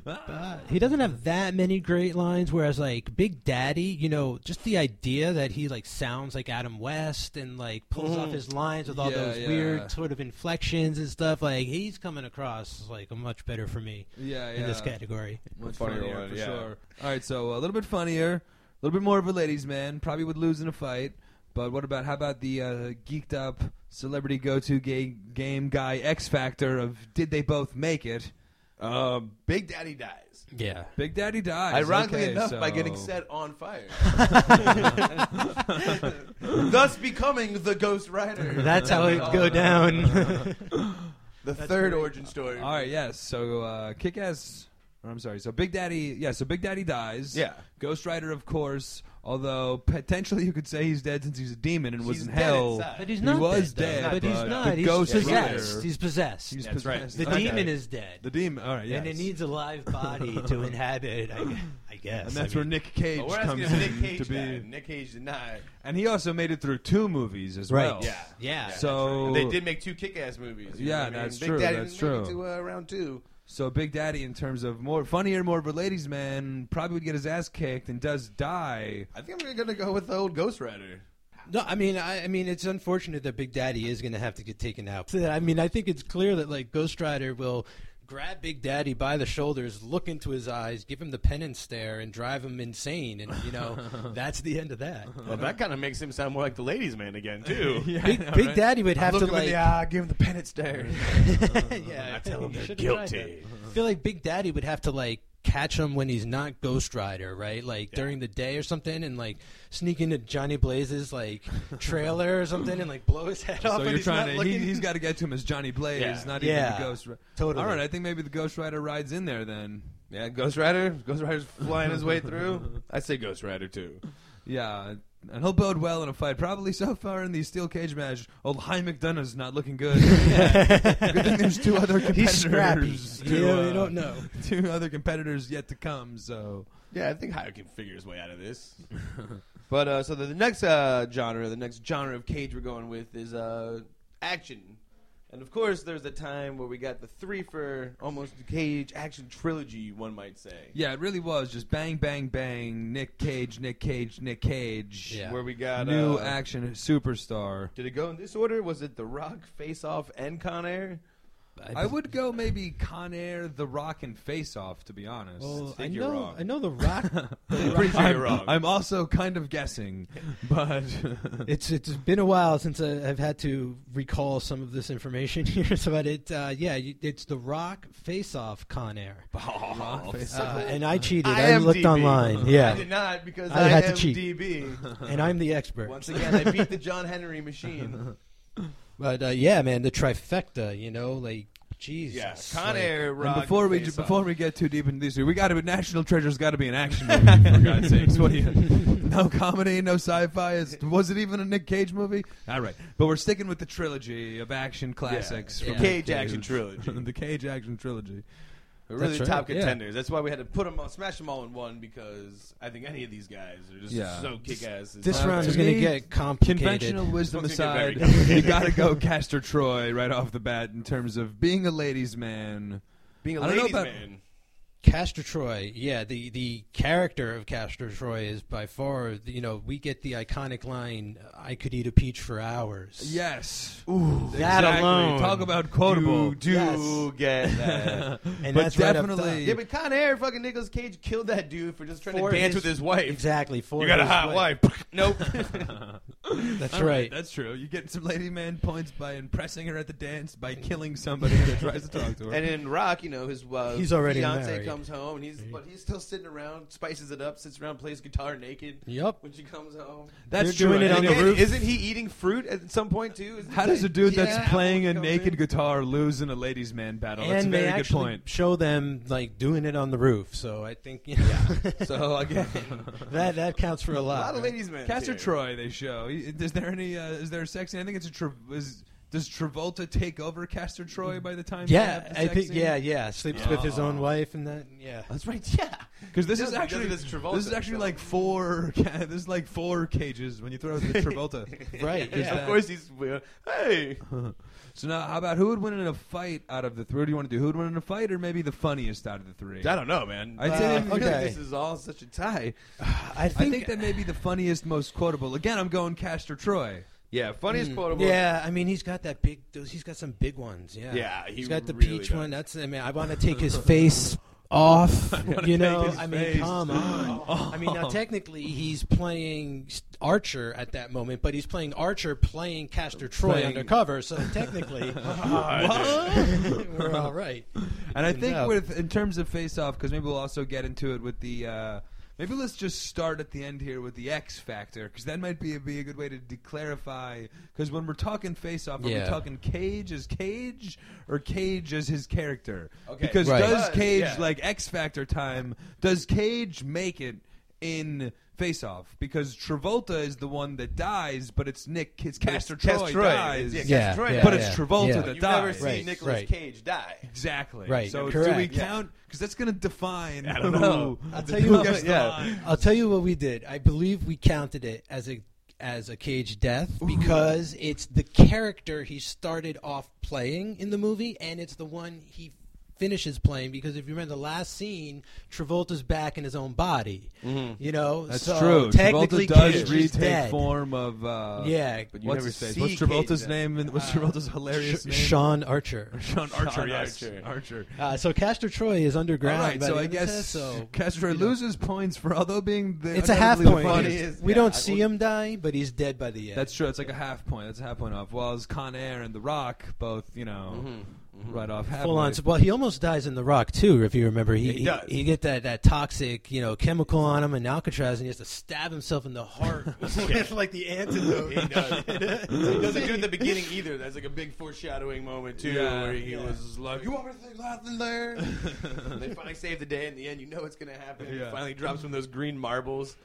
E: Uh, he doesn't have that many great lines. Whereas like Big Daddy, you know, just the idea that he like sounds like Adam West and like pulls off his lines with all
D: Mm-hmm. Yeah,
E: those
D: yeah.
E: weird sort of inflections and stuff. Like he's coming across like a much better for me
D: Yeah, yeah.
E: in this category.
D: Much
C: funnier
D: funnier,
C: one,
D: for
C: yeah.
D: sure. All right, so a little bit funnier, a little bit more of a ladies' man. Probably would lose in a fight. But what about how about the uh, geeked up celebrity go to gay game guy X Factor of did they both make it?
C: Um, Big Daddy dies.
E: Yeah.
D: Big Daddy dies.
C: Ironically
D: Okay,
C: enough,
D: so-
C: by getting set on fire, thus becoming the Ghost Rider.
E: That's how it go down.
C: The third origin story.
D: All right, yes. So uh, Kick Ass. I'm sorry. So Big Daddy. Yeah. So Big Daddy dies.
C: Yeah.
D: Ghost Rider, of course. Although potentially you could say he's dead since he's a demon and was
C: He's
D: in
C: dead
D: hell.
C: inside.
E: but he's
D: He
E: not
D: was
E: dead, though.
D: dead,
E: But he's
D: but
E: not.
D: the
E: he's
D: Ghost
E: possessed.
D: Rider-
E: He's possessed.
D: He's
C: That's right.
D: possessed.
E: the
D: Okay.
E: demon is dead.
D: The demon. All right. Yes.
E: And it needs a live body to inhabit, I, gu- I guess.
D: And that's
E: I mean,
D: where Nick Cage
C: But we're asking
D: comes
C: if Nick
D: in
C: Cage
D: to be,
C: died. Nick Cage did not.
D: and he also made it through two movies as
E: Right.
D: well.
C: Yeah.
E: Yeah.
D: Oh. So
C: They did make two kick-ass movies. you know
D: Yeah,
C: what I mean?
D: that's
C: Big
D: true,
C: Daddy
D: that's
C: didn't make it
D: true.
C: to, uh, round two.
D: so Big Daddy, in terms of more funnier, more of a ladies' man, probably would get his ass kicked and does die.
C: I think I'm gonna go with the old Ghost Rider.
E: No, I mean, I, I mean, it's unfortunate that Big Daddy is going to have to get taken out. I mean, I think it's clear that like Ghost Rider will grab Big Daddy by the shoulders, look into his eyes, give him the penance stare, and drive him insane. And you know, that's the end of that.
C: Well, that kind of makes him sound more like the ladies' man again, too. yeah,
E: Big, Big Daddy would have to like,
C: eye, give him the penance stare.
E: yeah,
C: I tell him
E: you
C: they're
E: should've tried
C: guilty.
E: that. I feel like Big Daddy would have to like catch him when he's not Ghost Rider, right? Like during the day or something, and like sneak into Johnny Blaze's like trailer or something, and like blow his head
D: So
E: off. when
D: you're
E: he's not
D: trying to. He,
E: looking.
D: he's got to get to him as Johnny Blaze,
C: Yeah.
D: not
E: Yeah.
D: even the Ghost. Rider.
E: Totally.
D: All right, I think maybe the Ghost Rider rides in there then.
C: Yeah, Ghost Rider. Ghost Rider's flying his way through. I say Ghost Rider too.
D: Yeah, and he'll bode well in a fight. Probably so far in the steel cage match, old High McDonough's not looking good. good thing there's two other competitors.
E: He's scrappy.
D: to,
E: You know,
D: uh,
E: you don't know.
D: Two other competitors yet to come. So
C: Yeah, I think Hire can figure his way out of this. but uh, so the, the next uh, genre, the next genre of cage we're going with is uh, action. And of course, there's a time where we got the three for almost cage action trilogy, one might say.
D: yeah, it really was just bang, bang, bang. Nick Cage, Nick Cage, Nick Cage.
E: Yeah.
C: Where we got
D: New
C: uh,
D: action superstar.
C: Did it go in this order? Was it The Rock, Face Off, and Con Air?
D: I would go maybe Con Air, The Rock, and Face Off. To be honest,
E: Well, I
C: think you're
E: know.
C: wrong.
E: I know the Rock.
C: Pretty sure
D: I'm,
C: you're wrong.
D: I'm also kind of guessing, but
E: it's it's been a while since I, I've had to recall some of this information here, so but it uh, yeah, you- it's the Rock Face Off Con Air,
D: Rock, Face Off.
E: uh, and I cheated. I,
C: IMDb.
E: looked online,
C: I
E: yeah,
C: did not because
E: I
C: I,
E: had to
C: am
E: cheat.
C: DB.
E: and I'm the expert.
C: Once again, I beat the John Henry machine.
E: But uh, yeah, man, the trifecta, you know, like Jesus.
C: Yeah, Con
E: like-
C: Air, Rock,
D: And before we
C: Face Off.
D: before we get too deep into these, we got to. National Treasure's got to be an action movie for God's sakes. What do you? No comedy, no sci-fi. It's, was it even a Nick Cage movie? All right, but we're sticking with the trilogy of action classics.
E: Yeah.
D: from
E: The
C: Cage
D: Nick
C: action trilogy.
D: the Cage action trilogy.
C: They're really
E: That's right,
C: top
E: yeah.
C: contenders. That's why we had to put them all, smash them all in one because I think any of these guys are just
D: Yeah.
C: so kick ass.
E: This
D: Uh,
E: round
D: to
E: is going
D: me,
E: to get complicated.
D: Conventional wisdom
C: It's gonna
D: aside,
C: get very
D: you got to go Castor Troy right off the bat in terms of being a ladies' man.
C: being a
D: I don't know
C: ladies
D: about-
C: man.
E: Castor Troy, yeah, the the character of Castor Troy is by far, you know, we get the iconic line, "I could eat a peach for hours."
D: Yes,
E: that
D: exactly.
E: alone.
D: Talk about quotable.
C: You do
E: Yes.
C: get that.
D: but
E: and that's
D: definitely-
E: right up top.
C: yeah, but Con Air, fucking Nicolas Cage killed that dude for just trying
E: For
C: to dance with
E: his-
C: his wife.
E: exactly. For
C: You got a
E: his
C: hot
E: wife.
C: wife. nope.
E: That's
D: All
E: right.
D: That's true. You get some lady man points by impressing her at the dance by killing somebody that tries to talk to her.
C: and in Rock, you know, his uh,
E: He's already
C: fiance
E: married. Mm-hmm.
C: comes home and he's but he's still sitting around, spices it up, sits around, plays guitar naked
E: Yep.
C: when she comes home.
E: They're doing it on
C: And
E: the
C: again,
E: roof.
C: Isn't he eating fruit at some point too? Isn't
D: How
C: he
D: does a
C: like,
D: dude
C: yeah,
D: that's playing a
C: apples come
D: naked
C: in?
D: guitar lose in a ladies' man battle? Oh, that's a
E: and they
D: very good
E: actually
D: point.
E: show them like doing it on the roof. So I think you know,
C: So again,
E: that that counts for
C: a
E: a lot.
C: lot of
E: right?
C: ladies, man.
D: Castor Troy, they show. He- Is there any? Uh, is there a sex scene? I think it's a. Tra- is, does Travolta take over Castor Troy by the time? you have
E: Yeah,
D: the
E: I
D: sex
E: think
D: scene?
E: yeah, yeah. Sleeps with his
D: Oh.
E: own wife and that. Yeah,
C: That's right. Yeah.
D: Because this
C: He
D: is
C: does- he
D: actually
C: does
D: this,
C: it as Travolta,
D: is actually
C: so-
D: like four. This is like four cages when you throw out the Travolta.
E: right.
C: Yeah,
E: yeah.
C: Of course he's. uh, Hey.
D: So now, how about who would win in a fight out of the three? What do you want to do? Who would win in a fight, or maybe the funniest out of the three?
C: don't know, man.
D: I'd
E: say
C: I
E: maybe-
C: feel like
E: okay.
C: this is all such a tie.
E: I
D: I
E: think.
D: think that may be the funniest, most quotable. Again, I'm going Castor Troy.
C: Yeah,
D: Hmm.
C: funniest quotable.
E: yeah, I mean he's got that big. those- He's got some big ones. Yeah,
C: Yeah, he
E: has got the
C: really
E: peach
C: does.
E: one. That's. I mean, I want to take his face off. You know,
D: his
E: I mean,
D: face
E: come on. I mean, now technically he's playing Archer at that moment, but he's playing Archer playing Castor Troy
D: Playing-
E: undercover. So technically, we're all right.
D: And I think
E: Yeah.
D: with in terms of face off, because maybe we'll also get into it with the. Uh, maybe let's just start at the end here with the X factor, because that might be be a good way to de- clarify. Because when we're talking face off, are we
E: Yeah.
D: talking Cage as Cage or Cage as his character?
C: Okay.
D: Because
E: Right.
D: does
C: But,
D: Cage
C: yeah.
D: like X Factor time? Does Cage make it? In Face Off, because Travolta is the one that dies, but it's Nick, it's Castor
C: Cas-
D: Troy
C: Troy.
D: dies,
C: Yeah,
E: Yeah,
C: Troy
E: yeah,
C: does.
D: but it's
E: yeah,
D: Travolta
E: yeah.
D: that
C: You've
D: dies.
C: never seen
E: Right,
C: Nicolas
E: right.
C: Cage die.
D: Exactly.
E: Right,
D: So do we
E: correct.
D: count? Because that's going to define.
C: I don't
D: who-
C: know.
E: I'll
D: who
E: tell you what-
D: gets the
C: yeah.
D: line.
E: I'll tell you what we did. I believe we counted it as a as a cage death because it's the character he started off playing in the movie, and it's the one he finishes playing because if you remember the last scene, Travolta's back in his own body.
D: Mm-hmm.
E: You know,
D: That's
E: so
D: true.
E: Technically,
D: Travolta does
E: Cage is
D: retake
E: dead.
D: form of. Uh,
E: Yeah,
C: But you
D: What's,
C: never
D: his
C: say
D: face?
C: C
D: what's
C: Cage
D: Travolta's
C: then.
D: name? And what's Travolta's hilarious
E: Sh-
D: name?
E: Sean Archer.
D: Uh, Sean Archer.
C: Sean
D: yes,
C: Archer.
D: Archer.
E: Uh, so Castor Troy is
D: All
E: underground.
D: right,
E: by
D: so
E: the
D: I
E: end of
D: guess
E: this, so
D: Castro loses points for although being the
E: it's a half
D: undoubtedly
E: point.
D: the
C: funny.
D: funniest-
C: is-
E: we
C: yeah,
E: don't
C: I-
E: see him die, but he's dead by the end. Mm-hmm.
D: That's true. It's like a half point. That's a half point off. While Con Air and The Rock both, you know, right off.
E: Full on.
D: halfway.
E: Well, he almost dies in The Rock too, if you remember. He
C: Yeah, he does.
E: he, get that, that toxic you know chemical on him in Alcatraz, and he has to stab himself in the heart with like the antidote.
C: He does. he doesn't do it at the beginning either. That's like a big foreshadowing moment too,
D: Yeah.
C: where he was like, "You want me to think nothing there?" And they finally save the day in the end. You know it's gonna happen. He
D: Yeah.
C: finally drops from those green marbles.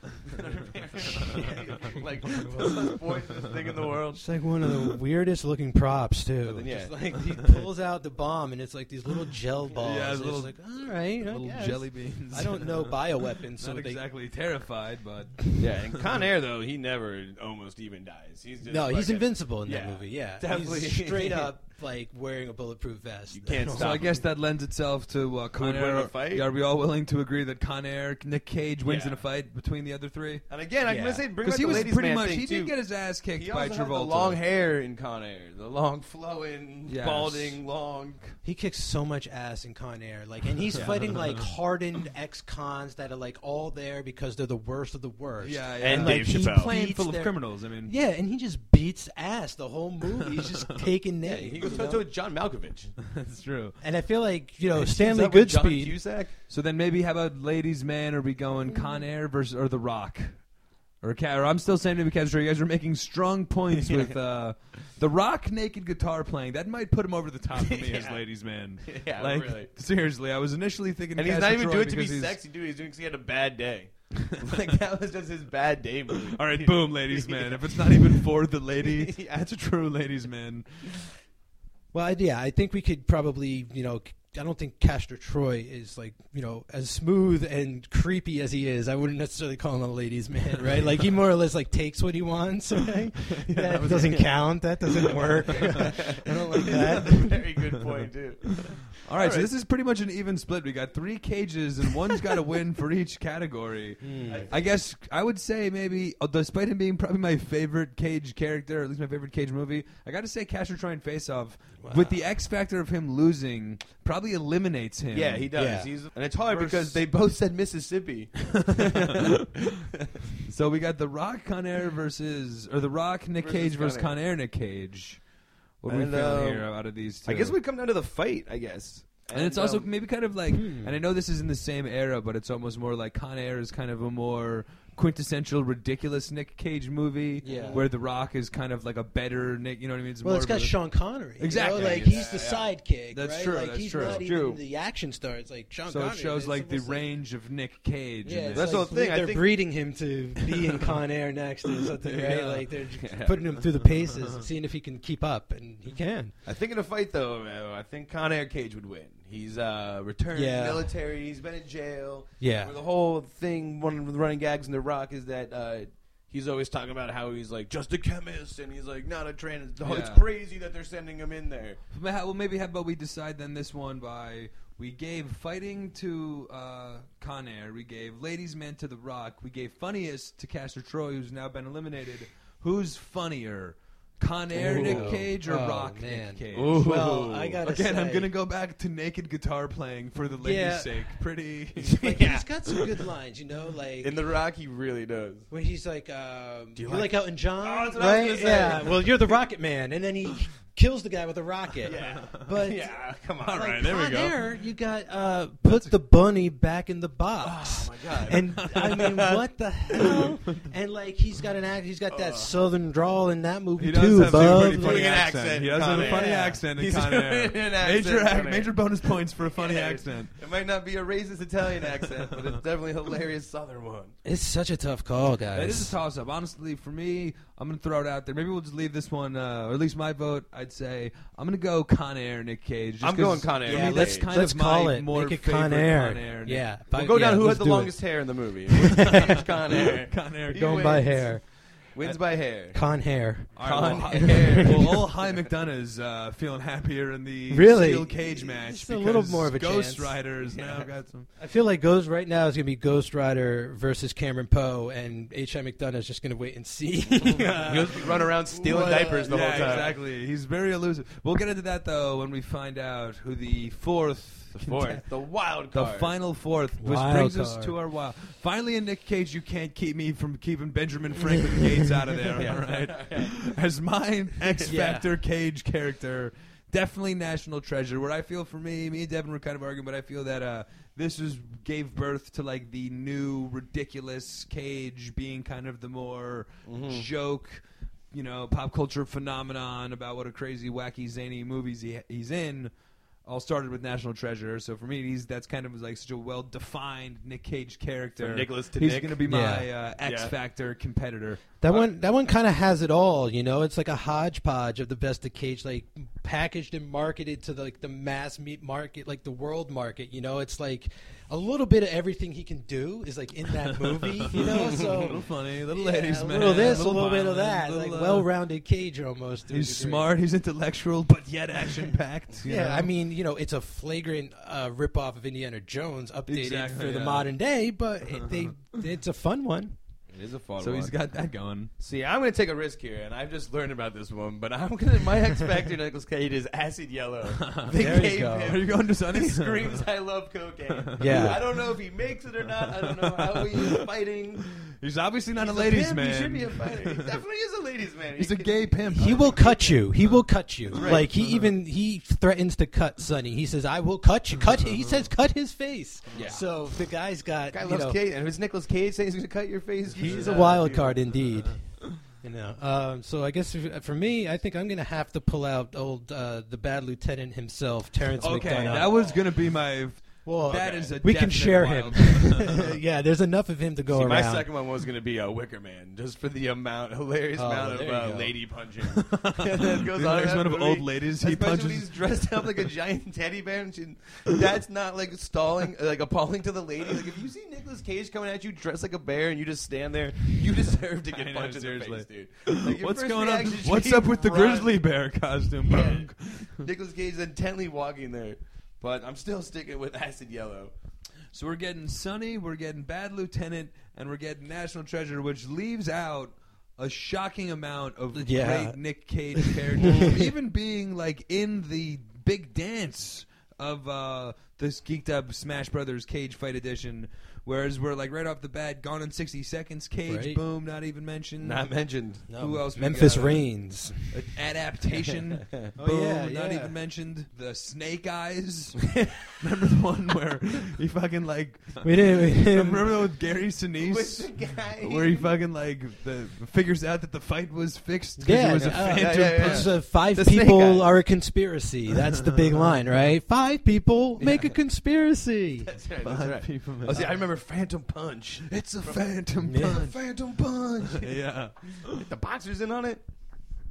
C: like the most poisonous thing in the world.
E: It's like one of the weirdest looking props too.
C: then, yeah.
E: Just like he pulls out the bomb, and it's like these little gel balls.
D: Yeah,
E: It's
D: little-
E: like all right, I
D: little
E: guess.
D: jelly beans.
E: I don't know bioweapons, so
D: Not
E: they
D: exactly terrified, but
C: Yeah, and Con Air though he never almost even dies. He's just
E: No, he's
C: fucking-
E: invincible in
C: Yeah,
E: that movie. Yeah,
C: definitely.
E: he's straight up like wearing a bulletproof vest.
C: You can't
D: So
C: stop.
D: I
C: him.
D: guess that lends itself to uh, Con
C: Who'd win
D: Air.
C: a fight?
D: Are we all willing to agree that Con Air, Nick Cage wins
C: Yeah.
D: in a fight between the other three?
C: And again, I'm
E: Yeah.
C: gonna say Uh, bring
D: Because
C: back
D: he
C: the
D: was
C: ladies'
D: pretty
C: man
D: much
C: thing
D: he
C: too.
D: did get his ass kicked
C: He
D: by
C: also had
D: Travolta.
C: the long hair in Con Air, the long flowing,
D: Yes.
C: balding, long.
E: He kicks so much ass in Con Air, like, and he's fighting like hardened ex-cons that are like all there because they're the worst of the worst.
D: Yeah, yeah.
C: And
E: like,
C: Dave
E: he
C: Chappelle.
E: Playing
D: plane full of
E: their-
D: criminals. I mean,
E: Yeah, and he just beats ass the whole movie. He's just taking
C: Yeah,
E: names.
C: he
E: you
C: goes
E: know?
C: toe to toe with John Malkovich.
D: that's true.
E: and I feel like you know
C: Is
E: Stanley
C: that with John
E: Goodspeed.
C: Cusack?
D: So then maybe how about Ladies Man? Are we going
C: Mm.
D: Con Air versus or The Rock? Or, Ca- or I'm still saying maybe Castro. You guys are making strong points with uh, the rock naked guitar playing. That might put him over the top for me as
C: Yeah.
D: ladies man.
C: Yeah,
D: like
C: really.
D: seriously, I was initially thinking,
C: And he's not
D: Castor
C: even
D: Troy
C: doing it to be
D: because he's-
C: sexy, dude. He's doing it because he had a bad day. like that was just his bad day movie.
D: All right, boom, ladies man. If it's not even for the lady, that's a true ladies man.
E: Well, I- yeah, I think we could probably you know. I don't think Castor Troy is like you know as smooth and creepy as he is. I wouldn't necessarily call him a ladies' man, right? Like he more or less like takes what he wants. Right? that doesn't count. That doesn't work. I don't like
C: That's
E: that.
C: a very good point, too.
D: All right, so
C: right.
D: this is pretty much an even split. We got three cages, and one's got a win for each category.
C: Hmm.
D: I guess I would say maybe, uh, despite him being probably my favorite Cage character, or at least my favorite Cage movie, I got to say Casher Troy and Face Off, with the X factor of him losing, probably eliminates him.
C: Yeah, he does.
E: Yeah.
C: He's, and it's hard
D: Verse-
C: because they both said Mississippi.
D: So we got The Rock Con Air versus, or The Rock Nick
C: Versus
D: Cage versus
C: Con
D: Con Air Nick Cage. What do we
C: And,
D: feel
C: um,
D: here out of these two?
C: I guess we come down to the fight. I guess.
D: And, it's also
C: um,
D: maybe kind of like, and I know this is in the same era, but it's almost more like Con Air is kind of a more quintessential, ridiculous Nick Cage movie,
E: Yeah.
D: where The Rock is kind of like a better Nick. You know what I mean? It's
E: Well,
D: more
E: it's
D: of
E: got
D: a-
E: Sean Connery. you know?
D: Exactly.
E: Like
D: Yeah,
E: he's the sidekick.
D: That's
E: right?
D: true,
E: Like,
D: that's
E: he's
D: true.
E: not
C: True.
E: even the action star. It's like Sean
D: So
E: Connery.
D: it shows
E: it's
D: like the
E: almost
D: range of Nick Cage.
E: Yeah,
D: in this.
E: it's
C: That's the
E: like
C: thing, I
E: They're
C: think-
E: breeding him to be in Con Air next or something, right?
D: Yeah.
E: Like they're just putting him through the paces and seeing if he can keep up, and he can.
C: I think in a fight though, uh, I think Con Air Cage would win. He's uh, returned
E: Yeah.
C: military. He's been in jail.
E: Yeah.
C: Where the whole thing, one of the running gags in The Rock is that uh, he's always talking about how he's like just a chemist and he's like not a trainer. It's
D: Yeah.
C: crazy that they're sending him in there.
D: Ma- Well, maybe how about we decide then this one by we gave fighting to uh, Con Air, we gave ladies man to The Rock, we gave funniest to Castor Troy, who's now been eliminated. Who's funnier, Con Air
E: Ooh.
D: Nick Cage or
E: Oh,
D: Rock
E: man.
D: Nick Cage?
C: Ooh.
E: Well, I gotta
D: Again, I'm
E: say-
D: gonna go back to naked guitar playing for the lady's
E: Yeah.
D: sake. Pretty.
E: Like
C: Yeah.
E: he's got some good lines, you know, like
C: In The Rock, he really does.
E: when he's like, um,
C: you
E: you like,
C: like-
E: Elton John,
C: Oh, that's what I was
E: right?
C: gonna say.
E: yeah. Well, you're the Rocket Man, and then he kills the guy with a rocket. But
C: yeah, come on.
D: All
E: like,
D: right, there we
E: Con
D: go.
E: Air, you got uh, put the bunny back in the box.
C: Oh my god.
E: and I mean, what the hell? And like, he's got an act. He's got that southern drawl in that movie
D: He does
E: too,
D: have a pretty
E: bub.
D: funny
C: Doing an
D: accent.
C: accent,
D: He does have
C: Con
D: a
C: Air.
D: funny
E: Yeah.
D: accent in
C: He's
D: Con
C: doing
D: Air.
C: an accent,
D: major, ac-
C: Con Air.
D: major bonus points for a funny accent.
C: It might not be a racist Italian accent, but it's definitely a hilarious Southern one.
E: It's such a tough call, guys.
D: That is a toss up. Honestly, for me, I'm going to throw it out there. Maybe we'll just leave this one, uh, or at least my vote, I'd say. I'm going to go Con Air, Nick Cage. just
C: I'm
D: 'cause
C: going Con Air,
D: to
E: yeah,
D: me,
C: Nick
D: that's
E: let's,
C: Cage.
D: kind
E: let's
D: of
E: call
D: my
E: it.
D: more
E: Make it
D: favorite
E: Con Air.
D: Nick-
E: Yeah,
C: We'll go
E: yeah,
C: down who had
E: let's
C: the
E: do it.
C: longest hair in the movie. It's Con Air.
D: Con Air.
C: He
E: Going
C: wins.
E: by hair,
C: Wins by hair.
E: con hair.
D: All right,
C: Con
D: well,
C: Air.
D: well, old High McDonough is uh, feeling happier in the
E: Really?
D: steel cage match.
E: Just a little
D: because
E: more of a
D: Ghost
E: chance.
D: Riders now got some.
E: I feel like Ghost right now is gonna be Ghost Rider versus Cameron Poe, and H.I. McDonough is just gonna wait and see.
C: Oh He was run around stealing
E: What, uh,
C: diapers the
D: yeah,
C: whole time.
D: exactly. He's very elusive. We'll get into that though when we find out who the fourth,
C: The fourth, the wild
D: The
C: card.
D: final fourth, which
E: Wild
D: brings us
E: card.
D: to our wild. Finally, in Nick Cage, you can't keep me from keeping Benjamin Franklin Gates out of there. All right, as my X
E: Yeah.
D: Factor Cage character, definitely National Treasure. What I feel for me, me and Devin were kind of arguing, but I feel that uh, this was gave birth to like the new ridiculous Cage being kind of the more
C: Mm-hmm.
D: joke, you know, pop culture phenomenon about what a crazy, wacky, zany movies he, he's in. All started with National Treasure, so for me, he's that's kind of like such a well-defined Nick Cage character.
C: From Nicholas to
D: he's
C: Nick.
D: going to be my uh,
C: Yeah.
D: X Factor competitor.
E: That one, that one kind of has it all, you know. It's like a hodgepodge of the best of Cage, like packaged and marketed to the, like the mass meat market, like the world market. You know, it's like a little bit of everything he can do is like in that movie. You know,
D: a
E: so
D: little funny, little
E: yeah,
D: ladies
E: a
D: man,
E: little this, a little, bit of that,
D: violent, little,
E: like
D: uh,
E: well-rounded Cage almost. to a
D: He's
E: degree.
D: smart, he's intellectual, but yet action packed.
E: Yeah, I mean, you know, it's a flagrant uh, ripoff of Indiana Jones, updated
D: Exactly,
E: for the
D: yeah.
E: modern day, but it, they, it's a fun one.
C: It is a fun
D: so
C: one.
D: he's got that going.
C: See, I'm going to take a risk here, and I've just learned about this one, but I'm going to. My X Factor Nicholas Cage is acid yellow. They
E: There you
C: gave
E: go.
D: Are
C: him.
D: you going to Sunny?
C: He screams, "I love cocaine."
E: Yeah.
C: I don't know if he makes it or not. I don't know how he is fighting.
D: He's obviously not
C: He's
D: a ladies'
C: pimp.
D: man.
C: He should be a fighter. He definitely is a ladies' man.
D: he's
C: He
D: a
C: can-
D: gay pimp.
E: He will cut you. He will cut you.
C: Right.
E: Like he
D: Uh-huh.
E: even he threatens to cut Sonny. He says, "I will cut you." Cut. He says, "Cut his face."
C: Yeah.
E: So the guy's got.
C: Guy
E: you
C: loves
E: know,
C: Cage, and who's Nicholas Cage saying he's going to cut your face?
E: He's a wild card indeed. You know. Um, so I guess if- for me, I think I'm gonna have to pull out old uh, the bad lieutenant himself, Terrence
D: Okay,
E: McDonough.
D: that was gonna be my.
E: well,
D: That is a.
E: we can
D: definite
E: share
D: wild
E: him.
D: card.
E: yeah, there's enough of him to go
C: See,
E: around.
C: my second one was going to be a Wicker Man, just for the amount, hilarious
E: Oh,
C: amount
E: there
C: of
E: you
C: uh,
E: go.
C: lady punching. And then it goes
D: The
C: on in
D: hilarious
C: that
D: amount of
C: movie.
D: old ladies he
C: Especially when
D: punches.
C: He's dressed up like a giant teddy bear, and she, that's not like stalling, like appalling to the lady. Like if you see Nicolas Cage coming at you dressed like a bear, and you just stand there, you deserve to get
D: I know,
C: punched in the
D: seriously.
C: face, dude. Like, your
D: What's
C: first
D: going on?
C: reaction should
D: What's
C: be
D: up with the
C: run.
D: grizzly bear costume?
C: Yeah. Nicolas Cage is intently walking there, but I'm still sticking with Acid Yellow.
D: So we're getting Sunny, we're getting Bad Lieutenant, and we're getting National Treasure, which leaves out a shocking amount of
E: Yeah.
D: great Nick Cage characters, even being like in the big dance of uh, this geeked up Smash Brothers Cage Fight Edition. Whereas we're like right off the bat, gone in sixty seconds. Cage,
E: Right.
D: boom, not even mentioned.
C: Not mentioned.
E: No,
D: Who else we
E: Memphis
D: got?
E: Reigns.
D: An adaptation.
E: Oh,
D: Boom,
E: yeah,
D: not
E: yeah.
D: even mentioned. The Snake Eyes. Remember the one where he fucking like
E: We didn't. We didn't
D: Remember that with Gary
C: With
D: Sinise,
C: the guy
D: where he fucking like the, figures out that the fight was fixed because
E: Yeah,
D: it was a
E: yeah, yeah,
D: phantom.
C: yeah, yeah.
D: punch.
E: It's uh, five
C: The snake eyes.
E: people are a conspiracy. That's the big line, right? Five people make a conspiracy.
C: That's right,
D: Five
C: that's right.
D: people
C: Oh, see, I remember Phantom Punch.
D: It's a phantom
E: Yeah.
D: punch.
C: Phantom Punch.
D: yeah.
C: the boxer's in on it.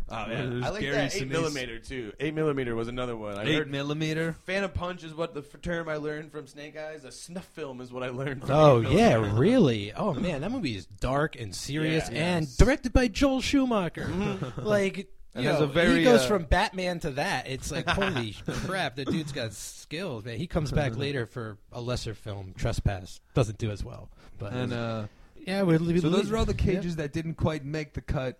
D: Oh,
C: I like that eight millimeter too. Eight millimeter was another one. I
D: Eight
C: heard
D: millimeter.
C: Phantom Punch is what the f- term I learned from Snake Eyes. A snuff film is what I learned. From
E: Oh
C: Eight
E: yeah,
C: Millimeter.
E: really? Oh man, that movie is dark and serious,
C: Yeah.
E: and directed by Joel Schumacher. like, you
C: has
E: know,
C: a very,
E: he goes
C: uh,
E: from Batman to that. It's like holy crap, the dude's got skills, man. He comes back later for a lesser film, Trespass. Doesn't do as well, but
D: And uh,
E: yeah, we, we,
D: so those are all the
E: yeah.
D: cages that didn't quite make the cut.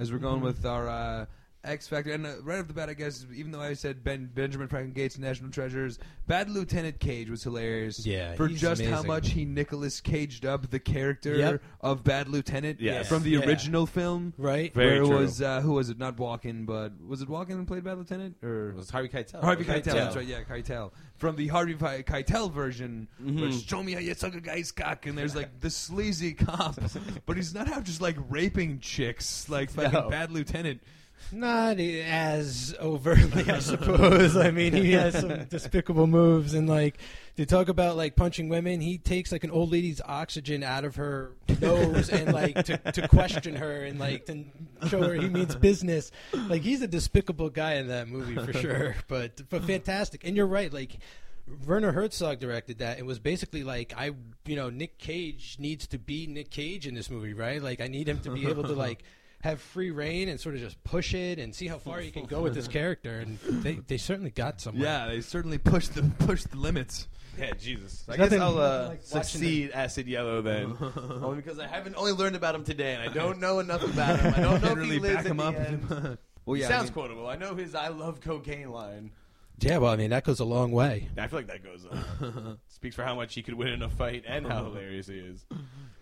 D: As we're going with our uh, X Factor, and uh, right off the bat, I guess even though I said Ben Benjamin Franklin Gates, National Treasures, Bad Lieutenant Cage was hilarious.
E: Yeah,
D: for
E: he's
D: just how
E: amazing.
D: much he Nicholas caged up the character
E: Yep.
D: of Bad Lieutenant
C: Yes.
D: from the
E: Yeah.
D: original film.
E: Right?
C: Very
D: where it
C: true.
D: was uh, who was it? Not Walken, but was it Walken who played Bad Lieutenant or
C: It was Harvey Keitel.
D: Harvey Keitel,
E: Keitel.
D: That's right. Yeah, Keitel from the Harvey Fe- Keitel version.
C: Mm-hmm.
D: Where it's, Show me how you suck a guy's cock, and there's like the sleazy cop, but he's not out just like raping chicks like fucking
C: No.
D: bad lieutenant.
E: Not as overtly, I suppose. I mean, he has some despicable moves, and like to talk about like punching women, he takes like an old lady's oxygen out of her nose and like to, to question her and like to show her he means business. Like he's a despicable guy in that movie for sure, but but fantastic. And you're right, like. Werner Herzog directed that. It was basically like I, you know, Nick Cage needs to be Nick Cage in this movie, right? Like I need him to be able to like have free reign and sort of just push it and see how far you can go with this character. And they, they certainly got somewhere.
D: Yeah, they certainly pushed the pushed the limits.
C: Yeah, Jesus. I
E: There's
C: guess
E: nothing-
C: I'll uh,
E: like watching
C: succeed Acid Yellow then, only because I haven't only learned about him today, and I don't know enough about him. I don't know
D: Can't
C: if he
D: really
C: lives
D: back
C: at
D: him
C: the
D: up.
C: end.
D: well,
C: He
D: yeah, I
C: sounds
D: mean,
C: quotable. I know his "I love cocaine" line.
E: Yeah, well, I mean, that goes a long way.
C: I feel like that goes on. Speaks for how much he could win in a fight and how hilarious he is.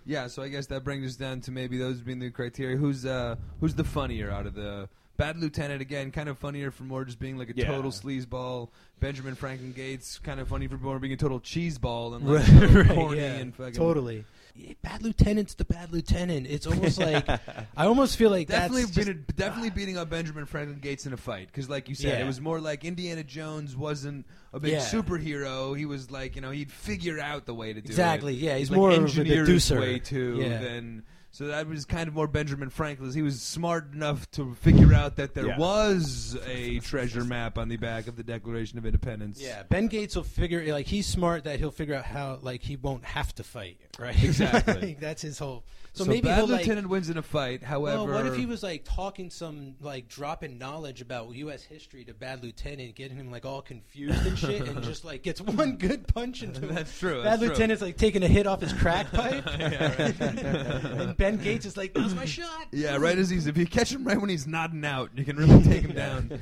D: yeah. So I guess that brings us down to maybe those being the criteria. Who's uh who's the funnier out of the Bad Lieutenant again, kind of funnier for more just being like a
C: Yeah.
D: total sleazeball. Benjamin Franklin Gates, kind of funny for more being a total cheeseball and like
E: Right,
D: total
E: right,
D: corny
E: yeah,
D: and fucking
E: totally. Yeah, Bad lieutenant's the bad lieutenant. It's almost like I almost feel like
D: Definitely,
E: that's uh,
D: been definitely beating up Benjamin Franklin Gates in a fight because, like you said,
E: Yeah.
D: it was more like Indiana Jones wasn't a big
E: Yeah.
D: superhero. He was like, you know, he''d figure out the way to do
E: Exactly,
D: it.
E: yeah, he's
D: like
E: more of a
D: engineer his
E: deducer.
D: way too.
E: Yeah.
D: Than, so that was kind of more Benjamin Franklin. He was smart enough to figure out that there
C: Yeah.
D: was a treasure map on the back of the Declaration of Independence.
E: Yeah, Ben Gates will figure like he's smart that he'll figure out how like he won't have to fight, right?
D: Exactly.
E: Like, that's his whole. So,
D: So,
E: maybe
D: Bad
E: he'll
D: Lieutenant
E: like.
D: wins in a fight. However,
E: Well, what if he was like talking some like dropping knowledge about U.S. history to Bad Lieutenant, getting him like all confused and shit, and just like gets one good punch into him.
D: That's true.
E: Bad
D: that's true.
E: Lieutenant's like taking a hit off his crack pipe,
D: Yeah, right.
E: and Ben Gates is like, "That's my shot."
D: Yeah, right as he's if you catch him right when he's nodding out, you can really take him down.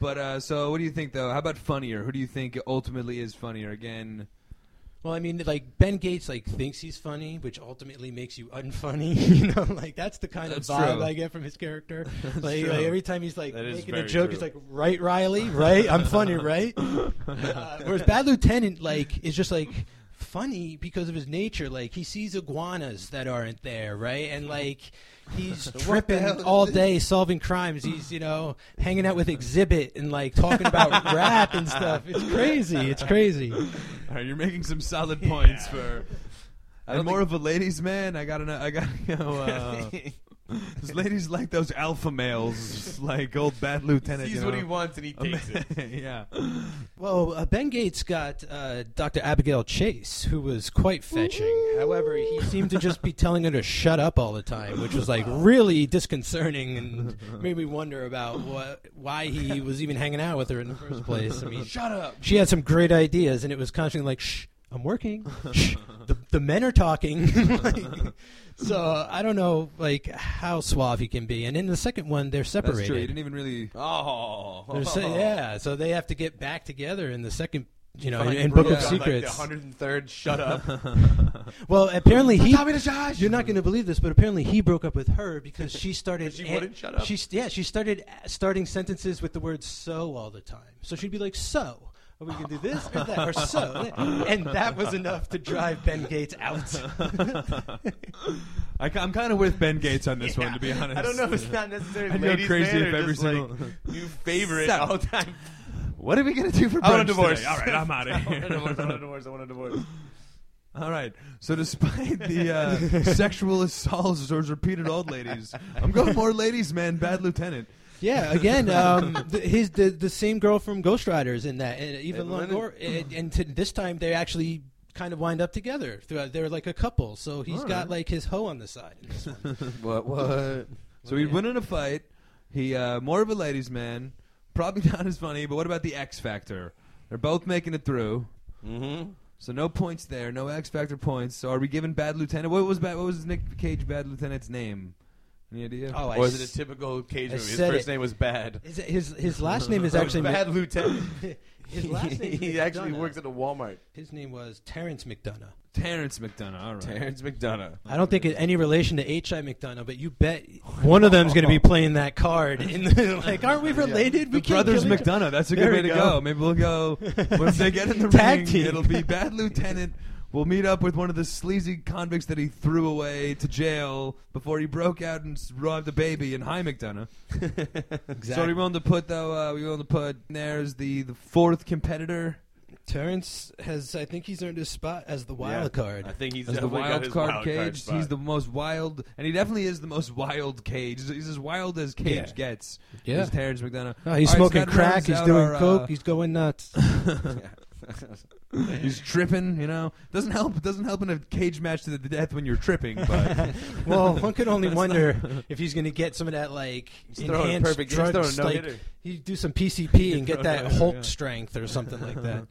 D: But uh, so, what do you think though? How about funnier? Who do you think ultimately is funnier? Again,
E: Well, I mean, like Ben Gates like thinks he's funny, which ultimately makes you unfunny. You know, like that's the kind
D: That's
E: of vibe
D: true.
E: I get from his character. Like,
D: true.
E: like, every time he's like
C: That is
E: making a
C: very
E: joke,
C: true.
E: he's like, "Right, Riley, right? I'm funny, right?" Uh, whereas Bad Lieutenant like is just like funny because of his nature. Like he sees iguanas that aren't there, right? And like he's tripping
C: hell is
E: all
C: this?
E: day solving crimes. He's you know hanging out with Exhibit and like talking about rap and stuff. It's crazy. It's crazy.
D: all right, you're making some solid points for. I'm more of a ladies' man. I gotta know. I gotta you know. Uh, those ladies like those alpha males, like old Bad Lieutenant.
C: Sees
D: you know?
C: what he wants and he takes it.
D: yeah.
E: Well, uh, Ben Gates got uh, Dr. Abigail Chase, who was quite fetching. However, he seemed to just be telling her to shut up all the time, which was like really disconcerting and made me wonder about what, why he was even hanging out with her in the first place. I mean,
D: Shut up.
E: she had some great ideas, and it was constantly like, shh, I'm working. Shh, the, the men are talking. Like, so uh, I don't know, like how suave he can be. And in the second one, they're separated.
D: That's true. You didn't even really.
C: Oh,
E: They're sa- yeah, so they have to get back together in the second, you know, in,
C: Fucking
E: in Book
C: brutal.
E: of
C: Like the
E: Secrets.
C: 103rd. Shut up.
E: well, apparently he.
C: me to shush.
E: You're not going to believe this, but apparently he broke up with her because she started.
C: Because she wouldn't shut up?
E: She, yeah, she started uh, starting sentences with the word "so" all the time. So she'd be like, "So." Are we can do this or that or so, and that was enough to drive Ben Gates out.
D: I, am kind of with Ben Gates on this one, to be honest.
C: I don't know. if It's not necessarily
D: I know
C: ladies'
D: crazy
C: man
D: if
C: or
D: every
C: just
D: single-
C: like new favorite
D: Suck.
C: all time.
D: What are we gonna do for
C: I want a
D: brunch
C: divorce.
D: today? All right, I'm out of
C: I want a divorce. I want a
D: here.
C: divorce. I want a divorce.
D: All right. So despite the uh, sexual assaults towards repeated old ladies, I'm going more ladies, man. Bad lieutenant.
E: yeah, again, um, the, his the, the same girl from Ghost Rider is in that, and even
C: Ava Longor-
E: Longor, and, and to, this time they actually kind of wind up together. Throughout. They're like a couple, so he's
D: All right.
E: got like his hoe on the side. In this one.
C: What? What?
D: So he'd win in a fight. He uh, more of a ladies' man. Probably not as funny. But what about the X Factor? They're both making it through.
C: Mm-hmm.
D: So no points there. No X Factor points. So are we giving Bad Lieutenant? What was bad, What was Nick Cage Bad Lieutenant's name? Any idea?
E: Oh, I
C: Or was
E: s-
C: it a typical Cage
E: I
C: movie? His
E: said
C: first
E: it.
C: name was Bad.
E: His, his his last name is actually
C: Bad Lieutenant.
E: Mc- his last name. is
C: he actually
E: McDonough.
C: works at a Walmart.
E: His name was Terrence McDonough.
D: Terrence McDonough. All right.
C: Terrence McDonough.
E: I don't think it's any relation to H.I. McDonough, but you bet one of them's going to be playing that card. In the, like, aren't we related?
D: The
E: We can't
D: brothers
E: kill each-
D: McDonough. That's a good
E: There
D: way
E: we
D: to go.
E: go.
D: Maybe we'll go once they get in the
E: Tag
D: ring.
E: team.
D: It'll be Bad Lieutenant. We'll meet up with one of the sleazy convicts that he threw away to jail before he broke out and s- robbed a baby in High McDonough. So are we
E: Exactly.
D: willing to put though? Uh, we willing to put there's the the fourth competitor.
E: Terrence has, I think he's earned his spot as the wild
C: Yeah.
E: card.
C: I think he's
D: As the
C: definitely got
D: wild
C: his
D: card
C: wild
D: cage,
C: spot.
D: he's the most wild, and he definitely is the most wild cage. He's as wild as Cage
E: Yeah.
D: gets.
E: Yeah.
D: is Terrence McDonough. All
E: Oh, he's
D: right, so
E: smoking
D: that
E: crack.
D: rounds
E: He's
D: out
E: doing
D: our, uh,
E: coke. he's going nuts.
D: He's tripping, you know. Doesn't help. Doesn't help in a cage match to the death when you're tripping. But
E: well, one could only wonder if he's going to get some of that like
C: He's throwing
E: enhanced
C: perfect- he's
E: drugs.
C: throwing
E: like,
C: no-hitter.
E: you do some PCP and get
D: throwing
E: that
D: no-hitter,
E: Hulk
D: yeah.
E: strength or something like that.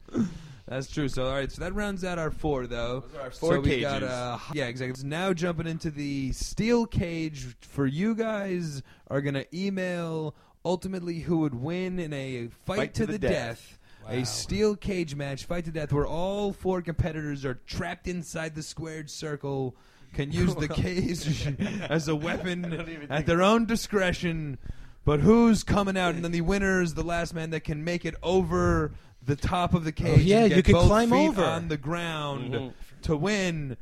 D: that's true. So all right. So that rounds out our four, though.
C: Those are our four
D: so we got
C: cages.
D: uh, yeah, exactly. So now jumping into the steel cage for you guys are gonna email ultimately who would win in a fight, to, the, death.
E: Wow.
D: A steel cage match, fight to death, where all four competitors are trapped inside the squared circle, can use the cage as a
C: I don't
D: weapon
C: even
D: at
C: think-
D: their own discretion But who's coming out? And then the winner is the last man that can make it over the top of the cage.
E: yeah,
D: and get
E: you can
D: both
E: climb
D: feet
E: over.
D: on the ground to win.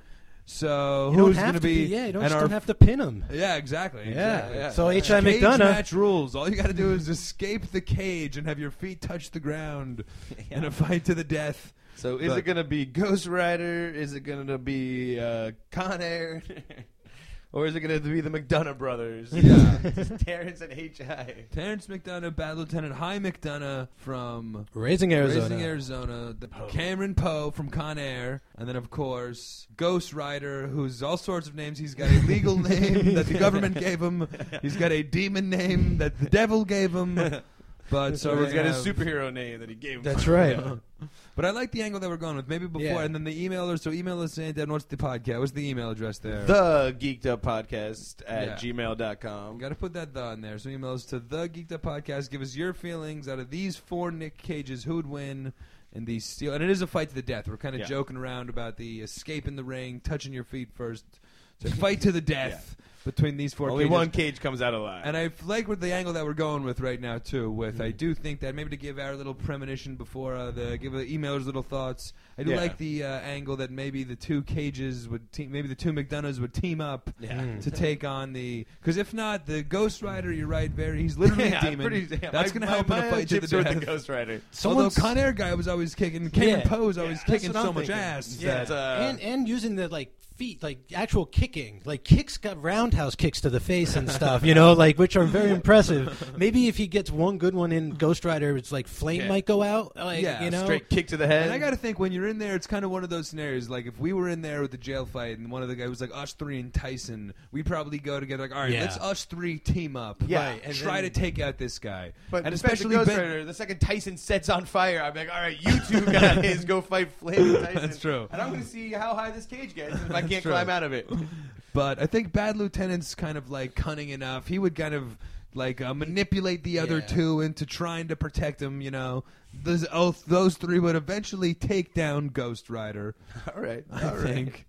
D: So
E: You
D: who's
E: don't
D: going
E: have
D: to
E: to
D: be?
E: Yeah, you don't,
D: and
E: just
D: our-
E: don't have to pin him.
D: Yeah, exactly.
E: Yeah.
D: exactly.
E: So
D: Cage
E: H.I. McDonough.
D: match rules. All you got to do is escape the cage and have your feet touch the ground in a fight to the death.
C: So is
D: But-
C: it gonna be Ghost Rider? Is it gonna be uh, Con Air? or is it gonna be the McDonough brothers?
D: Yeah.
C: Just Terrence and H.I.
D: Terrence McDonough, Bad Lieutenant High McDonough from
E: Raising Arizona.
D: Raising Arizona, the Cameron Poe from Con Air, and then of course Ghost Rider, who's all sorts of names. He's got a legal name that the government gave him. He's got a demon name that the devil gave him. But so
C: So
D: we're
C: he's got
D: gonna
C: his
D: have-
C: superhero name that he gave. him.
E: That's right.
D: But I like the angle that we're going with. Maybe before,
E: Yeah.
D: and then the emailers. So email us in. Then what's the podcast? What's the email address there?
C: The Geeked Up Podcast at
D: Yeah.
C: gmail.com.
D: Got to put that the in there. So email us to the Geeked Up Podcast. Give us your feelings out of these four Nick Cages. Who'd win in the steel? And it is a fight to the death. We're kind of
C: Yeah.
D: joking around about the escape in the ring, touching your feet first. So fight to the death between these four.
C: Only
D: cages.
C: one cage comes out alive.
D: And I like with the angle that we're going with right now too. With I do think that maybe to give our little premonition before uh, the give the emailers little thoughts. I do
C: Yeah.
D: like the uh, angle that maybe the two cages would team, maybe the two McDonoughs would team up
E: Hmm.
C: Yeah.
D: to take on the because if not the Ghost Rider. You're right, very he's literally
C: Yeah,
D: a
C: I'm
D: demon.
C: pretty- yeah,
D: That's
C: my-
D: going to
C: my-
D: help in
C: my
D: a fight to the
C: chips are
D: death.
C: with Ghost Rider.
D: Although
E: Someone's-
D: Con Air guy was always kicking, Cameron
E: Yeah.
D: Poe was always
C: That's
D: kicking
C: what I'm
D: so much
C: thinking.
D: ass.
C: Yeah,
D: that-
C: it's, uh,
E: and and using the like feet, like actual kicking, like kicks, got roundhouse kicks to the face and stuff. You know, like which are very impressive. Maybe if he gets one good one in Ghost Rider, it's like flame
C: Yeah.
E: might go out. Like,
D: Yeah,
E: you know,
C: straight kick to the head.
D: And I got to think when you're in there, it's kind of one of those scenarios. Like if we were in there with the jail fight, and one of the guys was like us three and Tyson, we'd probably go together. Like, all right,
E: Yeah.
D: let's us three team up,
C: Yeah,
D: right, and
C: and
D: try
C: then-
D: to take out this guy.
C: but
D: and
C: especially
D: especially
C: Ghost
D: Ben-
C: Rider, the second Tyson sets on fire, I'm like, all right, you two guys go fight Flame and Tyson.
D: That's true.
C: And I'm going to see how high this cage gets if I can't
D: true.
C: climb out of it.
D: But I think Bad Lieutenant's kind of like cunning enough. He would kind of like uh, manipulate the other
E: Yeah.
D: two into trying to protect him. You know, those oh, those three would eventually take down Ghost Rider.
C: all right.
D: I think.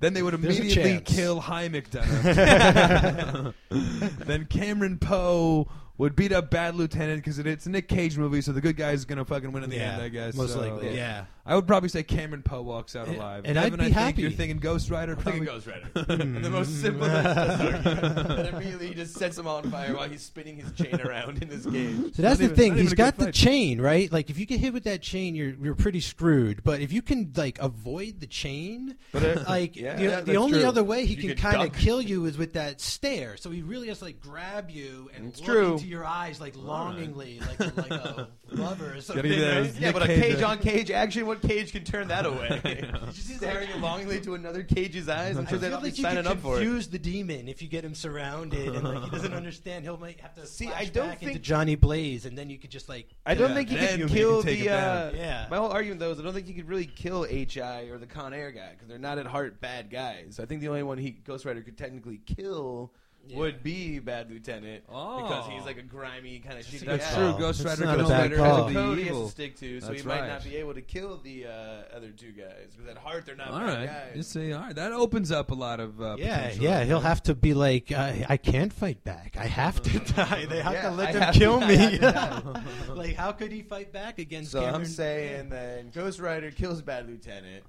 D: then they would
E: There's a
D: immediately
E: chance.
D: kill High McDonough. then Cameron Poe would beat up Bad Lieutenant because it, it's a Nick Cage movie, so the good guy is going to fucking win in the
E: Yeah,
D: end, I guess.
E: most
D: so-
E: likely, yeah.
D: I would probably say Cameron Poe walks out
E: And-
D: alive.
E: and I'd
D: Evan, I
E: be
D: think
E: happy.
D: You're thinking Ghost Rider?
C: I think
D: Probably.
C: it goes right.
D: Hmm.
C: the most simple. that immediately just sets him on fire while he's spinning his chain around in his cage.
E: So
D: Not
E: that's the
D: even-
E: thing.
D: not even
E: He's
D: a good
E: got the
D: fight.
E: chain, right? Like if you get hit with that chain, you're you're pretty screwed. But if you can like avoid the chain, like
C: uh, yeah,
E: the,
C: yeah,
E: the
C: that's
E: only
C: true.
E: other way he
C: You
E: can
C: could
E: kind of
C: duck.
E: kill you is with that stare. So he really has to like grab you and
C: It's
E: look
C: true.
E: into your eyes like longingly, like like a lover or something.
D: get that
E: right?
D: Nick
C: Yeah, but a
D: Cage,
C: cage
D: uh,
C: on cage action, what cage can turn that away?
E: Just
C: Staring longingly to another cage's eyes. I'm
E: I
C: sure
E: feel
C: they'll be
E: like you
C: signing
E: could
C: up for it.
E: confuse the demon if you get him surrounded and like he doesn't understand. He'll might have to
C: See,
E: flash
C: I don't
E: back into
C: think-
E: Johnny Blaze, and then you could just like
C: I don't
D: Yeah,
C: think he
D: then you
C: could
D: can
C: kill
D: take
C: the.
D: him down.
C: Uh,
E: Yeah.
C: My whole argument, though, is I don't think he could really kill HI or the Con Air guy because they're not at heart bad guys. I think the only one he Ghost Rider could technically kill would be Bad Lieutenant because
D: Oh.
C: he's like a grimy kind of shitty
D: That's
C: guy.
D: true. Ghost
E: That's
D: Rider,
E: not a
D: Ghost
E: bad
D: Rider
E: call.
D: is
E: Cody
C: Cody
D: the
C: has
D: evil.
C: to stick to, so
D: That's
C: he might
D: right.
C: not be able to kill the uh, other two guys because at heart they're not
D: All
C: bad
D: right, you
C: guys.
D: see, all right, that opens up a lot of uh,
E: Yeah,
D: potential.
E: yeah, he'll have to be like, I, I can't fight back. I have to die. They have
C: Yeah,
E: to let
C: I
E: them
C: have to
E: kill
C: die, I
E: me.
C: have to
E: like, how could he fight back against?
C: So
E: Cameron?
C: I'm saying then Ghost Rider kills Bad Lieutenant,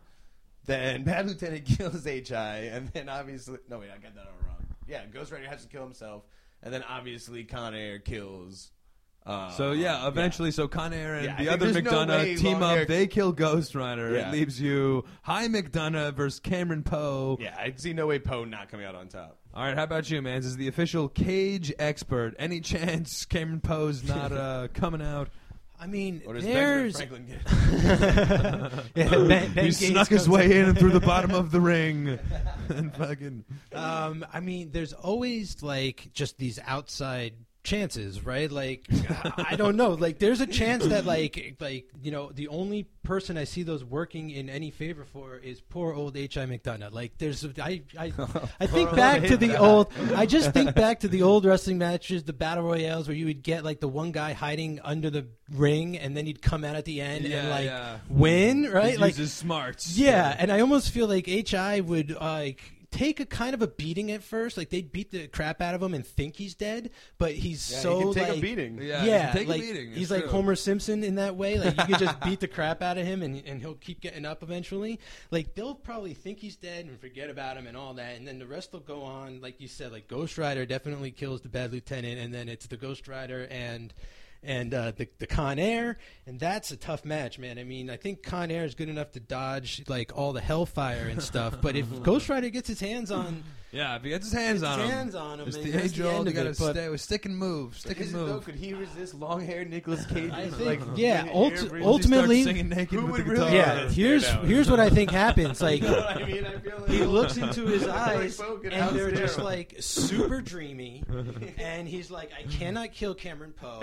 C: then Bad Lieutenant kills HI, and then obviously no wait I got that all wrong. Yeah, Ghost Rider has to kill himself, and then obviously Con Air kills. Uh,
D: So yeah, eventually, so Con Air and
C: Yeah, I
D: the
C: think
D: other
C: there's no
D: McDonough
C: way
D: team
C: Von
D: up.
C: Erich-
D: They kill Ghost Rider.
C: Yeah.
D: It leaves you High McDonough versus Cameron Poe.
C: yeah, I see no way Poe not coming out on top.
D: All right, how about you, man? This is the official cage expert. Any chance Cameron Poe's not uh, coming out?
E: I mean,
C: Or does Benjamin
E: there's
C: Franklin get?
E: Yeah, Ben- Ben
D: he
E: Gates
D: snuck his
E: comes
D: way in and through the bottom of the ring, and fucking.
E: Um, I mean, there's always like just these outside chances, right? Like, I don't know. Like, there's a chance that like, like you know, the only person I see those working in any favor for is poor old H.I. McDonough. Like, there's I I, I think back to the old. I just think back to the old wrestling matches, the battle royales, where you would get like the one guy hiding under the ring, and then he'd come out at the end
D: Yeah,
E: and like
D: yeah.
E: win,
D: He
E: right? Like
D: uses smarts.
E: yeah, and I almost feel like HI would uh, like take a kind of a beating at first. Like they beat the crap out of him and think he's dead, but he's
C: Yeah,
E: so
C: he can take
E: like
C: a beating.
D: Yeah.
E: yeah,
D: he can take a
E: like,
D: beating, it's
E: He's like
D: true.
E: Homer Simpson in that way. Like you could just beat the crap out of him, and and he'll keep getting up eventually. Like they'll probably think he's dead and forget about him and all that, and then the rest will go on. Like you said, like Ghost Rider definitely kills the bad lieutenant, and then it's the Ghost Rider and. And uh, the the Con Air, and that's a tough match, man. I mean, I think Con Air is good enough to dodge like all the Hellfire and stuff. But if Ghost Rider gets his hands on
D: Yeah, if he gets his hands
E: Gets
D: on
E: his
D: him,
E: hands on him,
D: it's
E: then
D: the
E: that's the
D: age old.
E: end
D: You
E: of
D: gotta
E: it, but-
D: stay with stick and move, stick and
C: Isn't though,
D: move.
C: could he resist long haired Nicolas Cage?
E: I
C: with,
E: think,
C: like,
E: yeah,
C: hair
E: ult-
C: braids?
E: ult- ultimately-
D: Start singing naked
C: Who
D: with
C: would
D: the
C: really-
D: guitar.
E: yeah, here's here's what I think happens. Like
C: You know what I mean? I feel like
E: he looks into his eyes
C: Like, poking out
E: and they're just
C: steroids.
E: like super dreamy and he's like i cannot kill cameron poe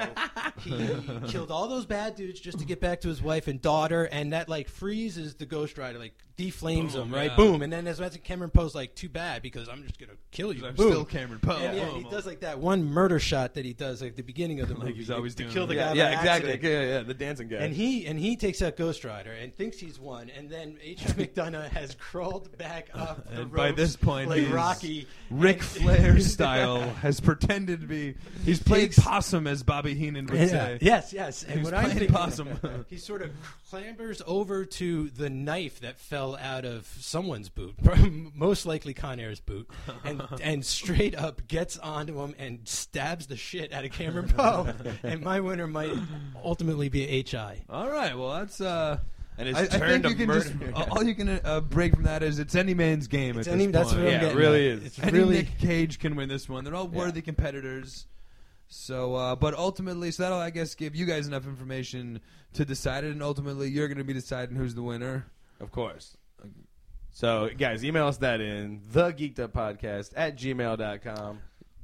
E: he killed all those bad dudes just to get back to his wife and daughter and that like freezes the ghost rider like deflames
D: Boom,
E: him right
D: yeah.
E: boom and then as that's cameron poe's like too bad because i'm just gonna kill you
D: I'm
E: boom.
D: still Cameron Poe.
E: and yeah,
D: Boom.
E: he does like that one murder shot that he does like the beginning of the movie.
D: Like he's always doing
E: kill the
C: yeah,
E: guy
C: yeah,
E: by
C: exactly.
E: accident.
C: Yeah, yeah, the dancing guy.
E: And he and he takes out Ghost Rider and thinks he's won, and then H. McDonough has crawled back up. The
D: And by
E: ropes
D: this point,
E: like
D: he's
E: Rocky,
D: Ric
E: and-
D: Flair style has pretended to be. He's played
E: Takes-
D: possum, as Bobby Heenan would
E: Yeah.
D: say.
E: Yes, yes. And
D: He's
E: what I'm
D: playing
E: thinking,
D: possum.
E: he sort of clambers over to the knife that fell out of someone's boot, from- most likely Con Air's boot, and, and straight up gets onto him and stabs the shit out of Cameron Poe. and my winner might ultimately be HI.
D: All right, well that's. Uh,
C: And his
D: I, I
C: turn
D: think
C: to
D: you can
C: murder.
D: just all you can uh, break from that is it's any man's game.
E: It's
D: at
E: any-
D: this
E: that's
D: point.
E: what I'm
C: Yeah, it
E: getting
C: really
E: at.
C: is.
E: It's
D: Any
E: really
D: Nick Cage can win this one. They're all worthy competitors. So, uh, but ultimately, so that'll I guess give you guys enough information to decide it, and ultimately you're going to be deciding who's the winner.
C: Of course. So, guys, email us that in thegeekeduppodcast at gmail.com.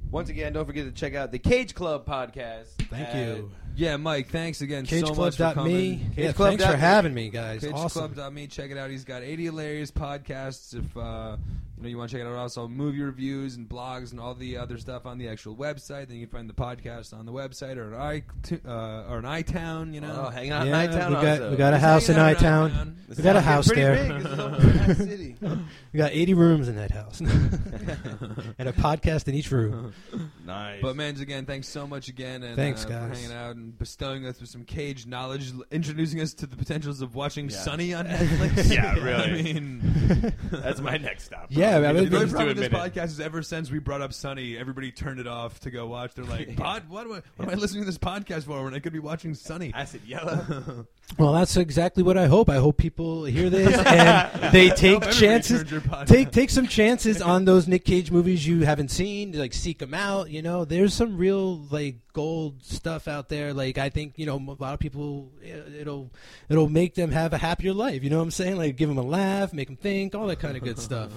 C: Once again, don't forget to check out the Cage Club podcast.
E: Thank
C: at-
E: you.
D: Yeah, Mike, thanks again so much for coming.
E: CageClub.me. Yeah,
C: CageClub
E: thanks
C: dot
E: for
C: me.
E: having me, guys. Awesome.
D: CageClub.me. Check it out. He's got 80 hilarious podcasts. If uh, you know you want to check it out, also movie reviews and blogs and all the other stuff on the actual website. Then you can find the podcast on the website or an i uh, or an iTown. You know,
C: Oh, hang on.
E: Yeah,
C: Night Town
E: we got-
C: also.
E: we got a
D: Just
E: house in
D: hanging out in
E: I-Town.
D: I-Town.
C: This
E: We got a
C: is getting
E: house
C: pretty
E: there.
C: Big. This is over in that city.
E: We got 80 rooms in that house, and a podcast in each room.
C: nice.
D: But man, again, thanks so much again, and
E: Thanks,
D: uh, for
E: guys.
D: hanging out and bestowing us with some cage knowledge, l- introducing us to the potentials of watching
C: Yeah.
D: Sunny on Netflix.
C: Yeah,
D: I
C: really.
D: mean,
C: That's my next stop.
E: Yeah,
D: the
E: I mean,
C: Things
D: only
C: to
D: problem with this
C: admit it.
D: podcast is ever since we brought up Sunny, everybody turned it off to go watch. They're like, "Pod, what, am I- what am I listening to this podcast for when I could be watching Sunny?"
C: Acid Yellow.
E: Well, that's exactly what I hope. I hope people hear this and they take
D: Everybody
E: chances.
D: turned your pod-
E: Take take some chances on those Nick Cage movies you haven't seen. Like seek them out. You know, there's some real like gold stuff out there. Like I think you know a lot of people. it- It'll it'll make them have a happier life. You know what I'm saying? Like give them a laugh, make them think, all that kind of good stuff.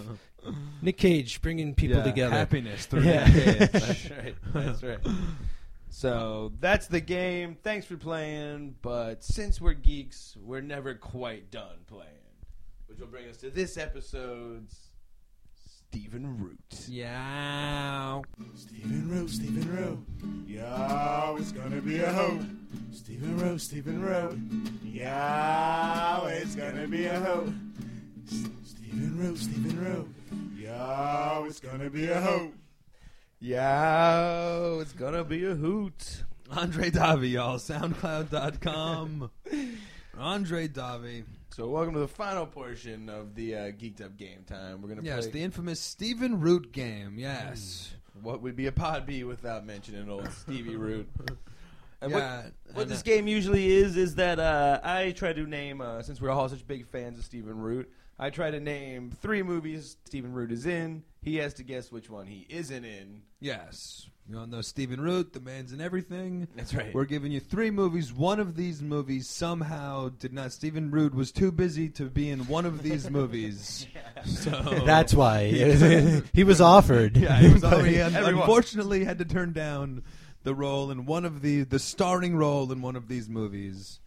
E: Nick Cage bringing people
D: Yeah,
E: together.
D: happiness through
E: Yeah.
D: the cage.
C: That's right. That's right. So that's the game. Thanks for playing. But since we're geeks, we're never quite done playing, which will bring us to this episode's Stephen Root.
D: yeah.
B: Stephen Rowe, Stephen Rowe. Yo, it's gonna be a hoe. Stephen Rowe, Stephen Rowe. Yo, it's gonna be a hoe. S- Stephen Rowe, Stephen Rowe. Yo, it's gonna be a hoe.
C: Yeah, Oh, it's gonna be a hoot.
D: Andre Davi, y'all. SoundCloud.com. Andre Davi.
C: So welcome to the final portion of the uh, geeked up game time. We're gonna
D: Yes, the
C: play
D: infamous Stephen Root game. Yes.
C: what would be a pod B without mentioning old Stevie Root. And what-
D: yeah.
C: What
D: and,
C: this
D: uh,
C: game usually is is that uh, I try to name, uh, since we're all such big fans of Stephen Root, I try to name three movies Stephen Root is in. He has to guess which one he isn't in.
D: Yes. You all know Stephen Root, the man's in everything.
C: That's right.
D: We're giving you three movies. One of these movies somehow did not. Stephen Root was too busy to be in one of these movies. So
E: That's why he was offered.
D: yeah, he was already
E: But-
D: un-
C: Everyone.
D: unfortunately had to turn down the role in one of the the starring role in one of these movies.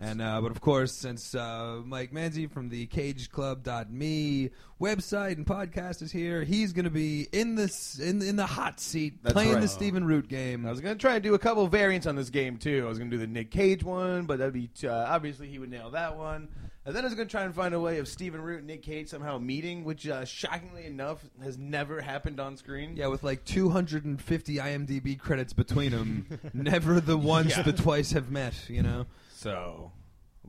D: And uh, but of course, since uh, Mike Manzi from the CageClub.me website and podcast is here, he's going to be in this in in the hot seat
C: That's
D: playing
C: right.
D: the Stephen Root game.
C: I was going to try and do a couple variants on this game, too. I was going to do the Nick Cage one, but that'd be, uh, obviously, he would nail that one. And then I was going to try and find a way of Stephen Root and Nick Cage somehow meeting, which uh, shockingly enough has never happened on screen.
D: Yeah, with like 250 IMDb credits between them, never the once the twice have met. You know,
C: So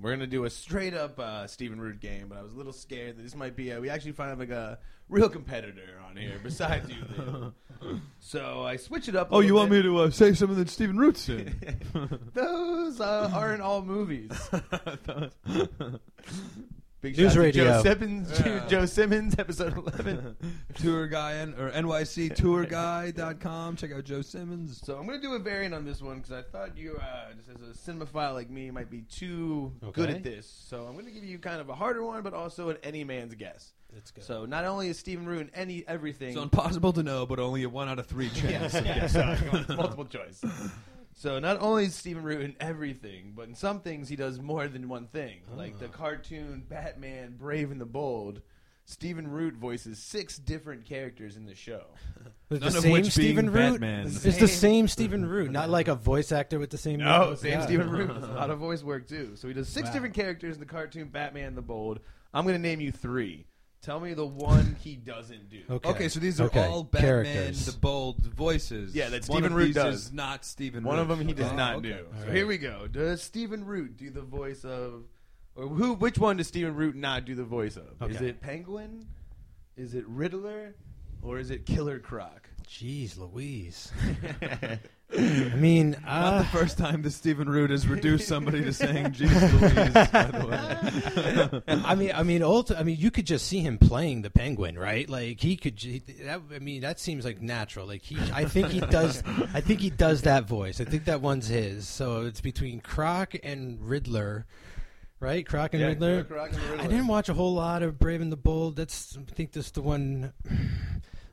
C: we're gonna do a straight up uh, Stephen Root game, but I was a little scared that this might be. A, we actually find like a real competitor on here besides you. Lou. so I switch it up. a
D: Oh, you
C: little
D: want me
C: bit.
D: to uh, say something that Stephen Root said?
C: Those uh, aren't all movies. Big
E: News
C: shout out to Joe
E: radio.
C: Simmons,
D: Yeah.
C: Joe Simmons, episode eleven.
D: tour guy N- or nyctourguy.com. Check out Joe Simmons.
C: So I'm gonna do a variant on this one because I thought you, uh, just as a cinemaphile like me, might be too good
E: Okay.
C: at this. So I'm gonna give you kind of a harder one, but also an any man's guess.
E: Let's go.
C: So not only is Stephen Root in any everything,
D: So impossible to know, but only a one out of three chance.
C: yes, uh, multiple choice. So not only is Stephen Root in everything, but in some things he does more than one thing.
E: Ah.
C: Like the cartoon Batman Brave and the Bold, Stephen Root voices six different characters in the show.
E: With
D: None
E: the
D: of
E: same
D: which being
E: Stephen Root.
D: Batman.
E: It's the same Stephen Root, not like a voice actor with the same.
C: No,
E: name.
C: same
E: Oh, Yeah.
C: Stephen Root. There's a lot of voice work too. So he does six
E: Wow.
C: different characters in the cartoon Batman the Bold. I'm going to name you three. Tell me the one he doesn't do.
E: Okay.
D: Okay, so these are
E: Okay,
D: all Batman
E: characters.
D: the bold voices.
C: Yeah, that
D: One
C: Stephen
D: of
C: Root
D: these
C: does.
D: is not Stephen.
C: One
D: Root.
C: of them he does
D: Oh,
C: not
D: okay.
C: do. So
E: right.
C: here we go. Does Stephen Root do the voice of, or who? Which one does Stephen Root not do the voice of? Is
E: Okay.
C: it Penguin? Is it Riddler? Or is it Killer Croc?
E: Jeez, Louise. I mean,
D: Not
E: uh,
D: the first time that Stephen Root has reduced somebody to saying "Jesus Louise." By the way,
E: I mean, I mean, ulti- I mean, you could just see him playing the penguin, right? Like he could. j- That, I mean, that seems like natural. Like he, I think he does. I think he does that voice. I think that one's his. So it's between Croc and Riddler, right? Croc and
C: Yeah,
E: Riddler.
C: Killer Croc and Riddler.
E: I didn't watch a whole lot of Brave and the Bold. That's I think that's the one.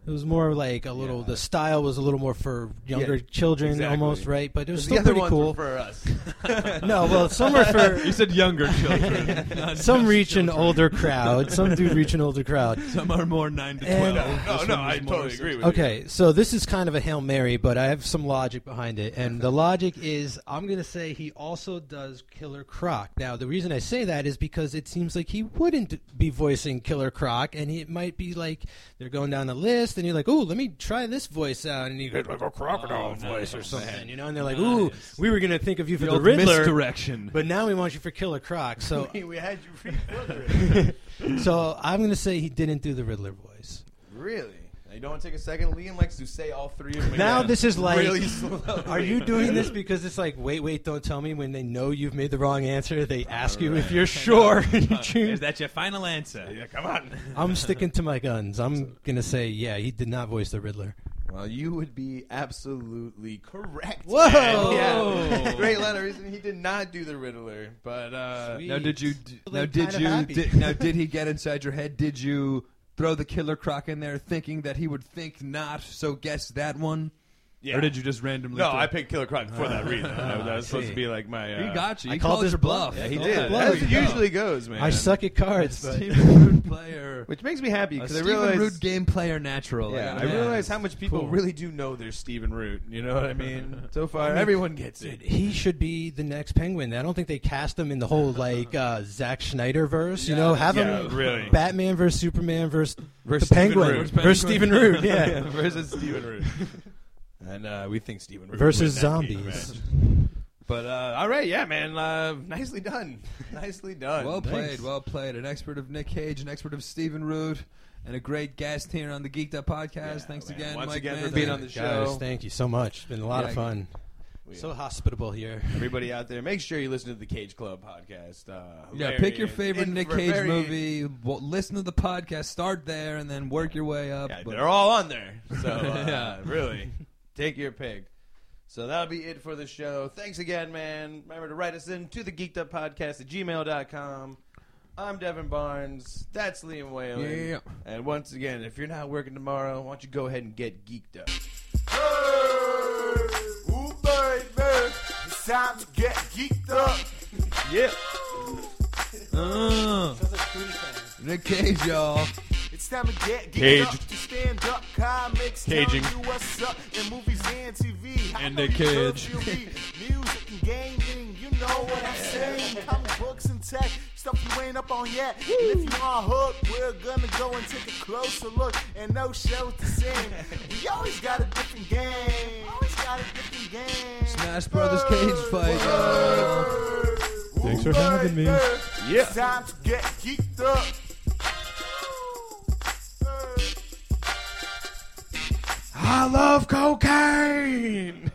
E: It was more like a little. The style was a little more for younger
C: Yeah,
E: children,
C: exactly.
E: almost right. But it was
C: the
E: still
C: other
E: pretty
C: ones
E: cool.
C: were for us.
E: no, well, some were for
D: he said younger children. not
E: some
D: just
E: reach an
D: children.
E: older crowd. Some dude reach an older crowd.
D: Some are more nine to
E: And-
D: twelve. This one is more
C: with
E: Okay, so this is kind of a hail mary, but I have some logic behind it, and the logic is I'm going to say he also does Killer Croc. Now, the reason I say that is because it seems like he wouldn't be voicing Killer Croc, and it might be like they're going down the list, and you're like, "Ooh, let me try this voice out," and you get like a
A: Oh,
E: crocodile voice or something, you know, and they're like, "Ooh, we were going to think of you for
D: The
E: the,
D: old
E: Riddler."
D: misdirection.
E: But now we want you for Killer Croc, so
C: we had you read
E: so I'm gonna say he didn't do the Riddler voice.
C: Really? Now you don't want to take a second. Liam likes to say all three of them.
E: Now
C: again.
E: this is like,
C: really slow.
E: are you doing this because it's like, wait, wait, don't tell me when they know you've made the wrong answer, they ask you if you're sure. and you choose.
A: Is that your final answer?
C: Yeah, come on.
E: I'm sticking to my guns. I'm gonna say, yeah, he did not voice the Riddler.
C: Well, you would be absolutely correct.
E: Whoa!
C: man. Yeah. Great lot of reason he did not do the Riddler, but uh,
E: Sweet.
D: Now did you? d-
E: Feeling
D: Now did
E: kinda
D: you?
E: happy.
D: Did, now did he get inside your head? Did you throw the killer croc in there, thinking that he would think not? So guess that one.
C: yeah.
D: Or did you just randomly?
C: No,
D: throw-
C: I picked Killer Croc for that reason. That was- that was
E: I
C: supposed
E: see.
C: to be like my. Uh,
D: He got you.
E: I
D: He
E: called
D: called
E: his
D: your bluff.
E: bluff. Yeah,
C: He
E: Oh,
C: did.
E: blow.
C: That's usually goes, man.
E: I suck at cards, but
D: Stephen Root player.
C: Which makes me happy
D: A
C: because I
D: Stephen
C: realized.
D: Root game player natural.
C: yeah, I
D: Like,
C: realize how much people
E: Cool.
C: really do know their Steven Root. You know what I mean? So far, everyone gets
E: dude,
C: it.
E: he should be the next Penguin. I don't think they cast him in the whole like uh, Zack Schneider verse. You know, have him
C: really.
E: Batman versus Superman versus,
C: Versus
E: the
C: Stephen
E: Penguin
C: Root.
E: versus Stephen Root. Yeah.
C: versus Steven Root. And uh, we think Steven Root
E: Versus
C: would win that game,
E: zombies.
C: right? But uh, all right, yeah, man. Uh, nicely done. nicely done.
D: Well played,
C: Thanks.
D: well played. An expert of Nick Cage, an expert of Stephen Root, and a great guest here on the Geeked Up podcast. Thanks
C: man.
D: again,
C: Once
D: Mike
C: again for
D: Mann.
C: being on the
E: Guys,
C: show.
E: thank you so much. It's been a lot
D: Yeah,
E: of fun.
C: We-
E: So hospitable here.
C: Everybody out there, make sure you listen to the Cage Club podcast. Uh,
D: Yeah, pick your
C: hilarious.
D: favorite
C: In
D: Nick
C: for
D: Cage
C: very-
D: movie. Well, listen to the podcast. Start there, and then work your way up.
C: Yeah,
D: But-
C: they're all on there. So uh,
D: Yeah.
C: really, take your pick. So that'll be it for the show. Thanks again, man. Remember to write us in to the geeked up podcast at gmail.com. I'm Devin Barnes. That's Liam Whalen.
D: Yeah.
C: And once again, if you're not working tomorrow, why don't you go ahead and get geeked up?
B: Ooh, baby. It's time to get geeked up.
C: Yeah.
D: Uh, Nick Cage, y'all.
B: It's time to get geeked
C: Caged.
B: up. To stand up comics.
C: Caging.
B: telling you what's up in movies and TV. How
D: And
B: come
D: the
B: you love
D: cage.
B: you read Music and gaming. You know what I'm saying. Comic books and tech. Stuff you ain't up on yet. And if you are hooked, we're gonna go and take a closer look. And no shows to sing. We always got a different game. Always got a different game.
E: Smash Brothers cage fight.
F: Thanks for having me.
B: Yeah. It's time to get geeked up.
D: I love cocaine.